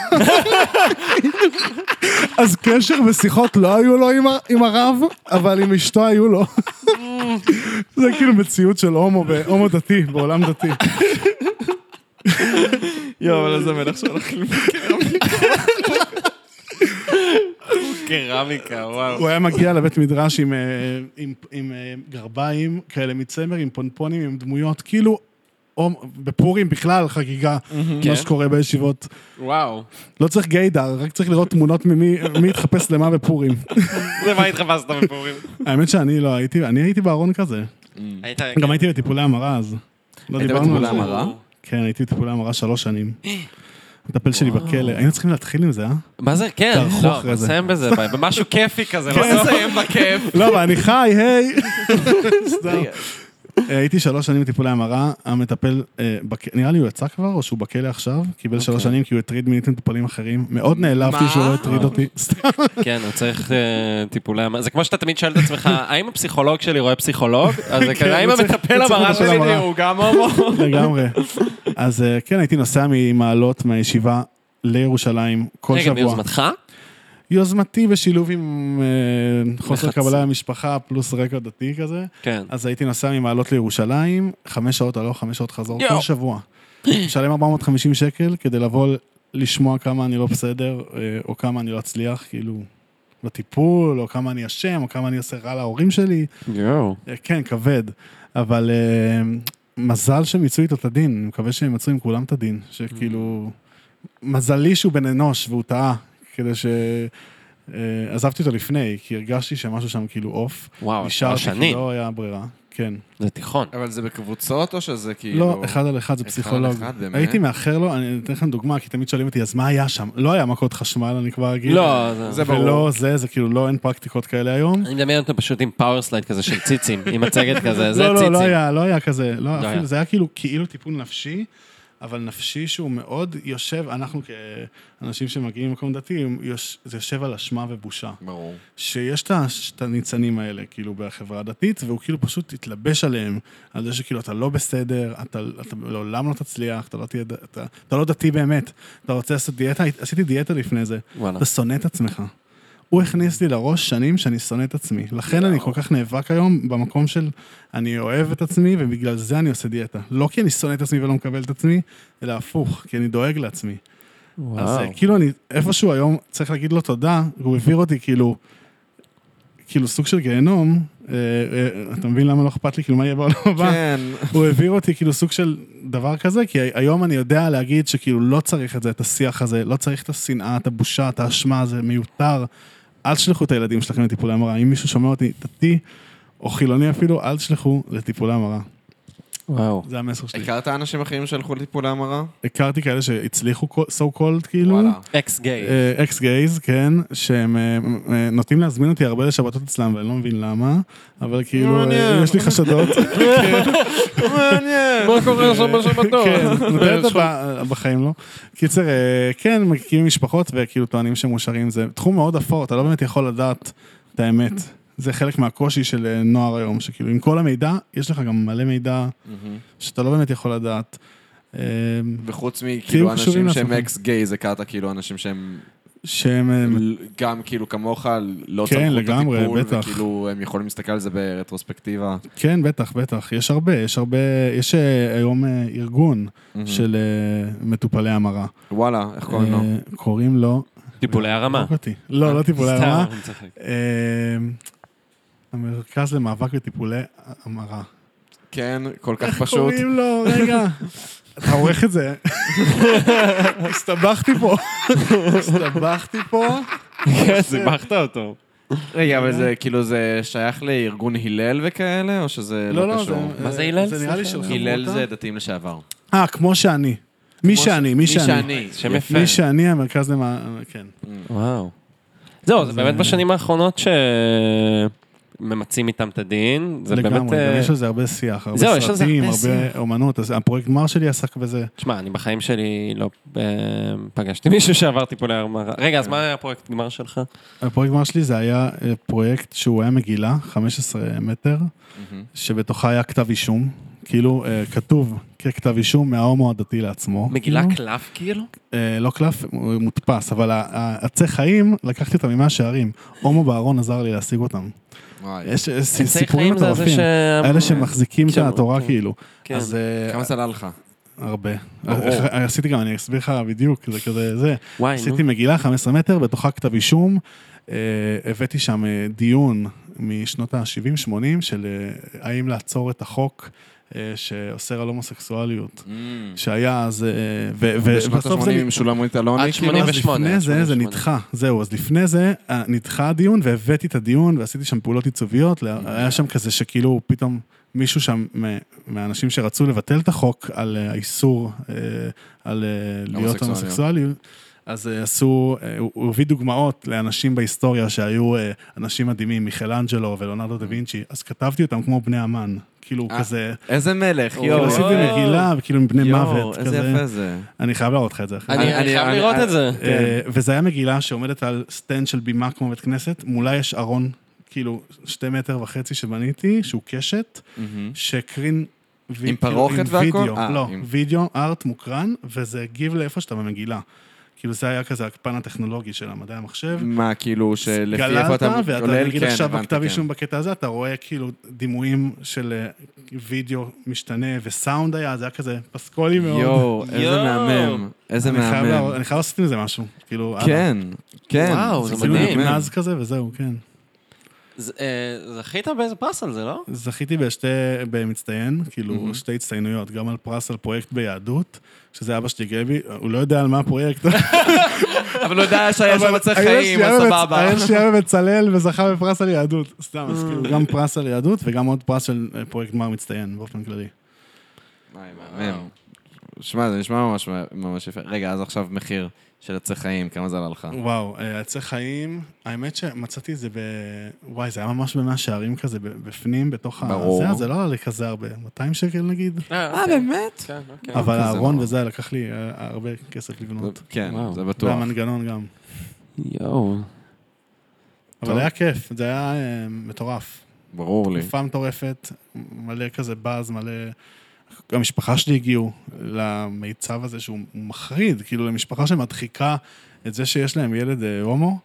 S3: *laughs* אז קשר ושיחות לא היו לו עם ה- עם הרב, אבל עם אשתו היו לו. *laughs* זה כאילו מציאות של הומו, ב- הומו דתי, בעולם דתי.
S2: יואו, אבל איזה מלך שהולך ללמוד.
S4: קרמיקה, וואו.
S3: הוא היה מגיע לבית מדרש עם, אה, עם, עם אה, גרביים כאלה מצמר, עם פונפונים, עם דמויות, כאילו, או בפורים בכלל חגיגה,
S4: כן.
S3: מה שקורה בישיבות.
S4: וואו.
S3: לא צריך גיידר, רק צריך לראות תמונות ממי מי התחפש למה בפורים.
S4: למה התחפשת בפורים?
S3: האמת שאני לא הייתי, אני הייתי בארון כזה.
S4: היית...
S3: גם הייתי בטיפולי המרה אז. לא
S2: היית
S3: דיברנו על
S2: בטיפולי
S3: זה.
S2: המרה?
S3: כן, הייתי בטיפולי המרה שלוש שנים. המטפל שלי בכלא, היינו צריכים להתחיל עם זה, אה?
S4: מה זה? כן,
S3: תערכו
S4: לא,
S3: אחרי זה. כן,
S4: נסיים בזה, ביי. במשהו כיפי כזה. לא
S2: בוא
S4: סתם.
S2: נסיים בכיף.
S3: לא, אבל אני חי, היי. סתם. אה, הייתי שלוש שנים בטיפולי המרה, המטפל, אה, בכ- נראה לי הוא יצא כבר, או שהוא בכלא עכשיו, קיבל שלוש שנים כי הוא הטריד מינית מטופלים אחרים. מאוד נעלבתי
S2: מה?
S3: שהוא לא הטריד אותי. סתם.
S4: כן, הוא צריך אה, טיפולי המרה. זה כמו שאתה תמיד שואל את *laughs* עצמך, האם הפסיכולוג שלי רואה *laughs* פסיכולוג? אז זה
S3: כן,
S4: כזה, האם
S3: הוא צריך-
S4: המטפל
S3: הוא צריך
S4: המרה
S3: מטפל
S4: שלי
S3: המרה.
S4: הוא גם הומו?
S3: לגמרי. אז אה, כן, הייתי נוסע ממעלות מהישיבה לירושלים כל
S4: רגע,
S3: שבוע.
S4: ביוזמתך?
S3: יוזמתי בשילוב עם אה, חוסר
S4: לחצים.
S3: קבלה במשפחה פלוס רקע דתי כזה.
S4: כן.
S3: אז הייתי נוסע ממעלות לירושלים, חמש שעות הלוך, חמש שעות חזור
S4: יואו.
S3: כל שבוע. משלם 450 שקל כדי לבוא ל- לשמוע כמה אני לא בסדר, אה, או כמה אני לא אצליח, כאילו, בטיפול, או כמה אני אשם, או כמה אני עושה רע להורים שלי.
S4: יואו.
S3: אה, כן, כבד. אבל אה, מזל שמיצו איתו את הדין, אני מקווה שהם יצאו עם כולם את הדין, שכאילו... מזלי שהוא בן אנוש והוא טעה, כדי ש... אה, עזבתי אותו לפני, כי הרגשתי שמשהו שם כאילו עוף.
S4: וואו, שלוש
S3: נשארתי כי
S4: אה, שנים.
S3: לא היה ברירה, כן.
S4: זה תיכון.
S2: אבל זה בקבוצות או שזה כאילו...
S3: לא, אחד על אחד
S2: אחד
S3: זה
S2: על
S3: פסיכולוג.
S2: אחד, באמת?
S3: הייתי מאחר לו, אני אתן לכם דוגמה, כי תמיד שואלים אותי, אז מה היה שם? לא היה מכות חשמל, אני כבר אגיד.
S4: לא, זה-
S2: זה ברור.
S3: ולא זה, זה כאילו לא, אין פרקטיקות כאלה היום.
S4: אני מדמיין אותו פשוט עם פאוור סלייד כזה של ציצים, עם מצגת כזה, זה
S3: לא, לא,
S4: ציצים.
S3: לא היה, לא היה כזה, לא,
S4: לא
S3: אפילו,
S4: היה.
S3: זה היה כאילו, כאילו טיפול נפשי, אבל נפשי שהוא מאוד יושב, אנחנו כאנשים שמגיעים ממקום דתי, הם יוש- זה יושב על אשמה ובושה.
S2: ברור.
S3: שיש את הש- את הניצנים האלה, כאילו, בחברה הדתית, והוא כאילו פשוט התלבש עליהם, על זה שכאילו, אתה לא בסדר, אתה, אתה לעולם לא תצליח, אתה לא, תהיה, ד- אתה, אתה לא דתי באמת, אתה רוצה לעשות דיאטה, עשיתי דיאטה לפני זה,
S4: וואלה.
S3: אתה שונא את עצמך. הוא הכניס לי לראש שנים שאני שונא את עצמי. לכן אני כל כך נאבק היום במקום של אני אוהב את עצמי, ובגלל זה אני עושה דיאטה. לא כי אני שונא את עצמי ולא מקבל את עצמי, אלא הפוך, כי אני דואג לעצמי.
S4: וואו.
S3: אז אה, כאילו אני איפשהו היום צריך להגיד לו תודה, הוא העביר אותי כאילו, כאילו סוג של גיהנום, אה, אה, אתה מבין למה לא אכפת לי כאילו מה יהיה
S2: *laughs*
S3: בעולם הבא?
S2: כן.
S3: הוא העביר אותי כאילו סוג של דבר כזה, כי היום אני יודע להגיד שכאילו לא צריך את זה, את השיח הזה, לא צריך את השנאה, את הבושה, את האשמה, זה מיותר. אל תשלחו את הילדים שלכם לטיפולי המרה. אם מישהו שומע אותי דתי או חילוני אפילו, אל תשלחו לטיפולי המרה.
S4: וואו.
S3: זה המסר שלי.
S2: הכרת אנשים אחרים שהלכו לטיפולי המרה?
S3: הכרתי כאלה שהצליחו so called כאילו.
S2: וואלה.
S4: אקס גיי.
S3: אקס גייז, כן, שהם אה, אה, נוטים להזמין אותי הרבה לשבתות אצלם, ואני לא מבין למה, אבל כאילו,
S2: מעניין. כן.
S3: אה, יש לי חשדות.
S2: *laughs* מעניין.
S4: מה קורה שם בשבתות? *laughs*
S3: כן, בטח ב- בחיים לא. קיצר, אה, כן, מקימים משפחות וכאילו טוענים שמאושרים, זה תחום מאוד אפור, אתה לא באמת יכול לדעת את האמת. זה חלק מהקושי של אה, נוער היום, שכאילו עם כל המידע, יש לך גם מלא מידע שאתה לא באמת יכול לדעת. אה,
S2: וחוץ מכאילו
S3: קשורים
S2: אנשים שהם
S3: לעצמכם.
S2: אקס גייז, הכרת כאילו אנשים שהם
S3: שהם אה,
S2: ל- גם כאילו כמוך לא
S3: כן,
S2: צמחו את
S3: לגמרי,
S2: הטיפול,
S3: בטח.
S2: וכאילו הם יכולים להסתכל על זה ברטרוספקטיבה.
S3: כן, בטח, בטח. יש הרבה, יש הרבה, יש אה, היום אה, ארגון של אה, מטופלי המרה.
S2: וואלה, איך Mhm. קוראים לו?
S3: אה, קוראים לו...
S4: טיפולי הרמה.
S3: תבדוק אותי. לא, לא טיפולי
S4: אה, סתם,
S3: המרה.
S4: אני צוחק.
S3: אה, המרכז למאבק בטיפולי המרה.
S2: כן, כל כך פשוט.
S3: קוראים לו, רגע. אתה עורך את זה. הסתבכתי פה. הסתבכתי פה.
S4: *laughs* כן, סיבכת אותו.
S2: רגע, אבל זה כאילו זה שייך לארגון הלל וכאלה, או שזה
S3: לא,
S2: לא
S3: לא,
S2: קשור?
S3: זה...
S4: מה זה
S3: אה,
S4: הלל?
S3: זה נראה לי של
S4: סליחה?
S2: הלל
S3: חברותה.
S2: זה דתיים לשעבר.
S3: אה, כמו שאני. מי שאני, מי שאני.
S4: שם יפה.
S3: מי שאני, המרכז למאבק... כן.
S4: וואו. זהו, זה באמת בשנים האחרונות שממצים איתם את הדין. זה
S3: לגמרי,
S4: באמת... אה,
S3: גם יש על זה הרבה שיח, הרבה
S4: זהו, יש על זה
S3: סרטים,
S4: הרבה
S3: הרבה אומנות. אז הפרויקט גמר שלי עסק בזה.
S4: תשמע, אני בחיים שלי לא אה, פגשתי מישהו שעבר טיפולי הרמה. רגע,
S3: כן.
S4: אז מה היה הפרויקט גמר שלך?
S3: אוקיי. הפרויקט גמר שלי זה היה אה, פרויקט שהוא היה מגילה, 15 מטר, שבתוכה היה כתב אישום. כאילו, אה, כתוב ככתב אישום מההומו הדתי לעצמו.
S4: מגילה
S3: כאילו.
S4: קלף כאילו?
S3: אה, לא קלף, הוא מודפס, אבל ה- ה- עצי חיים, לקחתי אותם ממאה שערים. הומו בארון עזר לי להשיג אותם.
S2: וואי.
S3: יש אה, ס-
S4: אמצעי
S3: סיפורים
S4: חיים זה זה
S3: מטורפים.
S4: ש...
S3: אלה שמחזיקים את
S4: כן,
S3: התורה
S4: כן.
S3: כאילו.
S4: כן.
S3: אז אה,
S2: כמה סלל לך?
S3: הרבה. אה,
S2: ברור.
S3: *laughs* עשיתי גם, אני אסביר לך בדיוק, זה כזה, זה.
S4: וואי, נו.
S3: עשיתי מגילה 15 מטר, בתוכה כתב אישום, אה, הבאתי שם אה, דיון משנות ה-70-80 של אה, האם לעצור את החוק אה, שאוסר על הומוסקסואליות, שהיה אז, אה, ו- ו-
S2: אוקיי. בשנות
S3: ובסוף זה...
S2: ה-80 עם שולמית אלוני,
S4: עד
S2: כאילו?
S4: 80
S3: אז לפני
S4: 88,
S3: זה, זה
S4: 88.
S3: נדחה. זהו, אז לפני זה אה, נדחה הדיון, והבאתי את הדיון, ועשיתי שם פעולות עיצוביות.
S2: Mm-hmm.
S3: לה- היה שם כזה שכאילו פתאום מישהו שם, מ- מהאנשים שרצו לבטל את החוק על אה, האיסור אה, על אה, להיות
S2: הומוסקסואליות.
S3: הומוסקסואלי, אז אה, עשו, אה, הוא הוא הביא דוגמאות לאנשים בהיסטוריה שהיו אה, אנשים מדהימים, מיכלאנג'לו ולאונרדו דה וינצ'י, אז כתבתי אותם כמו בני אמן. כאילו
S2: אה,
S3: כזה,
S2: איזה מלך,
S3: כאילו
S2: יואו.
S3: עשיתי מגילה, כאילו עם בני מוות,
S2: איזה
S3: כזה.
S2: יפה זה.
S3: אני חייב להראות לך את זה אחרי
S4: אני אני
S2: אני-
S4: חייב
S2: אני-
S4: לראות
S2: אני-
S4: את זה.
S3: אה, וזה היה מגילה שעומדת על סטנד של בימה כמו בית כנסת, מולה יש ארון, כאילו, שתי מטר וחצי שבניתי, שהוא קשת,
S2: מהמם.
S3: שקרין... וי-
S2: עם
S3: כאילו,
S2: פרוכת והכל?
S3: וידאו,
S2: אה,
S3: לא,
S2: עם-
S3: וידאו, ארט מוקרן, וזה הגיב לאיפה שאתה במגילה. כאילו זה היה כזה הפן הטכנולוגי של המדעי המחשב.
S2: מה, כאילו, שלפי איפה
S3: גללת,
S2: אתה
S3: ואתה
S2: עולל?
S3: נגיד
S2: כן,
S3: עכשיו
S2: הבנתי,
S3: בכתב
S2: כן.
S3: אישום בקטע הזה, אתה רואה כאילו דימויים של אה, וידאו משתנה, וסאונד היה, זה היה כזה פסקולי מאוד.
S2: יואו, איזה
S4: יואו.
S2: מהמם. איזה
S3: אני חייב להראות-
S2: מהמם.
S3: אני חייב לעשות עם זה משהו, כאילו... הלאה.
S2: כן, כן.
S4: וואו, זה
S3: זה כאילו
S4: מדהים.
S3: נגנז כזה וזהו, כן.
S4: ז- אה, זכית באיזה פרס על זה, לא?
S3: זכיתי בשתי, במצטיין, כאילו שתי הצטיינויות, גם על פרס על פרויקט ביהדות, שזה אבא שלי גבי, הוא לא יודע על מה הפרויקט.
S2: אבל הוא יודע שהיה
S3: אבל
S2: שם צריך
S3: הילד
S2: חיים,
S3: שלי
S2: אז
S3: היה בצ-
S2: סבבה.
S3: הילד שלי היה בבצלאל וזכה בפרס על יהדות. סתם, אז כאילו
S2: אה.
S3: גם פרס על יהדות וגם עוד פרס של אה, פרויקט מר מצטיין באופן כללי.
S2: אה. וואי, מהמם. שמע, זה נשמע ממש ממש יפה. רגע, אז עכשיו מחיר של עצי חיים, כמה זה עלה לך?
S3: וואו, אה, עצי חיים, האמת שמצאתי את זה ב... וואי, זה היה ממש במאה שערים כזה, ב- בפנים, בתוך ה...
S2: ברור.
S3: זה, זה לא עלה לי כזה הרבה, 200 שקל נגיד.
S4: אה,
S2: אה, באמת?
S4: כן, אוקיי.
S3: אבל
S2: כזה
S3: הארון
S2: נורא.
S3: וזה לקח לי אה, הרבה כסף לבנות.
S2: כן,
S4: וואו.
S2: זה בטוח.
S3: והמנגנון גם.
S4: יואו.
S2: טוב.
S3: אבל היה כיף, זה היה אה, מטורף.
S2: ברור לי.
S3: תקופה מטורפת, מלא כזה באז, מלא... המשפחה שלי הגיעו למיצב הזה שהוא מחריד, כאילו למשפחה שמדחיקה את זה שיש להם ילד אה, הומו,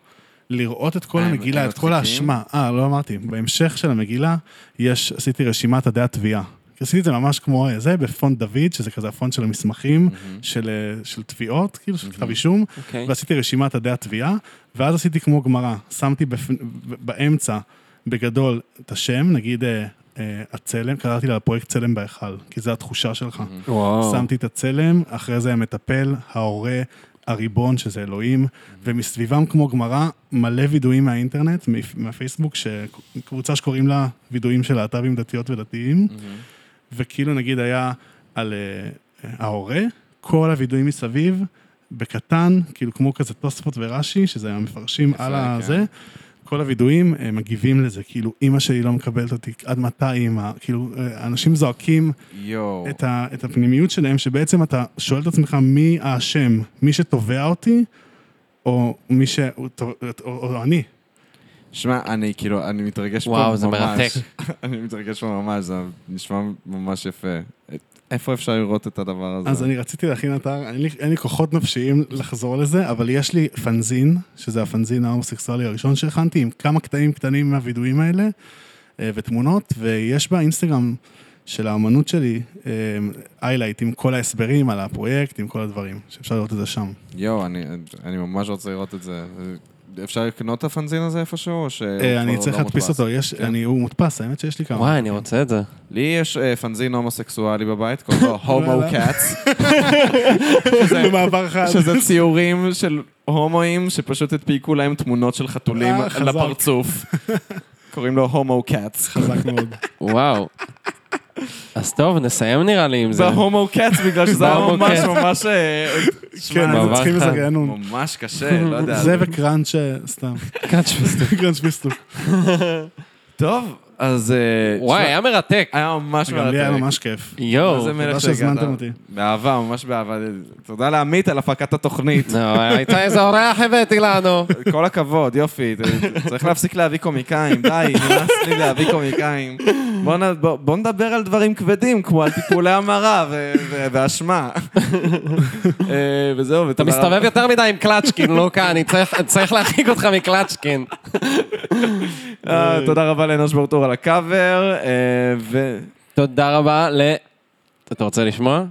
S3: לראות את כל
S2: אה, הם-
S3: המגילה,
S2: הם
S3: את כל
S2: מדחיקים?
S3: האשמה. אה, לא אמרתי, בהמשך של המגילה יש, עשיתי רשימת עדי התביעה. עשיתי את זה ממש כמו אה, זה, בפונט דוד, שזה כזה הפונט של המסמכים, של, אה, של תביעות, כאילו, של כתב אישום,
S4: אוקיי.
S3: ועשיתי רשימת עדי התביעה, ואז עשיתי כמו גמרא, שמתי בפ... ב- באמצע, בגדול, את השם, נגיד אה, אה, הצלם, קראתי לה פרויקט צלם בהיכל, כי זו התחושה שלך.
S4: וואו.
S3: שמתי את הצלם, אחרי זה המטפל, ההורה, הריבון, שזה אלוהים, ומסביבם כמו גמרא, מלא וידועים מהאינטרנט, מפ- מהפייסבוק, ש- קבוצה שקוראים לה וידועים של להט"בים דתיות ודתיים, וכאילו נגיד היה על אה, ההורה, כל הוידועים מסביב, בקטן, כאילו כמו כזה תוספות ורש"י, שזה המפרשים
S2: יפה,
S3: על
S2: כן.
S3: הזה. כל הווידואים אה, מגיבים לזה, כאילו, אימא שלי לא מקבלת אותי, עד מתי אימא? כאילו, אה, אנשים זועקים
S2: יואו.
S3: את, ה, את הפנימיות שלהם, שבעצם אתה שואל את עצמך מי האשם, מי שתובע אותי, או מי ש... או, או, או אני.
S2: שמע, אני כאילו, אני מתרגש פה ממש.
S4: וואו, זה מרתק.
S2: *laughs* אני מתרגש פה ממש, זה נשמע ממש יפה. איפה אפשר לראות את הדבר הזה?
S3: אז אני רציתי להכין אתר, אין לי, אין לי כוחות נפשיים לחזור לזה, אבל יש לי פנזין, שזה הפנזין ההומוסקסואלי הראשון שהכנתי, עם כמה קטעים קטנים מהווידואים האלה, אה, ותמונות, ויש באינסטגרם של האמנות שלי, איילייט עם כל ההסברים על הפרויקט, עם כל הדברים, שאפשר לראות את זה שם.
S2: יואו, אני, אני ממש רוצה לראות את זה. אפשר לקנות את הפנזין הזה איפשהו, או ש... לא
S3: אה, אני צריך להדפיס אותו, יש, אני, הוא מודפס, האמת שיש לי כמה.
S4: וואי, אני רוצה את זה.
S2: לי יש אה, פנזין הומוסקסואלי בבית, קוראים
S3: *laughs* לא,
S2: לו הומו
S3: וואלה.
S2: קאץ, *laughs*
S3: במעבר חד.
S2: שזה ציורים של הומואים שפשוט הדפיקו להם תמונות של חתולים
S3: אה, חזק. *laughs*
S2: לפרצוף. קוראים לו הומו קאץ.
S3: חזק מאוד.
S4: וואו. אז טוב, נסיים נראה לי עם זה.
S2: זה הומו קאץ בגלל שזה
S4: *laughs*
S2: היה
S4: בהומו
S2: ממש
S4: cats.
S2: ממש... אה,
S3: כן,
S2: שמע,
S3: אז
S4: מעבר
S3: צריכים
S4: חד.
S3: איזה רענון.
S2: ממש קשה, לא יודע.
S3: זה וקראנץ' אה, סתם.
S4: קאץ' וסטוק.
S3: קראנץ' ויסטוק.
S2: טוב, אז... אה,
S4: וואי,
S2: שמע,
S4: היה מרתק.
S2: היה ממש
S3: גם לי היה
S2: מרתק.
S3: ממש כיף.
S4: יואו.
S2: איזה מלך
S3: תודה שהזמנתם
S2: שהגעת.
S3: אותי.
S2: באהבה, ממש באהבה. תודה לעמית על הפקת התוכנית.
S4: לא, הייתה איזה אורח הבאתי לנו.
S2: כל הכבוד, יופי. צריך להפסיק להביא קומיקאים, די, נמאס לי להביא קומיקאים. בוא נ- בוא- בוא נדבר על דברים כבדים, כמו על טיפולי המרה ו- ו- ואשמה. אה, וזהו,
S4: אתה
S2: ותודה רבה.
S4: מסתובב יותר מדי עם קלצ'קין, לוקה, אני צריך- צריך להרחיק אותך מקלצ'קין.
S2: אה, תודה רבה לאנוש ברטור על הקאבר, אה, ו...
S4: תודה רבה ל... אתה רוצה לשמוע?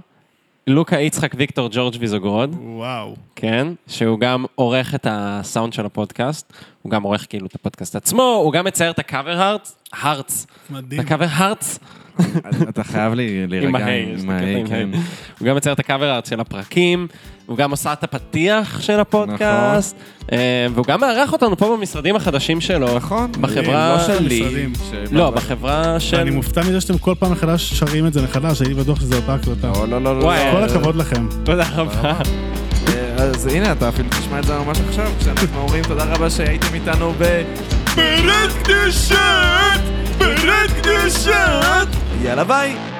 S4: לוקה יצחק ויקטור ג'ורג' ויזוגרוד.
S3: וואו.
S4: כן, שהוא גם עורך את הסאונד של הפודקאסט, הוא גם עורך כאילו את הפודקאסט עצמו, הוא גם מצייר את הקאבר הארץ, הארץ, את
S3: מדהים.
S4: הקאבר הארץ,
S2: אתה חייב לי-
S4: עם
S2: להירגע
S4: ההיי, יש
S2: עם
S4: לי קטע
S2: ההיי,
S4: עם
S2: כן.
S4: ההיי. הוא גם מצייר את הקאבר הארט של הפרקים, הוא גם עשה את הפתיח של הפודקאסט, אה, והוא גם מארח אותנו פה במשרדים החדשים שלו.
S2: נכון.
S4: בחברה-
S2: לא שלי.
S3: משרדים.
S4: לא, בחברה של...
S3: אני מופתע מזה שאתם כל פעם מחדש שרים את זה מחדש, הייתי בטוח שזו אותה הקלטה.
S2: לא, לא, לא, לא.
S4: וואי,
S3: כל הכבוד לכם.
S4: תודה רבה.
S2: אה, אז הנה, אתה אפילו תשמע את זה ממש עכשיו, כשאנחנו אומרים תודה רבה שהייתם איתנו ב...
S1: ברק דשת! ברק דשת!
S2: יאללה ביי!